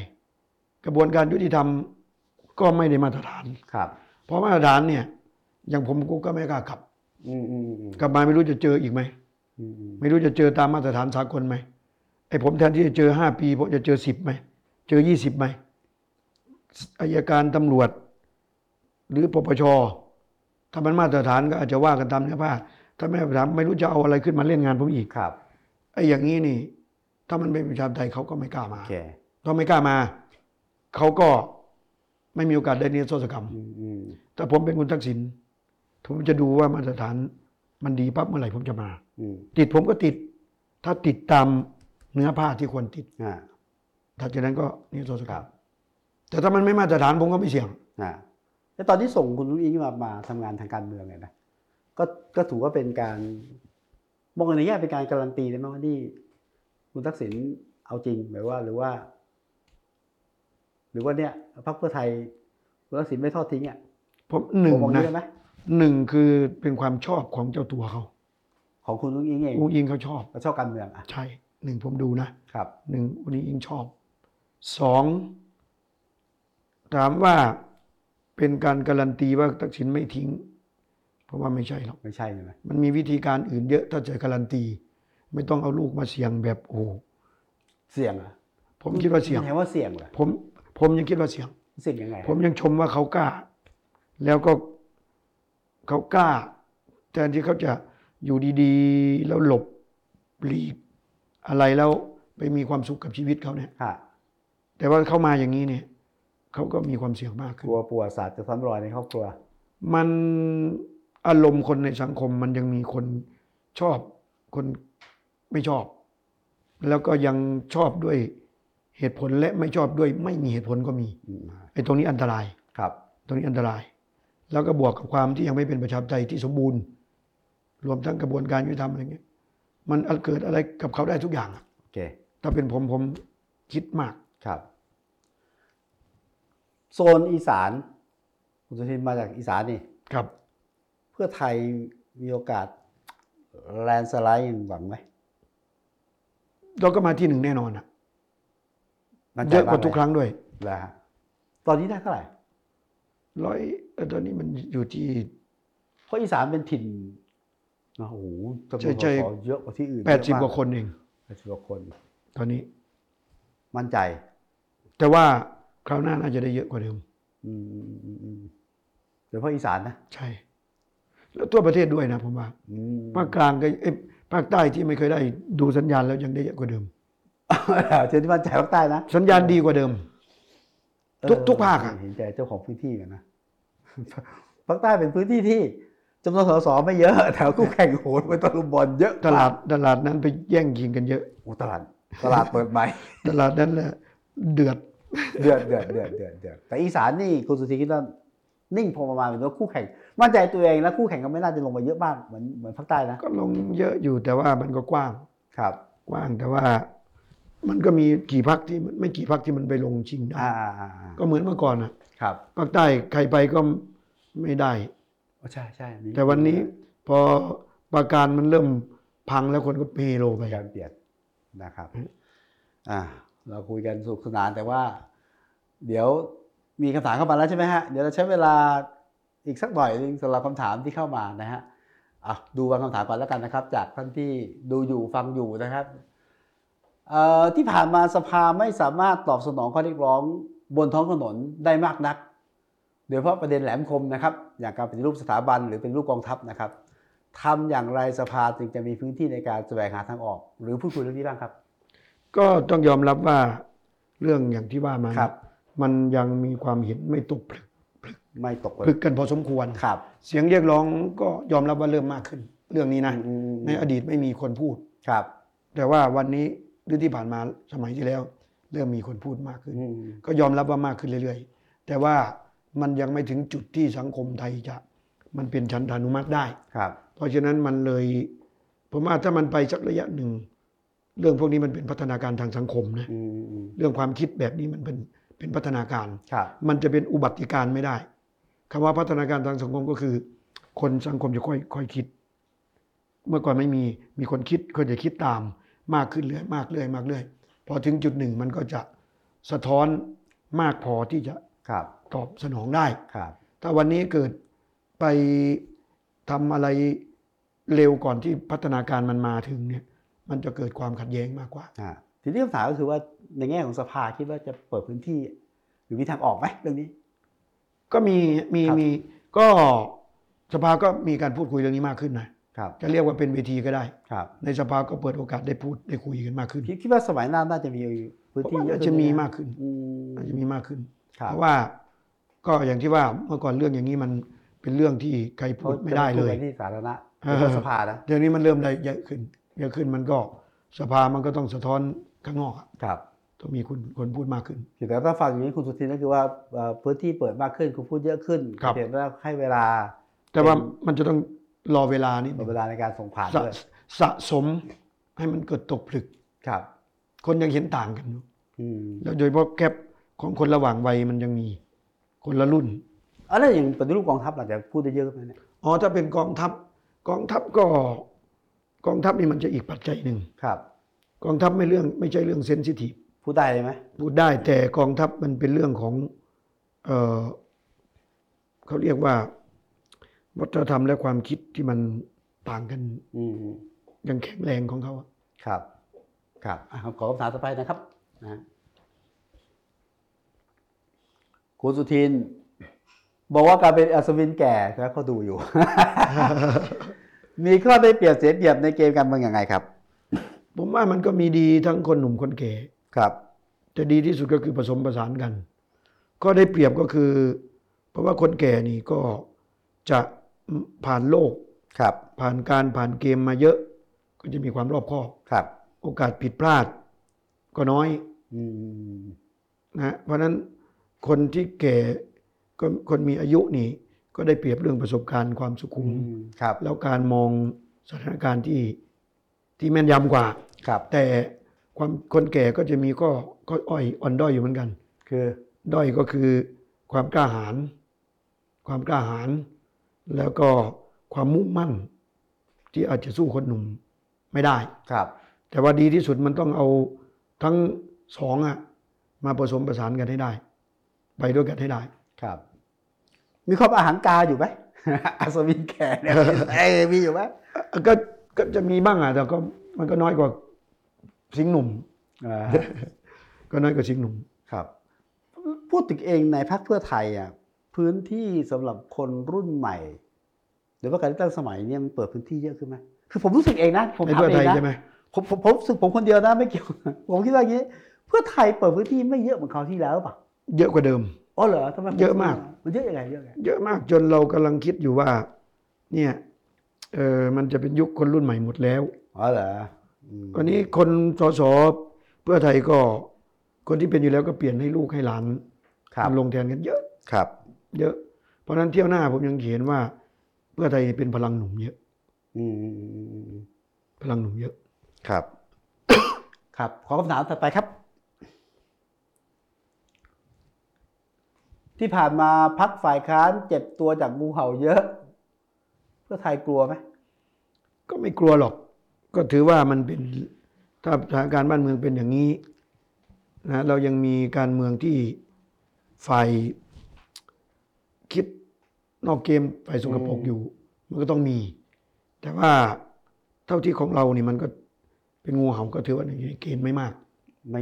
Speaker 2: กระบวนการยุติธรรมก็ไม่ได้มาตรฐาน
Speaker 1: ครับ
Speaker 2: เพราะมาตรฐานเนี่ยอย่างผมกูก็ไม่กล้ากลับ
Speaker 1: อืมอืมอืม
Speaker 2: กลับมาไม่รู้จะเจออีกไหม
Speaker 1: อืมอืม
Speaker 2: ไม่รู้จะเจอตามมาตรฐานสากลไหมไอ้ผมแทนที่จะเจอห้าปีผมจะเจอสิบไหม เจอยี่สิบไหมอายการตำรวจ หรือปปชถ้ามันมาตรฐานก็อาจจะว่ากันตามเนื้อผ้าถ้าไม่มาตรฐานไม่รู้จะเอาอะไรขึ้นมาเล่นงานผมอีก
Speaker 1: ครับ
Speaker 2: ไอ้อย่างนี้นี่ ถ้ามันเป็นประชาธิปไตยเขาก็ไม่กล้า
Speaker 1: โอ
Speaker 2: มา
Speaker 1: เค
Speaker 2: ถ้าไม่กล้ามาเขาก็ไม่มีโอกาสได้นิรโทษกรรม
Speaker 1: อืมอืม
Speaker 2: แต่ผมเป็นคุณทักษิณผมจะดูว่ามาตรฐานมันดีปั๊บเมื่อไหร่ผมจะมา
Speaker 1: อืม
Speaker 2: ติดผมก็ติด ถ้าติดตามเนื้อผ้าที่ควรติด
Speaker 1: อ่า
Speaker 2: ถัดจากนั้นก็นิรโทษก
Speaker 1: ค
Speaker 2: ร
Speaker 1: รั
Speaker 2: ร
Speaker 1: บ
Speaker 2: มแต่ถ้ามันไม่มาตรฐานผมก็ไม่เสี่ยง
Speaker 1: อ่าแล้วตอนที่ส่งคุณลุงอิงมามาทำงานทางการเมืองเนี่ยนะก็ก็ถือว่าเป็นการมองในแง่เป็นการการันตีได้ไหมว่านี่คุณทักษิณเอาจริงหมายว่าหรือว่า หรือว่าเนี่ยพรรคเพื่อไทยคุณทักษิณไม่ทอดทิ้งอ่ะ
Speaker 2: ผมหนึ่ง
Speaker 1: มองอย่า
Speaker 2: นะ
Speaker 1: นี้ได้ไหม
Speaker 2: หนึ่งคือเป็นความชอบของเจ้าตัวเขา
Speaker 1: ของคุณลุงอิงเอง
Speaker 2: อุ้งยิงเขาชอบ
Speaker 1: ก็ชอบการเมืองอ่ะ
Speaker 2: ใช่หนึ่งผมดูนะครับ หนึ่งอุ้งยิงชอบสองถามว่าเป็นการการันตีว่าทักษิณไม่ทิ้ง เพราะว่าไม่ใช่หรอก
Speaker 1: ไม่ใช่ใช่ไหม
Speaker 2: มันมีวิธีการอื่นเยอะถ้าจะการันตี ไม่ต้องเอาลูกมาเสี่ยงแบบโอ้โห
Speaker 1: เสี่ยงเหรอ่ะ
Speaker 2: ผมคิดว่าเสี่ยง
Speaker 1: แทนว่าเสี่ยงเหรอ
Speaker 2: ผมผมยังคิดว่าเสี่ยง
Speaker 1: เสี่ยงยังไง
Speaker 2: ผมยังชมว่าเขากล้า แล้วก็เขากล้าแทนที่เขาจะอยู่ดีๆ แล้วหลบหลีกอะไรแล้วไปมีความสุขกับชีวิตเขาเนี่ย
Speaker 1: ค่ะ
Speaker 2: แต่ว่าเข้ามาอย่างนี้เนี่ยเขาก็มีความเสี่ยงมาก
Speaker 1: ก
Speaker 2: ขึ้น
Speaker 1: ลัวปวดศาสตร์จะซ้ำรอยในครอบครัว
Speaker 2: มันอารมณ์คนในสังคมมันยังมีคนชอบคนไม่ชอบ แล้วก็ยังชอบด้วยเหตุผลและไม่ชอบด้วยไม่มีเหตุผลก็มี
Speaker 1: อืม
Speaker 2: ไอ้ตรงนี้อันตราย
Speaker 1: ครับ
Speaker 2: ตรงนี้อันตราย แล้วก็บวกกับความที่ยังไม่เป็นประชาธิปไตยที่สมบูรณ์ รวมทั้งกระบวนการยุติธรรมอะไรเงี้ย มันอาจเกิดอะไรกับเขาได้ทุกอย่างอะ
Speaker 1: โอเค
Speaker 2: ถ้าเป็นผมผมคิดมาก
Speaker 1: ครับ โซนอีสานคุณสุทินมาจากอีสานนี่
Speaker 2: ครับ
Speaker 1: เพื่อไทยมีโอกาสแลนด์สไลด์ยังหวังไหม
Speaker 2: เราก็มาที่หนึ่งแน่นอนอะ
Speaker 1: มั่นใจ
Speaker 2: เยอะกว่า
Speaker 1: บ้
Speaker 2: ทุกครั้งด้วย
Speaker 1: ไหมนะฮะตอนนี้ได้เท่าไหร่
Speaker 2: ร้อยเอ่อตอนนี้มันอยู่ที่
Speaker 1: เพราะอีสานเป็นถิ่นนะโอ้โหจำนวนส
Speaker 2: ใช่
Speaker 1: สเยอะกว่าที่อื่น
Speaker 2: แปดสิบก
Speaker 1: เย
Speaker 2: ว่า
Speaker 1: อะม
Speaker 2: คนเอง
Speaker 1: แปดสิบกว่าคน
Speaker 2: ตอนนี้
Speaker 1: มั่นใจ
Speaker 2: แต่ว่าคราวหน้าน่าจะได้เยอะกว่าเดิม
Speaker 1: อืมอืมอืมอืมโดยเฉพาะอีสานนะ
Speaker 2: ใช่ แล้วทั่วประเทศด้วยนะผมว่า
Speaker 1: อืม
Speaker 2: ภาคกลางก็เอ้ยภาคใต้ที่ไม่เคยได้ดูสัญญาณแล้วยังได้เยอะกว่าเดิม
Speaker 1: เชิญที่บ้านจ่ายภาคใต้นะ
Speaker 2: สัญญาณดีกว่าเดิม
Speaker 1: เออ
Speaker 2: ทุกทุกภาคอะ
Speaker 1: เห็นใจเจ้าของพื้นที่กันนะ ภาคใต้เป็นพื้นที่ที่จำนวนสสไม่เยอะแต่คู่แข่งโหดไปตะลุมบอลเยอะ
Speaker 2: ตลาดตลาดนั้นไปแย่งกินกันเยอะ
Speaker 1: โอ้ตลาดตลาดเปิดใหม่
Speaker 2: ตลาดนั้นแหละเดือด
Speaker 1: เดือดเดือดเดือดเดือดเดือดแต่อีสานนี่คุณสุธีคิดว่านิ่งพอประมาณเป็นว่าคู่แข่ง มั่นใจตัวเองและคู่แข่งก็ไม่น่าจะลงมาเยอะมากเหมือนเหมือนภาคใต้นะ
Speaker 2: ก็ลงเยอะอยู่แต่ว่ามันก็กว้าง
Speaker 1: ครับ
Speaker 2: กว้างแต่ว่า มันก็มีกี่พักที่ไม่กี่พักที่มันไปลงชิงได้
Speaker 1: อ่าอ่าอ่า
Speaker 2: ก็เหมือนเมื่อก่อนนะ
Speaker 1: ครับ
Speaker 2: ภาคใต้ใครไปก็ไม่ได้
Speaker 1: อ๋อใช่ใช่อั
Speaker 2: แต่วันนี้พอประการมันเริ่มพังแล้วคนก็เฮโลไป
Speaker 1: มีการเปลี่ยนนะครับ
Speaker 2: อืม
Speaker 1: อ่า เราคุยกันสนุขสนานแต่ว่า เดี๋ยวมีคำถามเข้ามาแล้วใช่ไหมฮะ เดี๋ยวเราใช้เวลาอีกสักหน่อยหนึงสำหรับคำถามที่เข้ามานะฮะอ่ะดูบางคำถามก่อนแล้วกันนะครับ จากท่านที่ดูอยู่ฟังอยู่นะครับเอ่อที่ผ่านมาสภาไม่สามารถตอบสนองข้อเรียกร้องบนท้องถนนได้มากนัก โดยเฉพาะประเด็นแหลมคมนะครับ อย่างการปฏิรูปสถาบันหรือเป็นรูปกองทัพนะครับทำอย่างไรสภาจึงจะมีพื้นที่ในการแสวงหาทางออก หรือพูดคุยเรื่องนี้บ้างครับ
Speaker 2: ก็ต้องยอมรับว่าเรื่องอย่างที่ว่ามา
Speaker 1: ครับ
Speaker 2: มันยังมีความเห็นไม่ตกผลึก
Speaker 1: ไม่ตก
Speaker 2: ผลึกกันพอสมควร
Speaker 1: ครับ
Speaker 2: เสียงเรียกร้องก็ยอมรับว่าเริ่มมากขึ้น เรื่องนี้นะ
Speaker 1: อืม
Speaker 2: ในอดีตไม่มีคนพูด
Speaker 1: ครับ
Speaker 2: แต่ว่าวันนี้หรือที่ผ่านมาสมัยที่แล้ว เริ่มมีคนพูดมากขึ้น
Speaker 1: อืม
Speaker 2: ก็ยอมรับว่ามากขึ้นเรื่อยๆ แต่ว่ามันยังไม่ถึงจุดที่สังคมไทยจะมันเป็นชันธานุมัติได้
Speaker 1: ครับ
Speaker 2: เพราะฉะนั้นมันเลยผมว่าถ้ามันไปสักระยะหนึ่ง เรื่องพวกนี้มันเป็นพัฒนาการทางสังคมนะ
Speaker 1: อืมอืม
Speaker 2: เรื่องความคิดแบบนี้มันเป็นเป็นพัฒนาการ
Speaker 1: ครับ
Speaker 2: มันจะเป็นอุบัติการไม่ได้คำว่าพัฒนาการทางสังคมก็คือ คนสังคมจะค่อยค่อยคิด เมื่อก่อนไม่มีมีคนคิดคนจะคิดตาม มากขึ้นเรื่อยมากเรื่อยมากเรื่อยพอถึงจุดหนึ่งมันก็จะสะท้อนมากพอที่จะ
Speaker 1: ครับ
Speaker 2: ตอบสนองได้
Speaker 1: ครับ
Speaker 2: ถ้าวันนี้เกิดไปทำอะไรเร็วก่อนที่พัฒนาการมันมาถึงเนี่ยมันจะเกิดความขัดแย้งมากกว่า
Speaker 1: อ่าทีนี้คำถามก็คือว่าในแง่ของสภาคิดว่าจะเปิดพื้นที่ หรือมีทางออกไหมเรื่องนี้
Speaker 2: ก็มีมี
Speaker 1: ครับ
Speaker 2: มีก็สภาก็มีการพูดคุยเรื่องนี้มากขึ้นนะ
Speaker 1: ครับ
Speaker 2: จะเรียกว่าเป็นเวทีก็ได้
Speaker 1: ครับ
Speaker 2: ในสภาก็เปิดโอกาสได้พูดได้คุยกันมากขึ้น
Speaker 1: คิดคิดว่าสมัยหน้าน่าจะมีพื้น
Speaker 2: ผม
Speaker 1: ที่
Speaker 2: ว่า
Speaker 1: เยอะ
Speaker 2: อาจ
Speaker 1: ขึ้น
Speaker 2: จะมี
Speaker 1: ไห
Speaker 2: มากขึ้น
Speaker 1: อืม
Speaker 2: อาจจะมีมากขึ้น
Speaker 1: ครับ
Speaker 2: เพราะว่าก็อย่างที่ว่าเมื่อก่อนเรื่องอย่างนี้มันเป็นเรื่องที่ใครพูดไม่ได้เลย
Speaker 1: ขาจะปพูกันที่สาธารณะ
Speaker 2: เออ
Speaker 1: ในสภานะ
Speaker 2: เดี๋ยวนี้มันเริ่มได้เยอะขึ้นเยอะขึ้นมันก็สภามันก็ต้องสะท้อนข้างนอกอะ
Speaker 1: ครับ
Speaker 2: ต้องมีคนคนพูดมากขึ้น
Speaker 1: แต่ถ้าฟังอย่างนี้คุณสุทินก็คือว่าเอ่อพื้นที่เปิดมากขึ้นคุณพูดเยอะขึ้น
Speaker 2: ครับ
Speaker 1: เห็นว่าให้เวลา
Speaker 2: แต่ว่ามันจะต้องรอเวลานี่
Speaker 1: เวลาในการส่งผ่าน
Speaker 2: สะ
Speaker 1: ด้วย
Speaker 2: สะสมให้มันเกิดตกผลึก
Speaker 1: ครับ
Speaker 2: คนยังเห็นต่างกันอยู่
Speaker 1: อืม
Speaker 2: แล้วโดยเฉพาะแกลบของคนระหว่างวัยมันยังมีคนละรุ่น
Speaker 1: เอาแล้วอย่างปฏิรูปกองทัพหลังจากพูดได้เยอะขึ้นไหมเนี่ย
Speaker 2: อ๋อถ้าเป็นกองทัพกองทัพก็กองทัพนี่มันจะอีกปัจจัยหนึ่ง
Speaker 1: ครับ
Speaker 2: กองทัพไม่เรื่องไม่ใช่เรื่องเซนซิทีฟ
Speaker 1: พูดได้เลยไหม
Speaker 2: พูดได้แต่กองทัพมันเป็นเรื่องของเออเขาเรียกว่า วัฒนธรรมและความคิดที่มันต่างกัน
Speaker 1: อืม
Speaker 2: ยังแข็งแรงของเขาอะ
Speaker 1: ครับ ครับอ่ะขอคำถามต่อไปนะครับนะฮะคุณสุทิน บอกว่าการเป็นอัศวินแก่แล้วก็ดูอยู่ มีข้อได้เปรียบเสียเปรียบในเกมการเมืองอย่างไงครับ
Speaker 2: ผมว่ามันก็มีดีทั้งคนหนุ่มคนแก่
Speaker 1: ครับ
Speaker 2: แต่ดีที่สุดก็คือผสมผสานกัน ก็ได้เปรียบก็คือ เพราะว่าคนแก่นี่ก็จะผ่านโลก
Speaker 1: ครับ
Speaker 2: ผ่านการผ่านเกมมาเยอะ ก็จะมีความรอบคอบ
Speaker 1: ครับ
Speaker 2: โอกาสผิดพลาด ก็น้อย
Speaker 1: อืม
Speaker 2: นะฮะเพราะฉะนั้นคนที่แก่ก็คนมีอายุนี่ ก็ได้เปรียบเรื่องประสบการณ์ความสุขุม
Speaker 1: ครับ
Speaker 2: แล้วการมองสถานการณ์ที่ที่แม่นยำกว่า
Speaker 1: ครับ
Speaker 2: แต่ความคนแก่ก็จะมีก็ก็อ่อยอ่อนด้อยอยู่เหมือนกัน
Speaker 1: คือ
Speaker 2: ด้อยก็คือความกล้าหาญความกล้าหาญแล้วก็ความมุ่งมั่น ที่อาจจะสู้คนหนุ่มไม่ได้
Speaker 1: ครับ
Speaker 2: แต่ว่าดีที่สุดมันต้องเอาทั้งสองอะมาผสมประสานกันให้ได้ ไปด้วยกันให้ได้
Speaker 1: ครับ มีความอาหารกาอยู่ไหม อัศวินแก่เนี่ยเอ้ยมีอยู่ไหม
Speaker 2: เอ่อก็ก็จะมีบ้างอะแต่ก็มันก็น้อยกว่าสิงห์หนุ่ม
Speaker 1: อ่า
Speaker 2: ก็น้อยกว่าสิงห์หนุ่ม
Speaker 1: ครับพูดถึงเองในพรรคเพื่อไทยอ่ะพื้นที่สำหรับคนรุ่นใหม่หรือว่าการเลือกตั้งสมัยเนี่ยมันเปิดพื้นที่เยอะขึ้นไหมคือผมรู้สึกเองนะผม
Speaker 2: ใน
Speaker 1: ทำ
Speaker 2: เพื่อ
Speaker 1: เอ
Speaker 2: ไทย
Speaker 1: ง
Speaker 2: ใช่ไหม
Speaker 1: นะ ผมผมผมรู้สึกผมคนเดียวนะไม่เกี่ยว ผมคิดว่าอย่างนี้เพื่อไทยเปิดพื้นที่ไม่เยอะเหมือนคราวที่แล้วหรือเปล่ะ
Speaker 2: เยอะกว่าเดิม
Speaker 1: อ๋อเหรอทำไมผ
Speaker 2: เยอะมาก
Speaker 1: มันเยอะยังไงเยอะยังไง
Speaker 2: เยอะมากจนเรากำลังคิดอยู่ว่า เนี่ยเออมันจะเป็นยุคคนรุ่นใหม่หมดแล้ว
Speaker 1: อ๋อเหรออืม
Speaker 2: ตอนนี้คนสสเพื่อไทยก็ คนที่เป็นอยู่แล้วก็เปลี่ยนให้ลูกให้หลาน
Speaker 1: ครับ
Speaker 2: มาลงแทนกันเยอะ
Speaker 1: ครับ
Speaker 2: เยอะ เพราะฉะนั้นเที่ยวหน้าผมยังเขียนว่า เพื่อไทยเป็นพลังหนุ่มเยอะ
Speaker 1: อืมอืมอืมอืม
Speaker 2: พลังหนุ่มเยอะ
Speaker 1: ครับ ครับ ขอคำถามถัดไปครับ ที่ผ่านมาพักฝ่ายค้านเจ็บตัวจากงูเห่าเยอะ เพื่อไทยกลัวไหม
Speaker 2: ก็ไม่กลัวหรอก ก็ถือว่ามันเป็นถ้าสถานการณ์บ้านเมืองเป็นอย่างนี้นะเรายังมีการเมืองที่ฝ่ายคิดนอกเกมฝ่ายสกปรกอยู่ มันก็ต้องมี แต่ว่าเท่าที่ของเราเนี่ยมันก็เป็นงูเห่าก็ถือว่าอยู่ในเกณฑ์ไม่มาก
Speaker 1: ไม่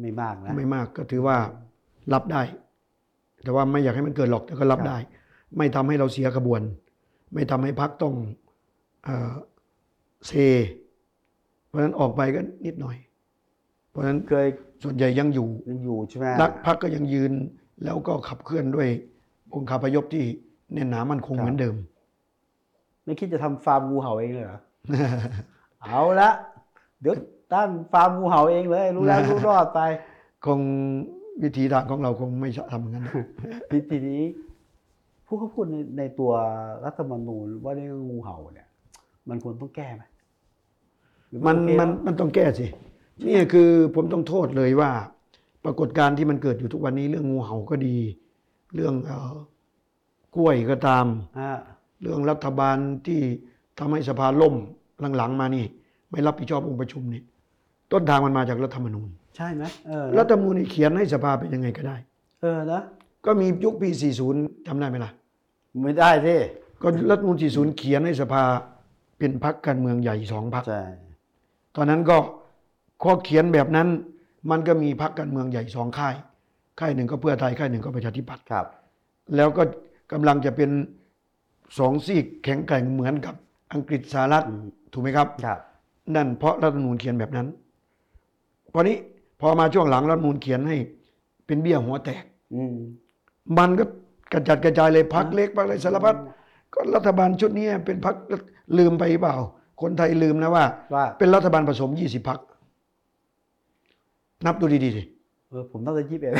Speaker 1: ไม่มากนะ
Speaker 2: ไม่มากก็ถือว่ารับได้ แต่ว่าไม่อยากให้มันเกิดหรอกแต่ก็รับ
Speaker 1: ครับ
Speaker 2: ได้ ไม่ทำให้เราเสียกระบวน ไม่ทำให้พักต้องเอ่อเซ เพราะฉะนั้นออกไปก็นิดหน่อย เพราะฉะนั้น
Speaker 1: เคย
Speaker 2: ส่วนใหญ่ยังอยู่
Speaker 1: ยังอยู่ใช่ไหม
Speaker 2: รักพักก็ยังยืนแล้วก็ขับเคลื่อนด้วยองค์คาพยพที่แน่นหนามั่นคง
Speaker 1: ครับ
Speaker 2: เหมือนเดิม
Speaker 1: ไม่คิดจะทำฟาร์มงูเห่าเองเลยเหรอ เอาละเดี๋ยวตั้งฟาร์มงูเห่าเองเลย รู้แล้วรู้รอดไป
Speaker 2: คงวิธีทางของเราคงไม่ทำงั้นนะ
Speaker 1: ทีทีนี้ผู้เขาพูดในในตัวรัฐธรรมนูญว่าเรื่องงูเห่าเนี่ย มันควรต้องแก้ไหมหรือ
Speaker 2: มัน
Speaker 1: โอเค
Speaker 2: มันมันต้องแก้สินี่คือผมต้องโทษเลยว่า ปรากฏการณ์ที่มันเกิดอยู่ทุกวันนี้เรื่องงูเห่าก็ดี เรื่องเอ่อกล้วยก็ตาม
Speaker 1: อ่า
Speaker 2: เรื่องรัฐบาลที่ทำให้สภาล่มหลังๆ มานี่ ไม่รับผิดชอบองค์ประชุมนี่ต้นทางมันมาจากรัฐธรรมนูญ
Speaker 1: ใช่ไหมเออ
Speaker 2: รัฐธรรมนูญนี่เขียนให้สภาเป็นยังไงก็ได้
Speaker 1: เออนะ
Speaker 2: ก็มียุคปี 40จำได้ไหมล่ะ
Speaker 1: ไม่ได้ที่
Speaker 2: ก็รัฐธรรมนูญ40 เขียนให้สภาเป็นพรรคการเมืองใหญ่สองพรรค
Speaker 1: ใช่
Speaker 2: ตอนนั้นก็ข้อเขียนแบบนั้น มันก็มีพรรคการเมืองใหญ่สองค่าย ค่ายหนึ่งก็เพื่อไทยค่ายหนึ่งก็ประชาธิปัตย์
Speaker 1: ครับ
Speaker 2: แล้วก็กำลังจะเป็นสองซีกแข็งแกร่งเหมือนกับอังกฤษสหรัฐ
Speaker 1: อืม
Speaker 2: ถูกไหมครับ
Speaker 1: ครับ
Speaker 2: นั่นเพราะรัฐธรรมนูญเขียนแบบนั้นพอนี้พอมาช่วงหลังรัฐธรรมนูญเขียนให้ เป็นเบี้ยหัวแตก
Speaker 1: อืม
Speaker 2: มันก็กระจัดกระจายเลยพักเล็กพักอะไรสารพัดก็รัฐบาลชุดนี้เป็นพักลืมไปเปล่า คนไทยลืมนะว่า
Speaker 1: ว่า
Speaker 2: เป็นรัฐบาลผสม 20 พัก นับดูดีๆดิ
Speaker 1: เออผมน่าจะยิบเอง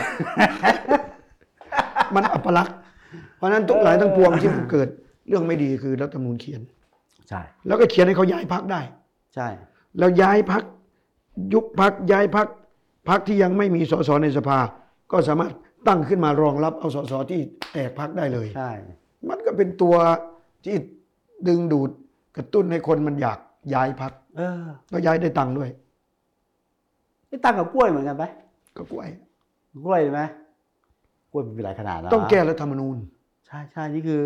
Speaker 2: มันอัปลักษณ์ เพราะฉะนั้นทุกหลายทั้งปวงที่มันเกิดเรื่องไม่ดีคือรัฐธรรมนูญเขียน
Speaker 1: ใช่
Speaker 2: แล้วก็เขียนให้เขาย้ายพักได้
Speaker 1: ใช่
Speaker 2: แล้วย้ายพัก ยุบพักย้ายพักพักที่ยังไม่มีสสในสภา ก็สามารถตั้งขึ้นมารองรับเอาสสที่แตกพักได้เลย
Speaker 1: ใช่
Speaker 2: มันก็เป็นตัวที่ดึงดูดกระตุ้นให้คนมันอยากย้ายพัก
Speaker 1: เออ
Speaker 2: ก็ย้ายได้ตังค์ด้วย
Speaker 1: นี่ตั้งกับกล้วยเหมือนกันไหม
Speaker 2: ก็กล้วย
Speaker 1: กล้วยไหมกล้วยมันมีหลายขนาดนะ
Speaker 2: ต้องแก้รัฐธรรมนูญ
Speaker 1: ใช่ใช่นี่คือ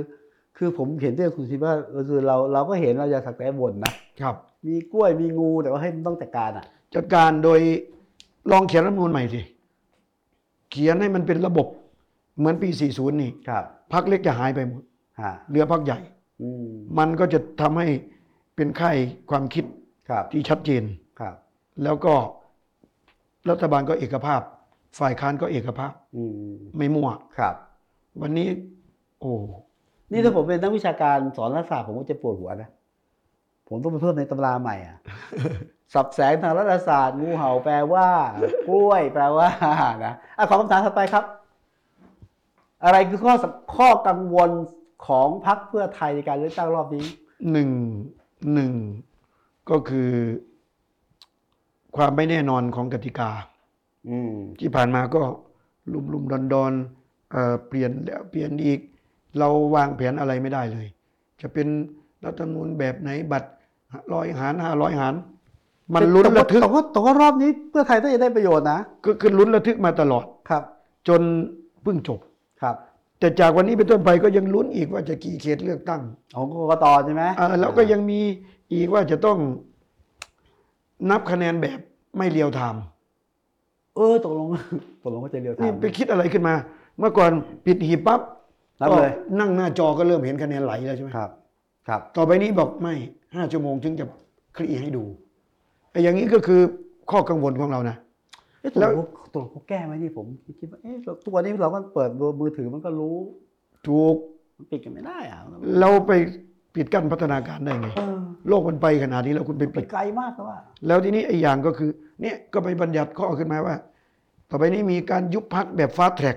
Speaker 1: คือผมเห็นเรื่องคุณชิดว่าเออคือเราเราก็เห็นเราอย่าสักแต่บ่นนะครับ มีกล้วยมีงูแต่ว่าให้ยมันต้องจัดการอ่ะ
Speaker 2: จัดการโดยลองเขียนรัฐธรรมนูญใหม่สิ เขียนให้มันเป็นระบบเหมือนปี 40 นี่
Speaker 1: ครับ
Speaker 2: พักเล็กจะหายไปหมด
Speaker 1: ฮะ
Speaker 2: เหลือพักใหญ่
Speaker 1: อืม
Speaker 2: มันก็จะทำให้เป็นค่ายความคิด
Speaker 1: ครับ
Speaker 2: ที่ชัดเจน
Speaker 1: ครับ
Speaker 2: แล้วก็รัฐบาลก็เอกภาพ ฝ่ายค้านก็เอกภาพ
Speaker 1: อืม
Speaker 2: ไม่มั่ว
Speaker 1: ครับ
Speaker 2: วันนี้ โอ้
Speaker 1: นี่ถ้าผมเป็นนักวิชาการสอนรัฐศาสตร์ผมก็จะปวดหัวนะ ผมต้องไปเพิ่มในตำราใหม่ อ่ะ สับแสงทางรัฐศาสตร์งูเห่าแปลว่า กล้วยแปลว่านะอ่ะขอคำถามถัดไปครับ อะไรคือข้อสำข้อกังวลของพรรคเพื่อไทยในการเลือกตั้งรอบนี้
Speaker 2: หนึ่งหนึ่งก็คือ ความไม่แน่นอนของกติกา
Speaker 1: อืม
Speaker 2: ที่ผ่านมาก็ลุ่มๆุมดอนดอนๆเอ่อเปลี่ยนแล้วเปลี่ยนอีก เราวางแผนอะไรไม่ได้เลย จะเป็นรัฐธรรมนูญแบบไหนบัตรร้อยหารห้าร้อยหาร มันลุ้นระทึก
Speaker 1: แต่ว่าแต่ว่ารอบนี้เพื่อไทยต้องจะได้ประโยชน์นะ
Speaker 2: ก็คือลุ้นระทึกมาตลอด
Speaker 1: ครับ
Speaker 2: จนเพิ่งจบ
Speaker 1: ครับ
Speaker 2: แต่จากวันนี้เป็นต้นไปก็ยังลุ้นอีกว่าจะกี่เขตเลือกตั้ง
Speaker 1: ของกกตใช่ไหม
Speaker 2: เอ่อแล้วก็ยังมีอีกว่าจะต้องนับคะแนนแบบไม่เรียลไทม์
Speaker 1: เออตกลง ตกลงว่าจะเรียวทา
Speaker 2: นี่
Speaker 1: ง
Speaker 2: ไปคิดอะไรขึ้นมา เมื่อก่อนปิดหีบปั๊บ
Speaker 1: รับเลย
Speaker 2: ก็นั่งหน้าจอก็เริ่มเห็นคะแนนไหลแล้วใช่ไหม
Speaker 1: ครับ ครับ
Speaker 2: ต่อไปนี้บอกไม่ห้าชั่วโมงถึงจะคลี่ให้ดู ไอ้อย่างนี้ก็คือข้อกังวลของเรานะ
Speaker 1: เอ๊ะตก
Speaker 2: แล้
Speaker 1: ล
Speaker 2: ว
Speaker 1: งเขาตกลงเขาแก้ไหมนี่ผมคิดว่าเอ๊ะเราตัวนี้เราก็เปิดมือถือมันก็รู้
Speaker 2: ถูก
Speaker 1: มันปิดกันไม่ได้อะ
Speaker 2: เราไปปิดกั้นพัฒนาการได้ไง
Speaker 1: เออ
Speaker 2: โลกมันไปขนาดนี้แล้วคุณไป
Speaker 1: ไป
Speaker 2: ปิด
Speaker 1: ไกลมากแล้วว่า
Speaker 2: แล้วทีนี้ไอ้อย่างก็คือ เนี่ยก็ไปบัญญัติข้อขึ้นมาว่า ต่อไปนี้มีการยุบพักแบบฟาสแทร็ก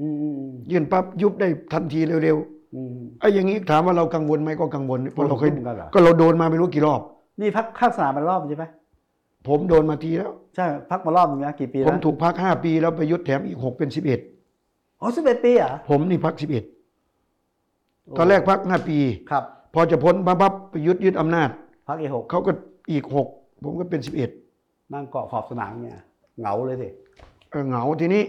Speaker 1: อืมอืม
Speaker 2: ยื่นปั๊บยุบได้ทันทีเร็ว
Speaker 1: อืม
Speaker 2: ๆไอ้อย่างนี้ถามว่าเรากังวลไหมก็กังวลเพราะเราเคย
Speaker 1: กังวลเหมือนกันเหรอ
Speaker 2: ก็เราโดนมาไม่รู้กี่รอบ
Speaker 1: นี่พักข้ามสนามมารอบใช่ไหม
Speaker 2: ผมโดนมาทีแล้ว
Speaker 1: ใช่พักมารอบหนึงนะกี่ปี
Speaker 2: ผม
Speaker 1: แล้ว
Speaker 2: ถูกพักห้าปีแล้วไปยุดแถมอีกหกเป็นสิบเอ็ด
Speaker 1: อ๋อสิบเอ็ดปีเหรอ่ะ
Speaker 2: ผมนี่พักสิบเอ็ดตอนแรกพักห้าปี
Speaker 1: ครับ
Speaker 2: พอจะพ้นปั๊บปั๊บไปยุดยึดอำนาจ
Speaker 1: พักเอหก
Speaker 2: เขาก็อีกหกผมก็เป็นสิบเอ็ด
Speaker 1: นั่งเกาะขอบสนามเนี่ยเหงาเลยสิ
Speaker 2: เหงาทีนี้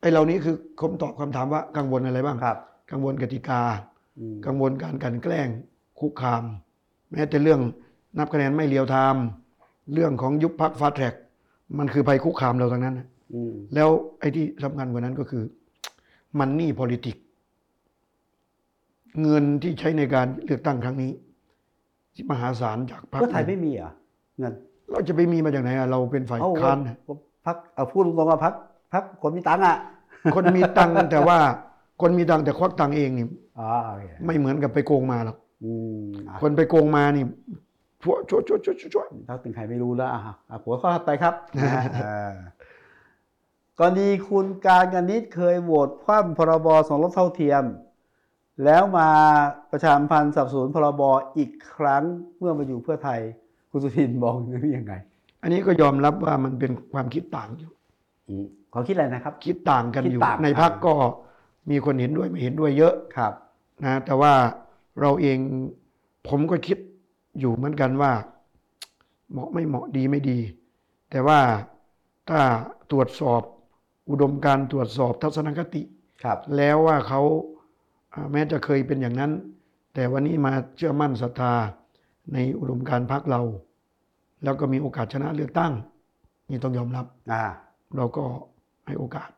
Speaker 2: ไอ้เหล่านี้คือคำตอบคำถามว่ากังวลอะไรบ้าง
Speaker 1: ครับ
Speaker 2: กังวลกติกา
Speaker 1: อืม
Speaker 2: กังวลการกลันแกล้งคุกคาม แม้แต่เรื่องนับคะแนนไม่เรียวไทม์เรื่องของยุบพักฟาสแทร็กมันคือภัยคุกคามเราทั้งนั้นนะ
Speaker 1: อืม
Speaker 2: แล้วไอ้ที่สำคัญกว่านั้นก็คือมันนี่ politics เงินที่ใช้ในการเลือกตั้งครั้งนี้ ที่มหาศาลจากพรรค
Speaker 1: เพื่อไทยไม่มีเหรอ่ะเงิน
Speaker 2: เราจะไปมีมาจากไหนอะเราเป็นฝ่าย
Speaker 1: เอ้า
Speaker 2: ค้านนะ
Speaker 1: ก็พักเอาพูดตรงๆว่าพักพักคนมีตังค์อ่ะ
Speaker 2: คนมีตังค์ แต่ว่าคนมีตังค์แต่ควักตังค์เองนี่
Speaker 1: อ๋อโอเค
Speaker 2: ไม่เหมือนกับไปโกงมาหรอก
Speaker 1: อืมอ่ะ
Speaker 2: คนไปโกงมานี่ชั่วชั่วชั่วชั่วชั่ว
Speaker 1: ถ้าถึงใครไม่รู้แล้วอ่ะอ่ะหัวข้อถัดไป ครับนะฮะเออกรณีคุณการกนิตเคยโหวตคว่ำพรบสมรสเท่าเทียม แล้วมาประชาสัมพันธ์สนับสนุนพรบอีกครั้งเมื่อมาอยู่เพื่อไทย คุณสุทินมองเรื่องนี้ยังไง
Speaker 2: อันนี้ก็ยอมรับว่ามันเป็นความคิดต่างอยู่
Speaker 1: ขอคิดอะไรนะครับ
Speaker 2: คิดต่างกันอยู่
Speaker 1: คิดต่าง
Speaker 2: ในพักก็มีคนเห็นด้วยไม่เห็นด้วยเยอะ
Speaker 1: ครับ
Speaker 2: นะแต่ว่าเราเองผมก็คิดอยู่เหมือนกันว่า เหมาะไม่เหมาะดีไม่ดี แต่ว่าถ้าตรวจสอบอุดมการณ์ตรวจสอบทัศนคติ
Speaker 1: ครับ
Speaker 2: แล้วว่าเขาอ่าแม้จะเคยเป็นอย่างนั้น แต่วันนี้มาเชื่อมั่นศรัทธาในอุดมการณ์พักเรา แล้วก็มีโอกาสชนะเลือกตั้ง นี่ต้องยอมรับ
Speaker 1: อ่า
Speaker 2: เราก็ให้โอกาส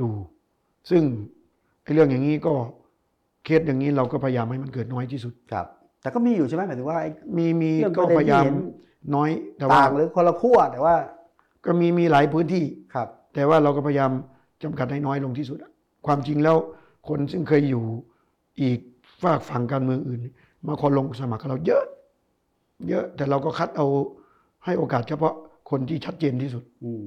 Speaker 2: ดู ซึ่งไอ้เรื่องอย่างนี้ก็เคสอย่างนี้เราก็พยายามให้มันเกิดน้อยที่สุด
Speaker 1: ครับ แต่ก็มีอยู่ใช่ไหมหมายถึงว่าไอ้
Speaker 2: มีมี
Speaker 1: เรื่องป
Speaker 2: ก็
Speaker 1: ระเด็นที่
Speaker 2: พยายาม
Speaker 1: เห็น
Speaker 2: น้อย แต่ว่า
Speaker 1: ต่างหรือคนละขั้วแต่ว่า
Speaker 2: ก็มีมีหลายพื้นที่
Speaker 1: ครับ
Speaker 2: แต่ว่าเราก็พยายามจำกัดให้น้อยลงที่สุดอะความจริงแล้วคนซึ่งเคยอยู่อีกฝากฝั่งการเมืองอื่น มาคนลงสมัครกับเราเยอะ เยอะแต่เราก็คัดเอาให้โอกาสเฉพาะคนที่ชัดเจนที่สุด
Speaker 1: อืม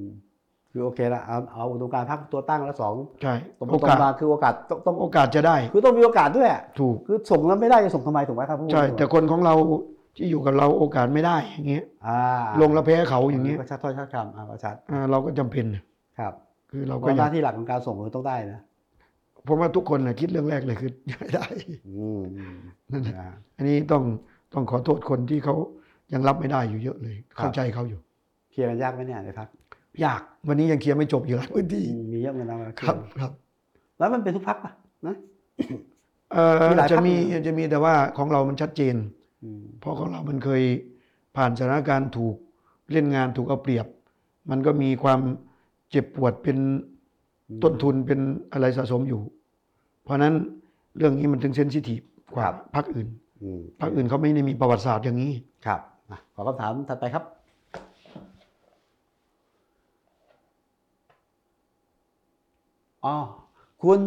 Speaker 1: คือโอเคละเอาเอาอุดมการณ์พักตัวตั้งแล้วสอง
Speaker 2: ใช่
Speaker 1: ตรงไป
Speaker 2: โอ
Speaker 1: ตร
Speaker 2: กาง ส
Speaker 1: มาคือโอกาสต้องต้อง
Speaker 2: โอกาสจะได้
Speaker 1: คือต้องมีโอกาสด้วยอะ
Speaker 2: ถูก
Speaker 1: คือส่งแล้วไม่ได้จะส่งทำไมถูกไหมครับผู้
Speaker 2: ใช่ แต่คนของเราที่อยู่กับเราโอกาสไม่ได้อย่างเงี้ย
Speaker 1: อ่า
Speaker 2: ลงแล้วแพ้เขาอย่างเงี้ย
Speaker 1: ประชาชนชาติคำอ่าประชาชน
Speaker 2: อ่าเราก็จำเป็นนะครับ คือเรา
Speaker 1: เพ
Speaker 2: ก็
Speaker 1: ราะห
Speaker 2: อยา
Speaker 1: น้าก ที่หลักของการส่งคือต้องได้นะ
Speaker 2: ผมว่าทุกคนนะคิดเรื่องแรกเลยคือ อยากได้
Speaker 1: อืม
Speaker 2: นั่นแหละ
Speaker 1: นะ
Speaker 2: อันนี้ต้องต้องขอโทษคนที่เขายังรับไม่ได้อยู่เยอะเลย เข้าใจเขาอยู่
Speaker 1: เคลียร์กันยากไหมเนี่ยในพัก
Speaker 2: ยากวันนี้ยังเคลียร์ไม่จบอยู่หลายพื้นที่
Speaker 1: มีเยอะเหมือนกันนะครับ
Speaker 2: ครับ
Speaker 1: แล้วมันเป็นทุกพักป่ะนะ
Speaker 2: เอ่อ
Speaker 1: มีหลาย
Speaker 2: จะมี
Speaker 1: พรรค
Speaker 2: จะมีแต่ว่าของเรามันชัดเจน
Speaker 1: อืม
Speaker 2: เพราะของเรามันเคยผ่านสถานการณ์ถูกเล่นงานถูกเอาเปรียบ มันก็มีความเจ็บปวดเป็นต้นทุนเป็นอะไรสะสมอยู่ เพราะฉะนั้นเรื่องนี้มันถึงเซนซิทีฟกว่าพรรคอื่น
Speaker 1: อืม
Speaker 2: พรรคอื่นเขาไม่ได้มีประวัติศาสตร์อย่างนี้
Speaker 1: ครับอ่ะขอคำถามถัดไปครับ อ๋อ คุณ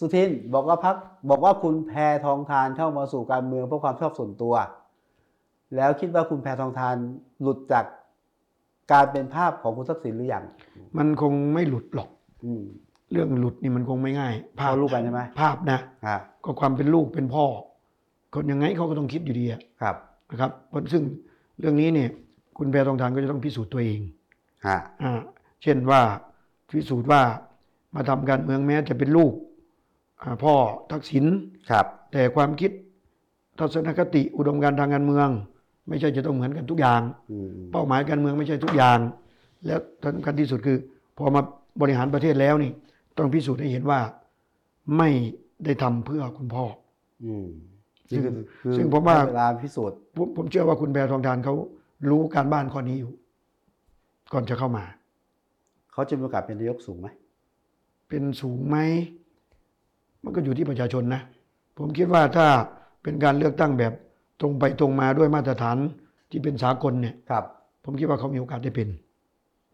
Speaker 1: สุทินบอกว่าพักบอกว่าคุณแพทองทานเข้ามาสู่การเมืองเพราะความชอบส่วนตัว แล้วคิดว่าคุณแพทองทานหลุดจากการเป็นภาพของคุณทักษิณหรือยัง
Speaker 2: มันคงไม่หลุดหรอก
Speaker 1: อืม
Speaker 2: เรื่องหลุดนี่มันคงไม่ง่าย ภาพ
Speaker 1: เอารูปไปใช่ไหม
Speaker 2: ภาพนะ
Speaker 1: ฮะ
Speaker 2: ก็ความเป็นลูกเป็นพ่อ คนยังไงเขาก็ต้องคิดอยู่ดีอะ
Speaker 1: ครับ
Speaker 2: นะครับเพราะซึ่งเรื่องนี้เนี่ยคุณแพทองทานก็จะต้องพิสูจน์ตัวเอง
Speaker 1: ฮะ
Speaker 2: อ่าเช่นว่าพิสูจน์ว่ามาทำการเมืองแม้จะเป็นลูกอ่าพ่อทักษิณ
Speaker 1: ครับ
Speaker 2: แต่ความคิดทัศนคติอุดมการณ์ทางการเมือง ไม่ใช่จะต้องเหมือนกันทุกอย่าง
Speaker 1: อืม
Speaker 2: เป้าหมายการเมืองไม่ใช่ทุกอย่าง และสำคัญที่สุดคือ พอมาบริหารประเทศแล้วนี่ต้องพิสูจน์ให้เห็นว่าไม่ได้ทำเพื่อคุณพ่อ
Speaker 1: อืม
Speaker 2: ซึ่ง
Speaker 1: นี่คือคือ
Speaker 2: ซึ่งผมว่า
Speaker 1: ให้เวลาพิสูจน์
Speaker 2: ผมผมเชื่อว่าคุณแพทองทานเขารู้การบ้านข้อนี้อยู่ ก่อนจะเข้ามา
Speaker 1: เขาจะมีโอกาสเป็นนายกสูงไหม
Speaker 2: เป็นสูงไหม มันก็อยู่ที่ประชาชนนะ ผมคิดว่าถ้าเป็นการเลือกตั้งแบบตรงไปตรงมาด้วยมาตรฐาน ที่เป็นสากลเนี่ย
Speaker 1: ครับ
Speaker 2: ผมคิดว่าเขามีโอกาสได้เป็น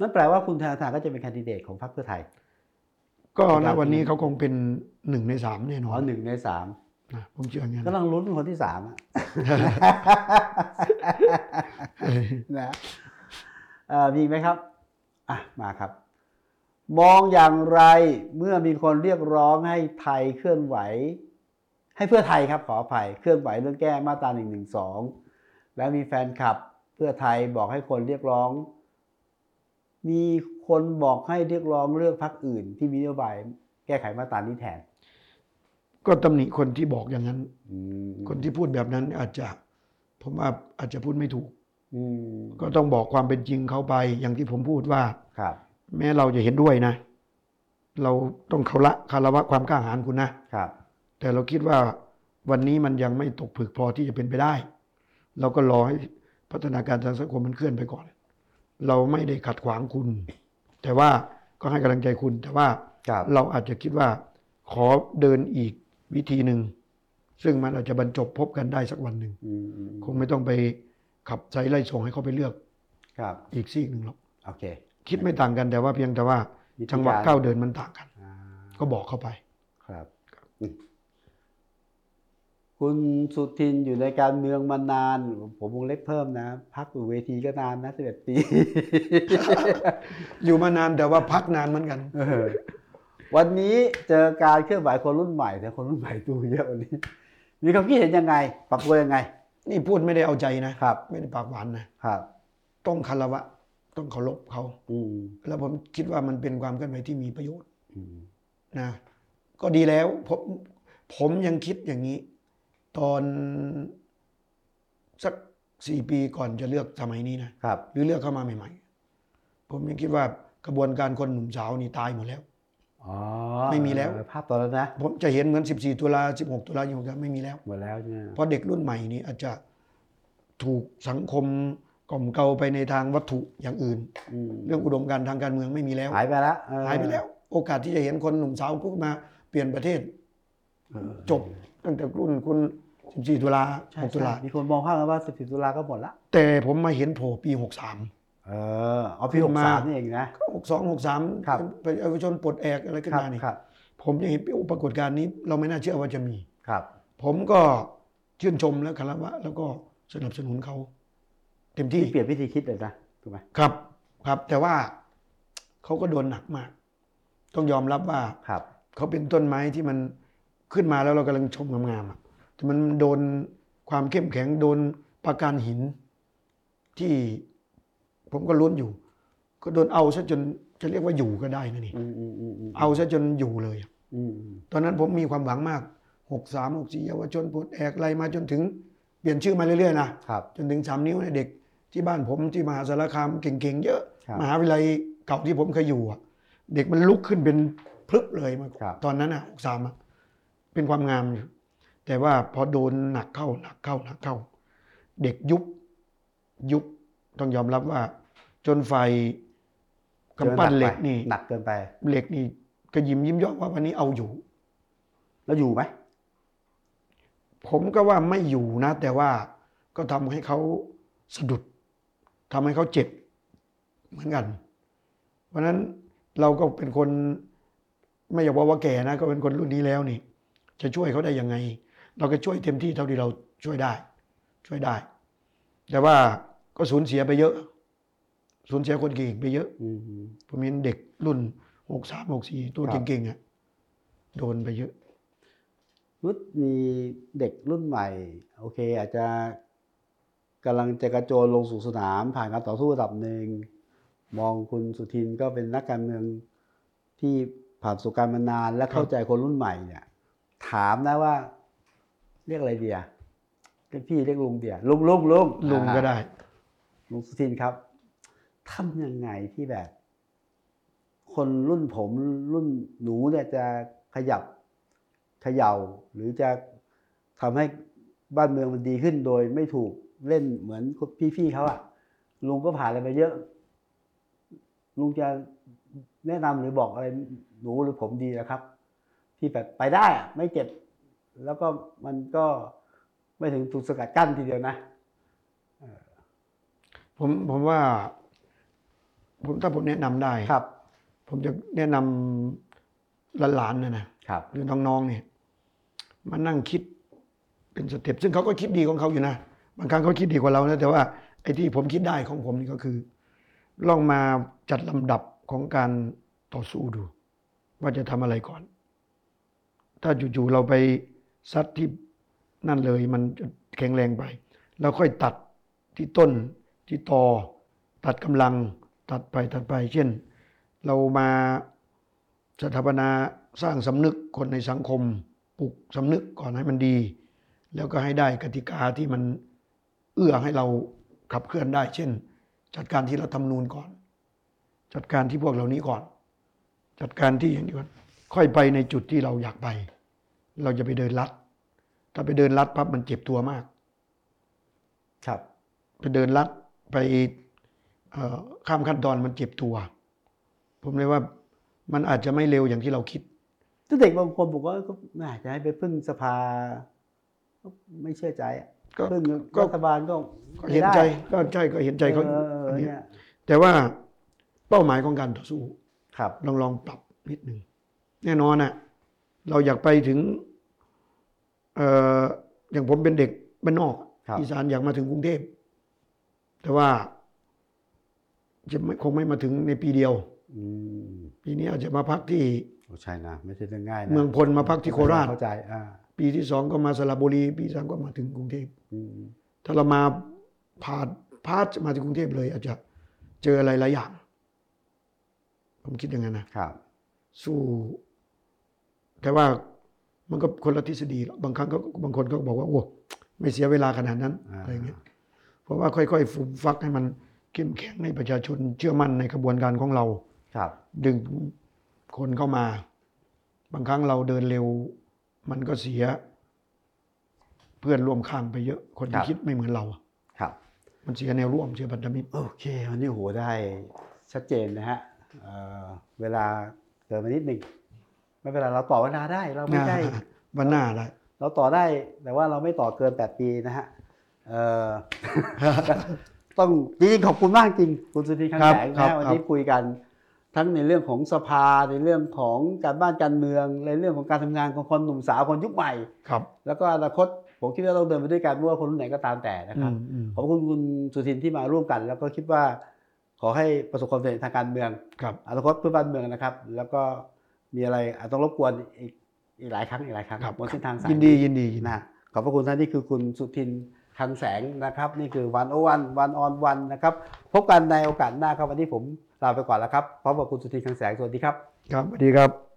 Speaker 1: นั่นแปลว่าคุณธนาธรก็จะเป็นแคนดิเดตของพรรคเพื่อไทย
Speaker 2: ก็
Speaker 1: ครับ
Speaker 2: ณวันนี้เขาคงเป็นหนึ่งในสามแน่น
Speaker 1: อ๋
Speaker 2: อ
Speaker 1: อน หนึ่งในสาม
Speaker 2: นะผมเชื่ออย่างนั้น
Speaker 1: กำลังลุ้นคนที่สามอะ
Speaker 2: เออ
Speaker 1: นะเอ่อมีอีกไหมครับอ่ะมาครับ มองอย่างไรเมื่อมีคนเรียกร้องให้ไทยเคลื่อนไหว ให้เพื่อไทยครับขออภัยเคลื่อนไหวเรื่องแก้มาตราหนึ่งหนึ่งสองและมีแฟนคลับเพื่อไทยบอกให้คนเรียกร้อง มีคนบอกให้เรียกร้องเลือกพรรคอื่น ที่มีนโยบายแก้ไขมาตรานี้แทน
Speaker 2: ก็ตำหนิคนที่บอกอย่างนั้น
Speaker 1: อืม
Speaker 2: คนที่พูดแบบนั้นอาจจะ ผมว่าอาจจะพูดไม่ถูก
Speaker 1: อืม
Speaker 2: ก็ต้องบอกความเป็นจริงเขาไปอย่างที่ผมพูดว่า
Speaker 1: ครับ
Speaker 2: แม้เราจะเห็นด้วยนะ เราต้องเคาระคารวะความกล้าหาญคุณนะ
Speaker 1: ครับ
Speaker 2: แต่เราคิดว่าวันนี้มันยังไม่ตกผลึกพอที่จะเป็นไปได้ เราก็รอให้พัฒนาการทางสังคมมันเคลื่อนไปก่อน เราไม่ได้ขัดขวางคุณ แต่ว่าก็ให้กำลังใจคุณ แต่ว่า
Speaker 1: ครับ
Speaker 2: เราอาจจะคิดว่าขอเดินอีกวิธีหนึ่ง ซึ่งมันอาจจะบรรจบพบกันได้สักวันหนึ่ง
Speaker 1: อืมอืม
Speaker 2: คงไม่ต้องไปขับไสไล่ส่งให้เขาไปเลือก
Speaker 1: ครับ
Speaker 2: อีกซีกหนึ่งหรอก
Speaker 1: โอเค
Speaker 2: คิดไม่ต่างกันแต่ว่าเพียงแต่ว่า
Speaker 1: วิธี
Speaker 2: จังหวะ
Speaker 1: การ
Speaker 2: ก้าวเดินมันต่างกัน
Speaker 1: อ่า
Speaker 2: ก็บอกเข้าไป
Speaker 1: ครับอืมคุณสุทินอยู่ในการเมืองมานาน ผมวงเล็กเพิ่มนะ พักอยู่เวทีก็นานนะสิบเอ็ดปี
Speaker 2: อยู่มานานแต่ว่าพักนานเหมือนกัน
Speaker 1: เออวันนี้เจอการเคลื่อนไหวคนรุ่นใหม่ แต่คนรุ่นใหม่ดูเยอะวันนี้ มีความคิดเห็นยังไง ปรับตัวยังไง
Speaker 2: นี่พูดไม่ได้เอาใจนะ
Speaker 1: ครับ
Speaker 2: ไม่ได้ปากหวานนะ
Speaker 1: ครับ
Speaker 2: ต้องคารวะ ต้องเคารพเขา
Speaker 1: อืม
Speaker 2: แล้วผมคิดว่ามันเป็นความเคลื่อนไหวที่มีประโยชน์
Speaker 1: อืม
Speaker 2: นะ ก็ดีแล้วผมผมยังคิดอย่างนี้ ตอนสักสี่ปีก่อนจะเลือกสมัยนี้นะ
Speaker 1: ครับ
Speaker 2: หรือเลือกเข้ามาใหม่ ๆ ผมยังคิดว่ากระบวนการคนหนุ่มสาวนี่ตายหมดแล้ว
Speaker 1: อ๋อ
Speaker 2: ไม่มีแล้ว
Speaker 1: เออภาพตอนนั้นนะ
Speaker 2: ผมจะเห็นเหมือน 14 ตุลา 16 ตุลาอยู่กันไม่มีแล้ว
Speaker 1: หมดแล้วใช่ไหม
Speaker 2: เพราะเด็กรุ่นใหม่นี่อาจจะถูกสังคมกล่อมเกลาไปในทางวัตถุอย่างอื่น
Speaker 1: อืม
Speaker 2: เรื่องอุดมการณ์ทางการเมืองไม่มีแล้ว
Speaker 1: หายไปแล้วเออ
Speaker 2: หายไปแล้ว โอกาสที่จะเห็นคนหนุ่มสาวกุกมาเปลี่ยนประเทศ
Speaker 1: เออ
Speaker 2: จบตั้งแต่รุ่นคุณ 14 ตุลา
Speaker 1: ใช่
Speaker 2: 6 ตุลา
Speaker 1: ใช่มีคนมองข้ามกันว่าสิบสิบตุลาก็หมดละ
Speaker 2: แต่ผมมาเห็นโผล่ปี
Speaker 1: เออเอาพี่ห
Speaker 2: ขึ้
Speaker 1: ก
Speaker 2: นมา
Speaker 1: สามนี่เองนะ
Speaker 2: 63 62 63
Speaker 1: ครับ
Speaker 2: ประชาชนปลดแอกอะไรขึ้น
Speaker 1: ครับ
Speaker 2: มานี่
Speaker 1: ครับ
Speaker 2: ผมยังเห็นปรากฏการณ์นี้ เราไม่น่าเชื่อว่าจะมี
Speaker 1: ครับ
Speaker 2: ผมก็ชื่นชมและคารวะ แล้วก็สนับสนุนเขา เต็มที่
Speaker 1: ที่เปลี่ยนวิธีคิดเลยนะถูกไหม
Speaker 2: ครับครับ แต่ว่าเขาก็โดนหนักมาก ต้องยอมรับว่า
Speaker 1: ครับ
Speaker 2: เขาเป็นต้นไม้ที่มันขึ้นมาแล้วเรากำลังชมงามๆอะแต่มันโดนความเข้มแข็งโดนประการหินที่ผมก็ลุ้นอยู่ ก็โดนเอาซะจนจะเรียกว่าอยู่ก็ได้นะนี่
Speaker 1: อืมอืมอืมอืม
Speaker 2: เอาซะจนอยู่เลยอะ
Speaker 1: อืมอืม
Speaker 2: ตอนนั้นผมมีความหวังมากหกสามหกสี่เยาวชนปลดแอกอะไรมาจนถึง เปลี่ยนชื่อมาเรื่อยๆนะครับ จนถึงสามนิ้วเนี่ยเด็ก ที่บ้านผมที่มหาสารคามเก่งๆเยอะ
Speaker 1: ครับ
Speaker 2: มหาวิทยาลัยเก่าที่ผมเคยอยู่อะเด็กมันลุกขึ้นเป็นพลึบเลยมา
Speaker 1: ครับ
Speaker 2: ตอนนั้นอ่ะอกสามอะเป็นความงามอยู่แต่ว่าพอโดนหนักเข้าหนักเข้าหนักเข้า เด็กยุบยุบต้องยอมรับว่า จนไฟกำปั้นเหล็กนี่
Speaker 1: หนักเกินไป
Speaker 2: เหล็กนี่ก็ยิ้มยิ้มย่องว่าวันนี้เอาอยู่
Speaker 1: แล้วอยู่ไหม
Speaker 2: ผมก็ว่าไม่อยู่นะ แต่ว่าก็ทำให้เขาสะดุดทำให้เขาเจ็บเหมือนกัน เพราะฉะนั้นเราก็เป็นคน ไม่อยากว่าว่าแก่นะ ก็เป็นคนรุ่นนี้แล้วนี่ จะช่วยเขาได้ยังไง เราก็ช่วยเต็มที่เท่าที่เราช่วยได้ ช่วยได้ แต่ว่าก็สูญเสียไปเยอะ สูญเสียคนเก่งไปเยอะ
Speaker 1: อืมอืม
Speaker 2: ผมเห็นเด็กรุ่นหกสามหกสี่ตัว
Speaker 1: ครับ
Speaker 2: เก่งๆอ่ะโดนไปเยอะ
Speaker 1: วุฒมีเด็กรุ่นใหม่ โอเค อาจจะกำลังจะกระโจนลงสู่สนาม ผ่านการต่อสู้ระดับหนึ่ง มองคุณสุทินก็เป็นนักการเมืองที่ผ่านประสู่การณ์มานาน และเข้าใจคนรุ่นใหม่เนี่ย ถามนะว่า เรียกอะไรเดียเรียกพี่เรียกลุงเดียลุงลุงลุง
Speaker 2: ลุงก็ได้
Speaker 1: ลุงสุทินครับทำยังไงที่แบบ คนรุ่นผมรุ่นหนูเนี่ยจะขยับเขย่า หรือจะทำให้บ้านเมืองมันดีขึ้นโดยไม่ถูกเล่นเหมือนพี่ๆเขาอะลุงก็ผ่านอะไรมาเยอะ ลุงจะแนะนำหรือบอกอะไรหนูหรือผมดีนะครับ ที่แบบไปได้อะไม่เจ็บ แล้วก็มันก็ไม่ถึงถูกสกัดกั้นทีเดียวนะเออ
Speaker 2: ผมผมว่า ผมถ้าผมแนะนำได้
Speaker 1: ครับ
Speaker 2: ผมจะแนะนำหลานๆนะนะ
Speaker 1: ครับ
Speaker 2: หรือน้องๆเนี่ยมานั่งคิดเป็นสเต็ปซึ่งเขาก็คิดดีของเขาอยู่นะบางครั้งเขาคิดดีกว่าเรานะแต่ว่าไอ้ที่ผมคิดได้ของผมนี่ก็คือ ลองมาจัดลำดับของการต่อสู้ดู ว่าจะทำอะไรก่อน ถ้าจู่ๆเราไปซัดที่นั่นเลย มันจะแข็งแรงไปเราค่อยตัดที่ต้นที่ตอตัดกำลัง ตัดไปตัดไป เช่น เรามา สถาปนาสร้างสำนึกคนในสังคมปลุกสำนึกก่อนให้มันดี แล้วก็ให้ได้กติกาที่มันเอื้อให้เราขับเคลื่อนได้ เช่น จัดการที่รัฐธรรมนูญก่อน จัดการที่พวกเหล่านี้ก่อน จัดการที่อย่างนี้ก่อนค่อยไปในจุดที่เราอยากไป เราจะไปเดินลัด ถ้าไปเดินลัดปั๊บมันเจ็บตัวมาก
Speaker 1: ครับ
Speaker 2: ไปเดินลัดไปเอ่อข้ามขั้นตอนมันเจ็บตัว ผมเลยว่ามันอาจจะไม่เร็วอย่างที่เราคิด
Speaker 1: ถ้าเด็กบางคนบอกว่าก็น่าจะให้ไปพึ่งสภาก็ไม่เชื่อใจอะ
Speaker 2: ก็
Speaker 1: พึ่ง
Speaker 2: ก็
Speaker 1: รัฐบาลก็
Speaker 2: ก็
Speaker 1: ไม่
Speaker 2: เห็น
Speaker 1: ได้
Speaker 2: ใจก็ใช่ก็เห็นใจเขา
Speaker 1: เออ
Speaker 2: เนี่ย
Speaker 1: เนี่ย
Speaker 2: แต่ว่าเป้าหมายของการต่อสู้
Speaker 1: ครับ
Speaker 2: ลองลองปรับนิดหนึ่งแน่นอนนะเราอยากไปถึงเอ่ออย่างผมเป็นเด็กบ้านนอก
Speaker 1: ครับ
Speaker 2: อีสานอยากมาถึงกรุงเทพแต่ว่าจะไม่คงไม่มาถึงในปีเดียว
Speaker 1: อืม
Speaker 2: ปีนี้อาจจะมาพักที่
Speaker 1: โอ้ใช่นะ ไม่ใช่เรื่องง่ายนะ
Speaker 2: เมืองพลมาพักที่โคราช
Speaker 1: เข้าใจอ่า
Speaker 2: ปีที่สองก็มาสระบุรี ปีสามก็มาถึงกรุงเทพ
Speaker 1: อืม
Speaker 2: ถ้าเรามาผ่านพาดมาที่กรุงเทพเลย อาจจะเจออะไรหลายอย่าง ผมคิดอย่างนั้นนะครับ สู้ แต่ว่ามันก็คนละทฤษฎีหรอกบางครั้งก็บางคนก็บอกว่า โอ้ไม่เสียเวลาขนาดนั้น
Speaker 1: อ่า
Speaker 2: อะไรเงี้ยเพราะว่าค่อยๆฝึกฟักให้มันเข้มแข็งในประชาชนเชื่อมั่นในกระบวนการของเรา
Speaker 1: ครับ
Speaker 2: ดึงคนเข้ามา บางครั้งเราเดินเร็ว มันก็เสีย เพื่อนร่วมข้างไปเยอะ คน
Speaker 1: ครับ
Speaker 2: ที่คิดไม่เหมือนเรา
Speaker 1: ครับ
Speaker 2: มันเสียแนวร่วมเสียพันธมิตร
Speaker 1: โอเค วันนี้โหได้ชัดเจนนะฮะเอ่อเวลาเกินไปนิดหนึ่งไม่เป็นไรเราต่อเวลาได้เราไม่ได้
Speaker 2: อ่าวันหน้าละ
Speaker 1: เราต่อได้แต่ว่าเราไม่ต่อเกิน 8 ปีนะฮะเอ่อ ต้องจริงๆขอบคุณมากจริง คุณสุธีครั้ง
Speaker 2: ครับ
Speaker 1: แสง
Speaker 2: ครับ
Speaker 1: นะวันนี้
Speaker 2: ครับ
Speaker 1: คุยกัน ทั้งในเรื่องของสภาในเรื่องของการบ้านการเมือง ในเรื่องของการทำงานของคนหนุ่มสาวคนยุคใหม่
Speaker 2: ครับ
Speaker 1: แล้วก็อนาคตผมคิดว่าต้องเดินไปด้วยกันไม่ว่าคนรุ่นไหนก็ตามแต่นะค
Speaker 2: อื
Speaker 1: รับ
Speaker 2: มอืม
Speaker 1: ขอบคุณคุณสุทินที่มาร่วมกัน แล้วก็คิดว่าขอให้ประสบความสำเร็จทางการเมือง
Speaker 2: ครับ
Speaker 1: อนาคตเพื่อบ้านเมืองนะครับ แล้วก็มีอะไรอาจต้องรบกวนอีกอีกหลายครั้งอีกหลายครั้ง
Speaker 2: ครับ
Speaker 1: บนเส้นทางสาย
Speaker 2: ยินดียินดียินดี
Speaker 1: นะขอบพระคุณท่านนี่คือคุณสุทินคลังแสงนะครับ นี่คือวันโอวันวันออนวันนะครับ พบกันในโอกาสหน้าครับวันนี้ผมลาไปก่อนแล้วครับพร้อมกับคุณสุทินคลังแสงสวัสดีครับ
Speaker 2: ครับสวัสดีครับ